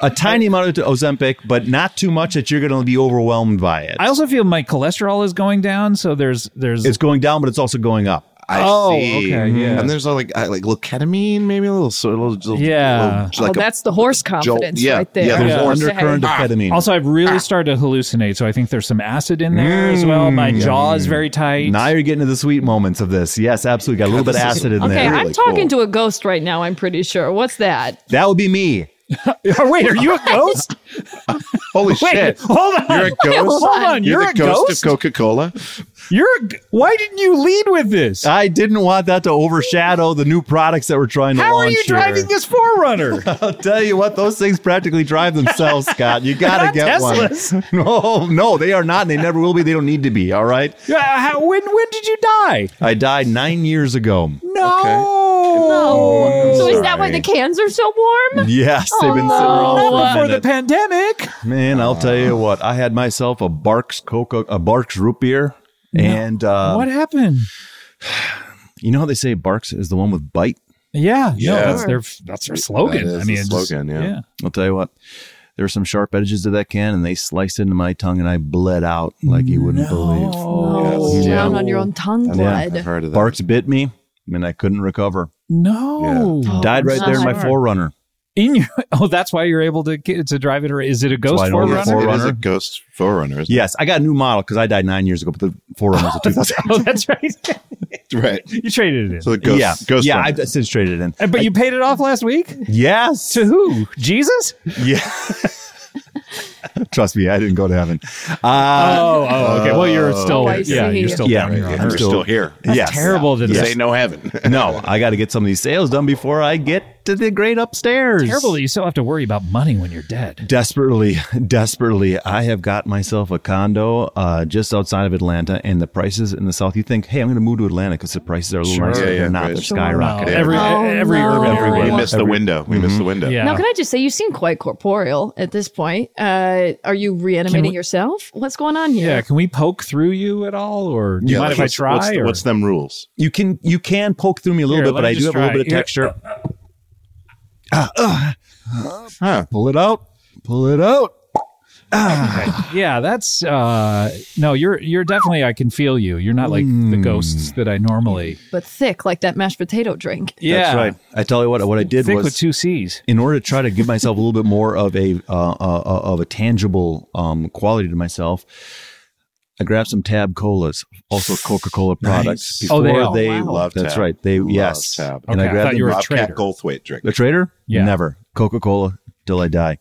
S7: a tiny amount of Ozempic, but not too much that you're going to be overwhelmed by it.
S1: I also feel my cholesterol is going down, so there's there's
S7: it's going down, but it's also going up.
S2: I
S1: Oh,
S2: see. Hmm.
S1: okay, yeah.
S2: And there's all like I, like little ketamine, maybe a little so a little, little
S1: Yeah.
S2: little- like
S5: oh,
S2: a-
S5: that's the horse confidence
S2: yeah,
S5: right there.
S2: yeah,
S7: There's
S2: Yeah.
S7: an
S5: Okay.
S7: undercurrent of
S1: Ah.
S7: ketamine.
S1: also I've really started to hallucinate, so I think there's some acid in there as well. My
S2: Mm.
S1: jaw is very tight.
S7: Now you're getting to the sweet moments of this. Yes, absolutely. Got a little bit of acid in
S5: Okay,
S7: there.
S5: I'm talking to a ghost right now, I'm pretty sure. What's that?
S7: That would be me.
S1: Oh, Wait, are you a ghost?
S2: holy
S1: Wait,
S2: shit.
S1: hold on.
S2: You're a ghost.
S1: Hold on, you're
S2: the
S1: a
S2: ghost,
S1: ghost?
S2: of Coca Cola.
S1: You're. a g- Why didn't you lead with this?
S7: I didn't want that to overshadow the new products that we're trying to
S1: How are
S7: launch.
S1: you
S7: here.
S1: driving this forerunner? Uh,
S7: I'll tell you what, those things practically drive themselves, Scott. You got to
S1: Not
S7: get
S1: Teslas.
S7: one. No, no, they are not. And they never will be. They don't need to be. All right.
S1: Yeah, how, when when did you die?
S7: I died nine years ago.
S1: No.
S5: So is that why the cans are so warm?
S7: Yes, they've been sitting
S1: Not
S5: Oh.
S7: around for a
S1: before the
S7: minute.
S1: pandemic.
S7: Man, I'll tell you what. I had myself a Barks Coca, a Barks root beer, and
S2: Um,
S7: uh,
S1: what happened?
S7: you know how they say Barks is the one with bite.
S1: Yeah, yeah.
S2: Yeah.
S1: that's their that's their slogan.
S2: That is
S1: I mean,
S2: the
S1: it's
S2: slogan, yeah.
S7: I'll tell you what. There were some sharp edges to that can, and they sliced into my tongue, and I bled out like you wouldn't believe.
S5: Oh,
S7: Yes.
S5: down
S7: Yeah.
S5: on your own tongue
S7: Yeah.
S5: blood.
S2: I've heard of that.
S7: Barks bit me, and I couldn't recover.
S1: No,
S7: Died right there in my
S5: God.
S7: forerunner.
S1: in your oh, that's why you're able to get, to drive it. Or is it a
S7: why
S1: ghost
S7: I don't get
S1: forerunner?
S2: Yes,
S7: four-
S2: It is
S7: Forerunner?
S2: a ghost forerunner, isn't
S7: Yes, I got a new model because I died nine years ago, but the forerunner's a 2000.
S1: Oh, that's right.
S2: it? Right.
S1: you traded it in,
S2: So the ghost,
S7: yeah,
S2: ghost
S7: yeah,
S2: runner.
S7: I've since traded it in.
S1: Uh, but you paid it off last week
S7: Yes,
S1: to who? Jesus?
S7: yeah. Trust me, I didn't go to heaven. Uh,
S1: Oh, oh, okay. Well, you're still
S5: Oh, I
S1: yeah,
S5: see.
S1: you're still
S7: Yeah.
S1: down here on
S2: You're
S1: Earth.
S2: still, here.
S7: yes.
S1: Terrible to
S2: This
S1: this.
S2: ain't no heaven.
S7: No, I got to get some of these sales done before I get to the great upstairs.
S1: Terrible that you still have to worry about money when you're dead.
S7: Desperately, desperately, I have got myself a condo uh, just outside of Atlanta, and the prices in the South. You think, hey, I'm going to move to Atlanta because the prices are a little
S1: Sure.
S7: nicer.
S1: Yeah,
S7: They're
S2: yeah,
S7: not.
S2: right.
S7: They're
S2: Sure.
S7: skyrocketing.
S1: Every
S5: Oh,
S1: every
S5: no.
S1: urban
S5: Every-
S1: area.
S2: we missed the window. We missed the window.
S1: Yeah.
S5: Now, can I just say you seem quite corporeal at this point? Uh, are you reanimating
S1: Can we-
S5: yourself? What's going on here?
S1: Yeah, can we poke through you at all, or do you
S2: Yeah,
S1: mind
S2: like
S1: if I
S2: what's-
S1: try?
S2: What's,
S1: or-
S2: what's them rules?
S7: You can you can poke through me a little
S1: Here,
S7: bit,
S1: let
S7: but
S1: me
S7: I do
S1: just
S7: have a little
S1: try.
S7: bit of
S1: Here. Uh,
S7: texture. Ah, uh, Pull it out. Pull it out.
S1: Yeah, that's uh no, you're you're definitely I can feel you. You're not like the
S7: Hmm.
S1: ghosts that I normally.
S5: But thick like that mashed potato drink.
S1: Yeah.
S7: That's right. I tell you what. What I did
S1: Thick
S7: was
S1: with two C's.
S7: in order to try to give myself a little bit more of a uh, uh, uh, of a tangible um, quality to myself, I grabbed some Tab Colas, also Coca Cola products.
S1: Oh, they are.
S2: Love
S7: that's
S2: Tab.
S7: right. They yes,
S2: Tab.
S7: and
S1: Okay,
S7: I
S1: I
S7: grabbed
S1: thought you were
S7: them-
S1: a
S2: Bobcat
S1: traitor.
S2: Goldthwait drink.
S7: the trader.
S1: Yeah.
S7: never Coca Cola till I die.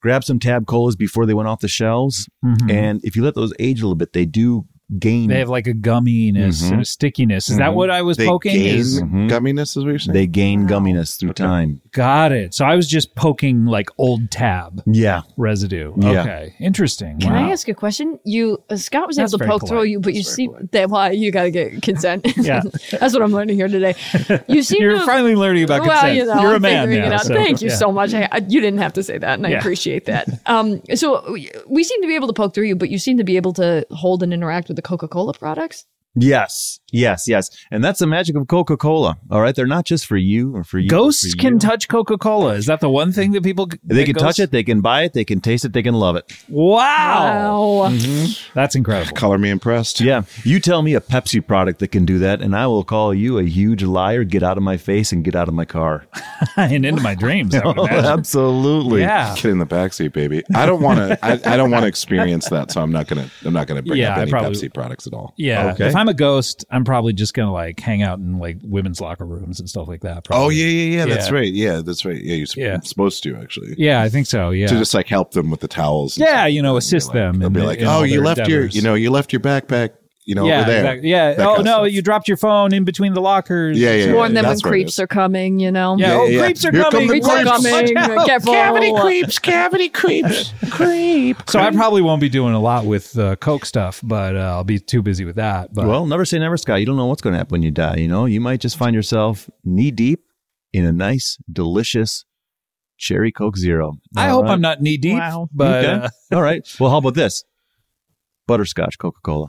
S7: Grab some Tab Colas before they went off the shelves, and if you let those age a little bit, they do gain.
S1: Mm-hmm. They have like a gumminess
S7: Mm-hmm.
S1: and a stickiness. Is that what I was
S2: They
S1: poking?
S2: gain
S1: Is-
S2: gumminess, is what you're saying?
S7: they gain gumminess through time.
S1: got it. So I was just poking like old tab
S7: Yeah,
S1: residue.
S7: Yeah.
S1: Okay. Interesting.
S5: Can
S1: wow.
S5: I ask a question? You uh, Scott was
S1: That's
S5: able to
S1: very
S5: poke through
S1: polite.
S5: you, but you see that why you got to get consent.
S1: Yeah.
S5: that's what I'm learning here today. You seem
S1: You're
S5: to,
S1: finally learning about
S5: well,
S1: consent.
S5: you know,
S1: are
S5: I'm
S1: a man
S5: figuring it
S1: now.
S5: out.
S1: so,
S5: Thank you
S1: yeah.
S5: so much. I, I- you didn't have to say that, and I
S1: Yeah.
S5: appreciate that. Um, so we- we seem to be able to poke through you, but you seem to be able to hold and interact with the Coca-Cola products.
S7: Yes, yes, yes. And that's the magic of Coca Cola. All right. They're not just for you or for you.
S1: Ghosts
S7: for
S1: can
S7: you.
S1: touch Coca Cola. Is that the one thing that people
S7: They can touch it, they can buy it, they can taste it, they can love it.
S1: Wow. Mm-hmm.
S5: Wow.
S1: That's incredible.
S2: Color me impressed.
S7: Yeah. You tell me a Pepsi product that can do that, and I will call you a huge liar. Get out of my face and get out of my car.
S1: and into my dreams. I would imagine.
S7: Absolutely.
S1: yeah.
S2: Get in the backseat, baby. I don't want to. I, I don't want to experience that, so I'm not gonna. I'm not gonna bring
S1: Yeah,
S2: up
S1: I
S2: any
S1: probably-
S2: Pepsi products at all.
S1: Yeah.
S7: Okay.
S1: If I'm a ghost, I'm probably just gonna like hang out in like women's locker rooms and stuff like that. Probably.
S2: Oh yeah, yeah, yeah. That's
S1: Yeah.
S2: right. Yeah, that's right. Yeah, you're sp-
S1: Yeah.
S2: supposed to actually
S1: Yeah, I think so. Yeah.
S2: to just like help them with the towels. and
S1: yeah,
S2: stuff.
S1: you know, assist them.
S2: They'll
S1: in
S2: be
S1: the-
S2: like,
S1: in
S2: oh,
S1: all
S2: you
S1: their
S2: left your,
S1: endeavors."
S2: you know, you left your backpack, you know,
S1: yeah,
S2: over there.
S1: exactly. Yeah.
S2: That
S1: oh
S2: kind of
S1: no,
S2: stuff.
S1: you dropped your phone in between the lockers.
S2: Yeah, yeah, yeah.
S5: Warn them when
S2: That's what it
S5: creeps
S2: is.
S5: are coming. You know.
S1: Yeah, oh,
S2: yeah, yeah.
S1: creeps are
S2: Here come
S1: coming.
S2: the
S5: Creeps are coming. Careful.
S3: cavity creeps, creep.
S1: So I probably won't be doing a lot with uh, Coke stuff, but uh, I'll be too busy with that. But
S7: Well, never say never, Scott. You don't know what's going to happen when you die. You know, you might just find yourself knee deep in a nice, delicious cherry Coke Zero.
S1: I
S7: All
S1: hope
S7: right?
S1: I'm not knee deep. But
S7: Okay.
S1: uh,
S7: all right. Well, how about this? Butterscotch Coca Cola.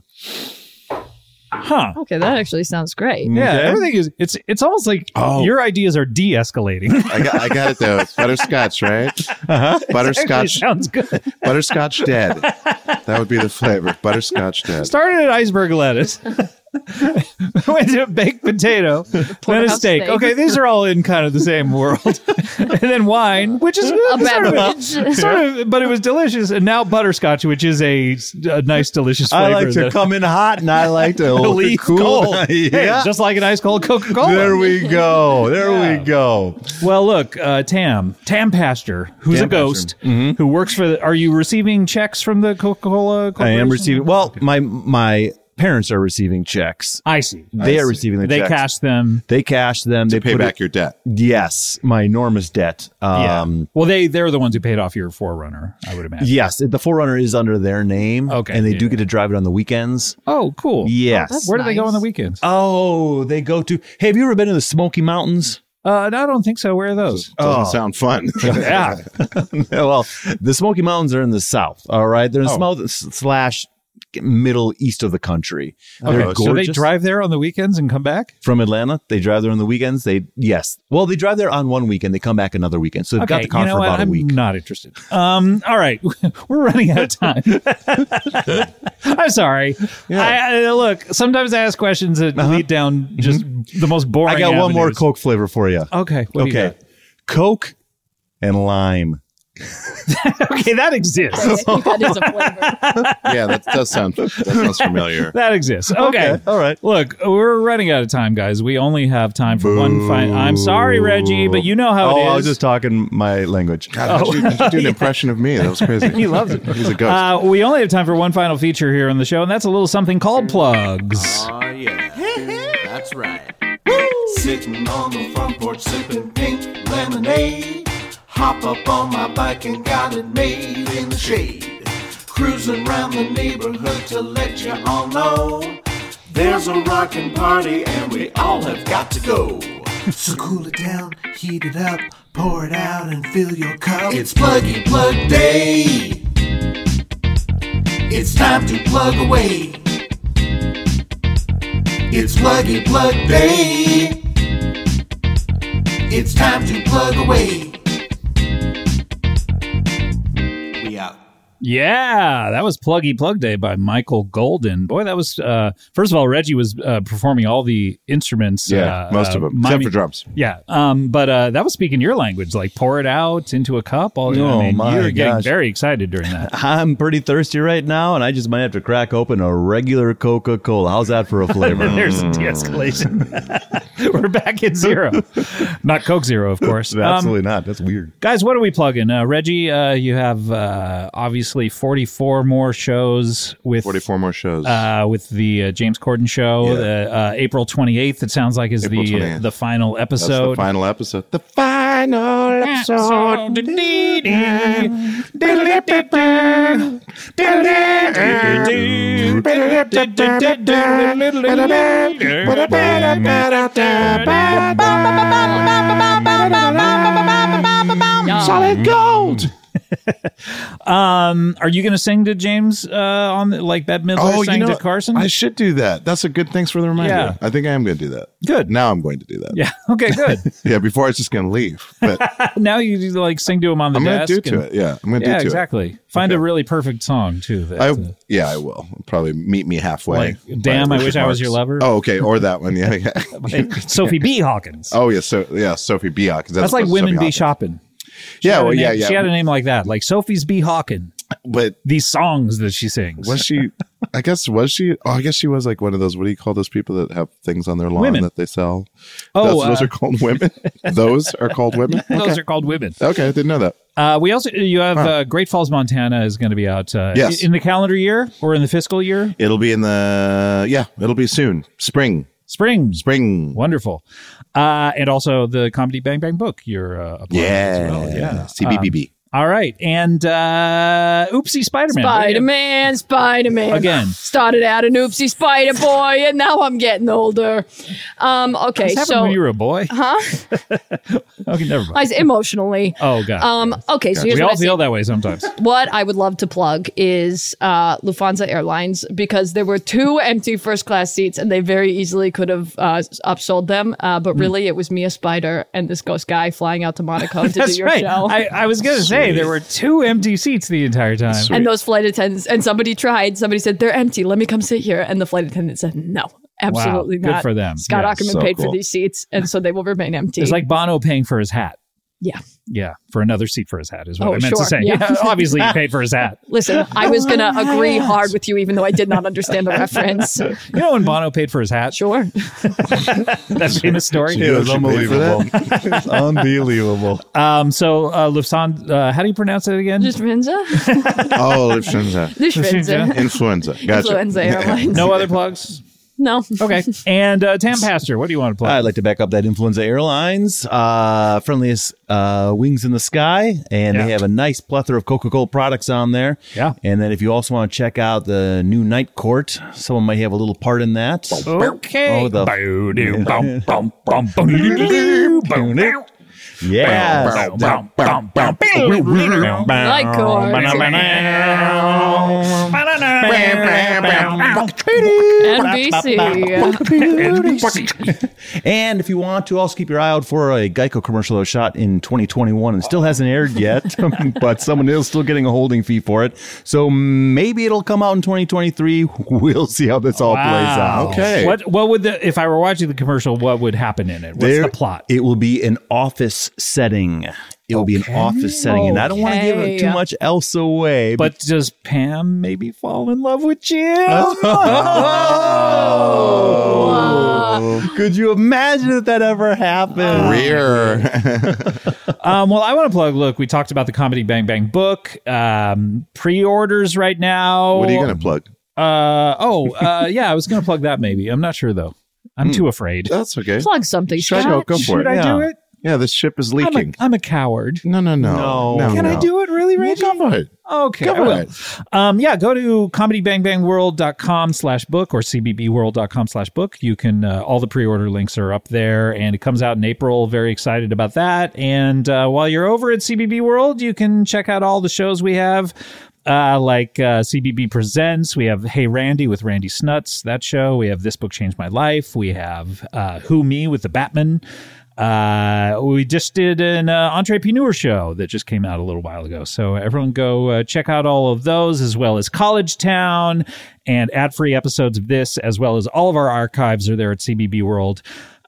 S1: huh.
S5: Okay, that actually sounds great.
S1: Yeah, everything is it's it's almost like
S2: Oh.
S1: your ideas are de-escalating.
S2: I got, I got it though. It's butterscotch, right?
S1: Actually,
S2: Butterscotch,
S1: sounds good.
S2: butterscotch dead. That would be the flavor. Butterscotch dead.
S1: Started at iceberg lettuce, went to baked potato, then a
S5: Porterhouse
S1: steak.
S5: steak.
S1: Okay, these are all in kind of the same world, and then wine, which is
S5: A
S1: sort of-
S5: beverage.
S1: sort of, but it was delicious. And now butterscotch, which is a, a nice, delicious flavor.
S7: I like to
S1: that-
S7: come in hot and I like to
S1: leave cold.
S7: yeah.
S1: Just like an ice cold Coca
S7: there
S1: Cola.
S7: we go. There
S1: Yeah.
S7: we go.
S1: well, look, uh, Tam, Tam Pasture, who's
S7: Tam Mm-hmm.
S1: a ghost
S7: Pasture.
S1: who works for the. Are you receiving checks from the Coca Cola?
S7: I am receiving. Well, my my parents are receiving checks.
S1: I see.
S7: They are receiving the
S1: They
S7: checks.
S1: cash them.
S7: They cash them.
S2: to
S7: they
S2: pay
S7: put
S2: back
S7: it-
S2: your debt.
S7: yes, my enormous debt. Um,
S1: yeah. Well, they they're the ones who paid off your forerunner. I would imagine.
S7: Yes, the Forerunner is under their name.
S1: Okay,
S7: And they do
S1: yeah.
S7: get to drive it on the weekends.
S1: Oh, cool.
S7: Yes.
S1: Where do they go
S5: nice.
S1: on the weekends?
S7: Oh, they go to. Hey, have you ever been to the Smoky Mountains?
S1: Uh, no, I don't think so. Where are those?
S2: Doesn't
S7: Oh.
S2: sound fun.
S7: Yeah. well, the Smoky Mountains are in the south. All right. They're in
S1: Oh.
S7: the south slash middle east of the country. They're
S1: Okay, Oh, so they
S7: gorgeous.
S1: drive there on the weekends and come back.
S7: from Atlanta. They drive there on the weekends. They, yes. Well, they drive there on one weekend. They come back another weekend. So they've got the car
S1: you know
S7: for
S1: what?
S7: about
S1: I'm
S7: a week.
S1: not interested. Um, all right, we're running out of time. I'm sorry. I, I, look, sometimes I ask questions that lead down just the most boring.
S7: Uh-huh. Mm-hmm. I got one more
S1: avenues.
S7: Coke flavor for you.
S1: Okay. What do you
S7: okay. Coke and lime.
S1: got? Okay, that exists.
S5: I think that is a flavor.
S2: yeah, that does sound that sounds familiar.
S1: That exists. Okay.
S7: All right.
S1: Look, we're running out of time, guys. We only have time for one final. I'm sorry, Reggie, but you know how
S7: Oh,
S1: it is.
S7: I was just talking my language.
S2: God, how'd you, how'd you do
S1: Oh.
S2: an impression of me? That was crazy. he loves it. He's a ghost.
S1: Uh, we only have time for one final feature here on the show, and that's a little something called plugs.
S10: Oh yeah, that's right. Sitting on the front porch sipping pink lemonade. Hop up on my bike and got it made in the shade. Cruising round the neighborhood to let you all know. There's a rockin' party and we all have got to go. so cool it down, heat it up, pour it out and fill your cup. It's pluggy plug day. It's time to plug away. It's Pluggy Plug Day. It's time to plug away. We out.
S1: Yeah, that was Pluggy Plug Day by Michael Golden. Boy, that was uh, first of all, Reggie was uh, performing all the instruments.
S2: yeah,
S1: uh,
S2: most of
S1: uh,
S2: them, except
S1: Miami-
S2: for drums.
S1: Yeah, um, but uh, that was speaking your language, like pour it out into a cup. All
S7: Oh,
S1: I mean,
S7: my
S1: you were getting
S7: gosh.
S1: very excited during that.
S7: I'm pretty thirsty right now, and I just might have to crack open a regular Coca Cola. How's that for a flavor?
S1: There's
S2: Mm.
S1: a de-escalation. we're back at zero, not Coke Zero, of course. Um,
S7: Absolutely not. That's weird.
S1: guys what are we plugging uh, reggie uh, you have uh, obviously 44 more shows with
S2: Forty-four more shows.
S1: uh, with the uh, james corden show uh, uh, april 28th it sounds like is
S2: April
S1: the uh,
S2: 28th.
S1: the final
S2: That's the
S1: episode
S2: final episode. The final episode.
S5: Solid
S2: gold.
S1: um, are you going to sing to james uh, on the, like Bette Midler
S2: Oh,
S1: sang
S2: you know,
S1: to Carson?
S2: I should do that. That's a good. Thanks for the reminder.
S1: Yeah.
S2: I think I am going to do that.
S1: Good.
S2: Now I'm going to do that.
S1: yeah. Okay. Good.
S2: Yeah. Before I was just going to leave, but
S1: now you do, like sing to him on the
S2: I'm going
S1: desk.
S2: to do to
S1: and-
S2: it. Yeah. I'm going to
S1: Yeah.
S2: do to
S1: Exactly. Find a
S2: Okay.
S1: really perfect song too. uh,
S2: it. I, yeah, I will. Probably meet me halfway.
S1: Like, damn,
S2: by
S1: I wish
S2: Richard
S1: I was your
S2: Marx.
S1: lover.
S2: Oh, okay. Or that one. Yeah. yeah.
S1: Sophie B. Hawkins.
S2: oh, yeah. So, yeah. Sophie Biak.
S1: That's like women be
S2: shot.
S1: shopping.
S2: Yeah. Well,
S1: Her
S2: yeah.
S1: name-
S2: Yeah.
S1: She had a name like that, like Sophie's B. Hawkin.
S2: but
S1: These songs that she sings.
S2: was she i guess was she oh i guess she was like one of those what do you call those people that have things on their lawn
S1: Women.
S2: that they sell
S1: Oh,
S2: That's- those
S1: uh,
S2: are called women those are called women
S1: Those
S2: okay.
S1: are called women.
S2: okay i didn't know that
S1: Uh, we also you have uh, Great Falls, Montana is going to be out uh,
S2: Yes.
S1: in the calendar year or in the fiscal year,
S2: it'll be in the yeah it'll be soon spring
S1: spring.
S2: spring
S1: Wonderful, uh, and also the comedy Bang Bang book. You're uh, applying
S2: yeah
S1: as well. yeah.
S2: cbbb
S1: All right, and uh, Oopsie Spider Man.
S5: Spider Man, Spider Man.
S1: Again.
S5: Started out an oopsie spider boy, and now I'm getting older. Um, okay,
S1: This happened
S5: so
S1: when you were a boy.
S5: huh?
S1: Okay, never mind.
S5: I, emotionally.
S1: oh god.
S5: Um, okay, so here's
S1: we
S5: what I
S1: all
S5: see.
S1: feel that way sometimes.
S5: what I would love to plug is uh, Lufthansa Airlines because there were two empty first class seats and they very easily could have uh, upsold them. Uh,
S1: Hmm.
S5: but really, it was Mia Spider and this ghost guy flying out to Monaco to do
S1: That's
S5: your
S1: right.
S5: show.
S1: I, I was going to say there were two empty seats the entire time.
S5: and those flight attendants, and somebody tried, somebody said, they're empty. Let me come sit here. And the flight attendant said, no, absolutely
S1: Good
S5: not.
S1: for them.
S5: Scott
S1: Yeah,
S5: Ackerman
S2: so
S5: paid
S2: cool.
S5: for these seats, and so they will remain empty.
S1: It's like Bono paying for his hat.
S5: Yeah.
S1: Yeah, for another seat for his hat is what
S5: Oh,
S1: I meant
S5: sure,
S1: to say.
S5: yeah.
S1: Yeah, obviously you paid for his hat.
S5: Listen, I was going to agree hard with you, even though I did not understand the reference.
S1: You know when Bono paid for his hat?
S5: Sure.
S1: That famous story.
S7: It was unbelievable. unbelievable.
S1: Um, so uh, Lufsan, uh, how do you pronounce it again?
S5: Lufthansa?
S1: Uh,
S2: Oh, influenza.
S5: Lufthansa.
S2: Influenza. Gotcha.
S5: Influenza Airlines.
S1: no other plugs.
S5: No.
S1: Okay. And uh, Tam Pastor, what do you want to plug?
S7: I'd like to back up that Influenza Airlines, uh, friendliest uh, wings in the sky, and
S1: Yeah.
S7: they have a nice plethora of Coca Cola products on there.
S1: Yeah.
S7: And then if you also want to check out the new Night Court, someone might have a little part in that.
S1: okay.
S7: Oh, the-
S1: Bow-doo, bum, bum, bum, bum, doo-doo, bum, doo.
S7: Yeah.
S1: Bum, bum, bum, bum, doo-doo, doo-doo.
S5: Like
S7: Oh,
S5: NBC.
S7: And if you want to, also keep your eye out for a Geico commercial that was shot in 2021 and still hasn't aired yet, but someone is still getting a holding fee for it. So maybe it'll come out in 2023. We'll see how this all plays out.
S2: Okay.
S1: What what would the if I were watching the commercial, what would happen in it? What's
S7: There-
S1: the plot?
S7: It will be an office setting. It will be an office setting, and I don't want to give
S5: Okay.
S7: too much else away.
S1: But does Pam maybe fall in love with Jim?
S2: Oh.
S1: Oh.
S7: but could you imagine if that ever happened?
S2: Rear.
S1: Um, well, I want to plug. Look, we talked about the Comedy Bang Bang book um, pre-orders right now.
S2: What are you going to plug?
S1: Uh, oh, uh, yeah, I was going to plug that. Maybe I'm not sure though. I'm
S2: Hmm.
S1: too afraid.
S2: That's okay.
S5: Plug something,
S2: Should I go,
S5: Scott.
S2: go for
S1: Should
S2: it.
S1: I
S7: Yeah.
S1: do it?
S2: Yeah, this ship is
S1: I'm a,
S2: leaking.
S1: I'm a coward.
S2: No, no, no.
S7: No.
S1: Can I do it really,
S2: Yeah,
S1: Reggie?
S2: go for it.
S1: Okay,
S2: Go
S1: I
S2: for
S1: will.
S2: it.
S1: Um, yeah, go to comedybangbangworld.com slash book or cbbworld.com slash book. You can, uh, all the pre-order links are up there and it comes out in April. Very excited about that. And uh, while you're over at CBB World, you can check out all the shows we have. Uh, like uh, CBB Presents, we have Hey Randy with Randy Snuts, that show. We have This Book Changed My Life. We have uh, Who Me with the Batman. Uh, we just did an uh, entrepreneur show that just came out a little while ago. So everyone go uh, check out all of those as well as College Town and ad free episodes of this, as well as all of our archives are there at cbbworld.com.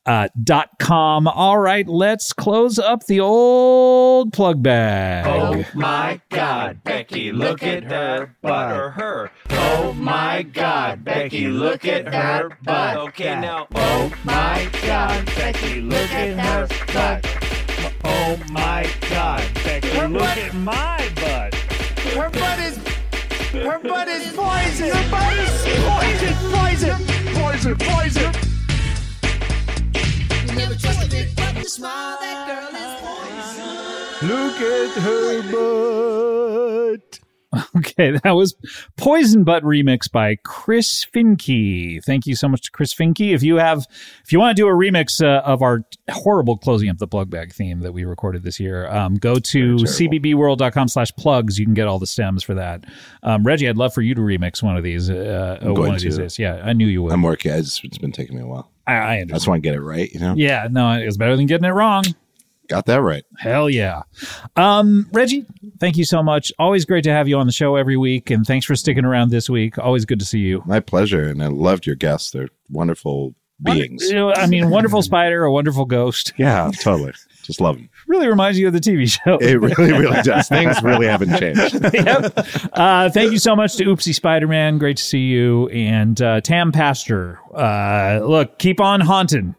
S1: Uh, dot com. All right, let's close up the old plug bag.
S11: Oh
S10: My God, Becky, look at her butt or her. Oh my God, Becky, look at her butt. Okay, now. Oh my God, Becky, look at her butt. Oh my God, Becky, look at my butt. Her butt is. Her butt is poison. Her butt is poison. Poison. Poison. Poison.
S7: Look at her butt.
S1: Okay, that was Poison Butt remix by Chris Finke. Thank you so much to Chris Finke. If you have, if you want to do a remix uh, of our horrible closing up the plug bag theme that we recorded this year, um, go to cbbworld.com slash plugs. You can get all the stems for that. Um, Reggie, I'd love for you to remix one of these. Uh, uh, one
S2: going
S1: of these
S2: to.
S1: days. Yeah, I knew you would.
S2: I'm working. I just, it's been taking me a while.
S1: I, I
S2: I
S1: understand.
S2: just want to get it right, you know?
S1: Yeah, no, it's better than getting it wrong.
S2: Got that right.
S1: Hell yeah. Um, Reggie, thank you so much. Always great to have you on the show every week. And thanks for sticking around this week. Always good to see you.
S2: My pleasure. And I loved your guests. They're wonderful beings.
S1: You know, I mean, wonderful spider, a wonderful ghost.
S2: Yeah, totally. Just love them.
S1: Really reminds you of the TV show.
S2: It really, really does. Things really haven't changed.
S1: Yep. Uh, thank you so much to Oopsie Spider Man. Great to see you. And uh, Tam Pastor. Uh, look, keep on haunting.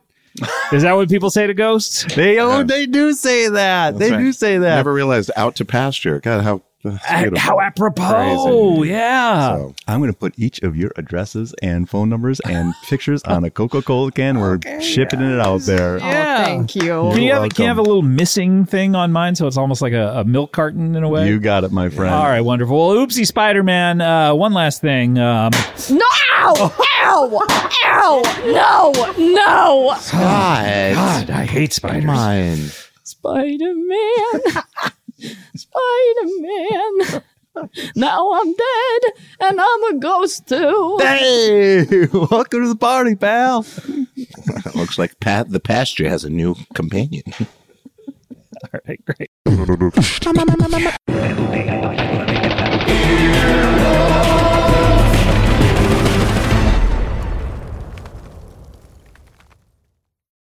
S1: Is that what people say to ghosts?
S7: They oh, they do say that. They
S2: right.
S7: do say that.
S2: Never realized out to pasture. God, how that's beautiful.
S1: How apropos.
S2: Crazy.
S1: Yeah.
S2: So,
S7: I'm going to put each of your addresses and phone numbers and pictures on a Coca-Cola can. We're shipping it out there.
S5: Oh, thank you.
S1: Can you, have, can
S7: welcome.
S1: you have a little missing thing on mine so it's almost like a, a milk carton in a way?
S7: You got it, my friend.
S1: All right, wonderful. Well, oopsie, Spider Man. Uh, one last thing. Um,
S5: No! Ow! Ow! No! No!
S1: God, I hate spiders.
S5: Spider Man! Spider Man! Now I'm dead and I'm a ghost too.
S7: Hey, welcome to the party, pal.
S2: it looks like Pat the pasture has a new companion.
S1: All right, great.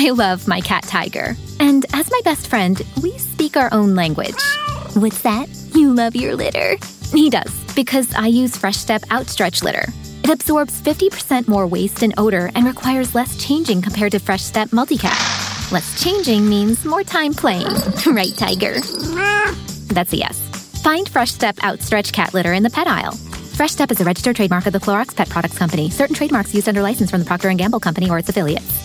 S7: I love my cat Tiger. And as my best friend, we speak our own language. What's that? You love your litter. He does, because I use Fresh Step Outstretch Litter. It absorbs 50% more waste and odor and requires less changing compared to Fresh Step Multicat. Less changing means more time playing. right, Tiger? That's a yes. Find Fresh Step Outstretch Cat Litter in the pet aisle. Fresh Step is a registered trademark of the Clorox Pet Products Company. Certain trademarks used under license from the Procter & Gamble Company or its affiliates.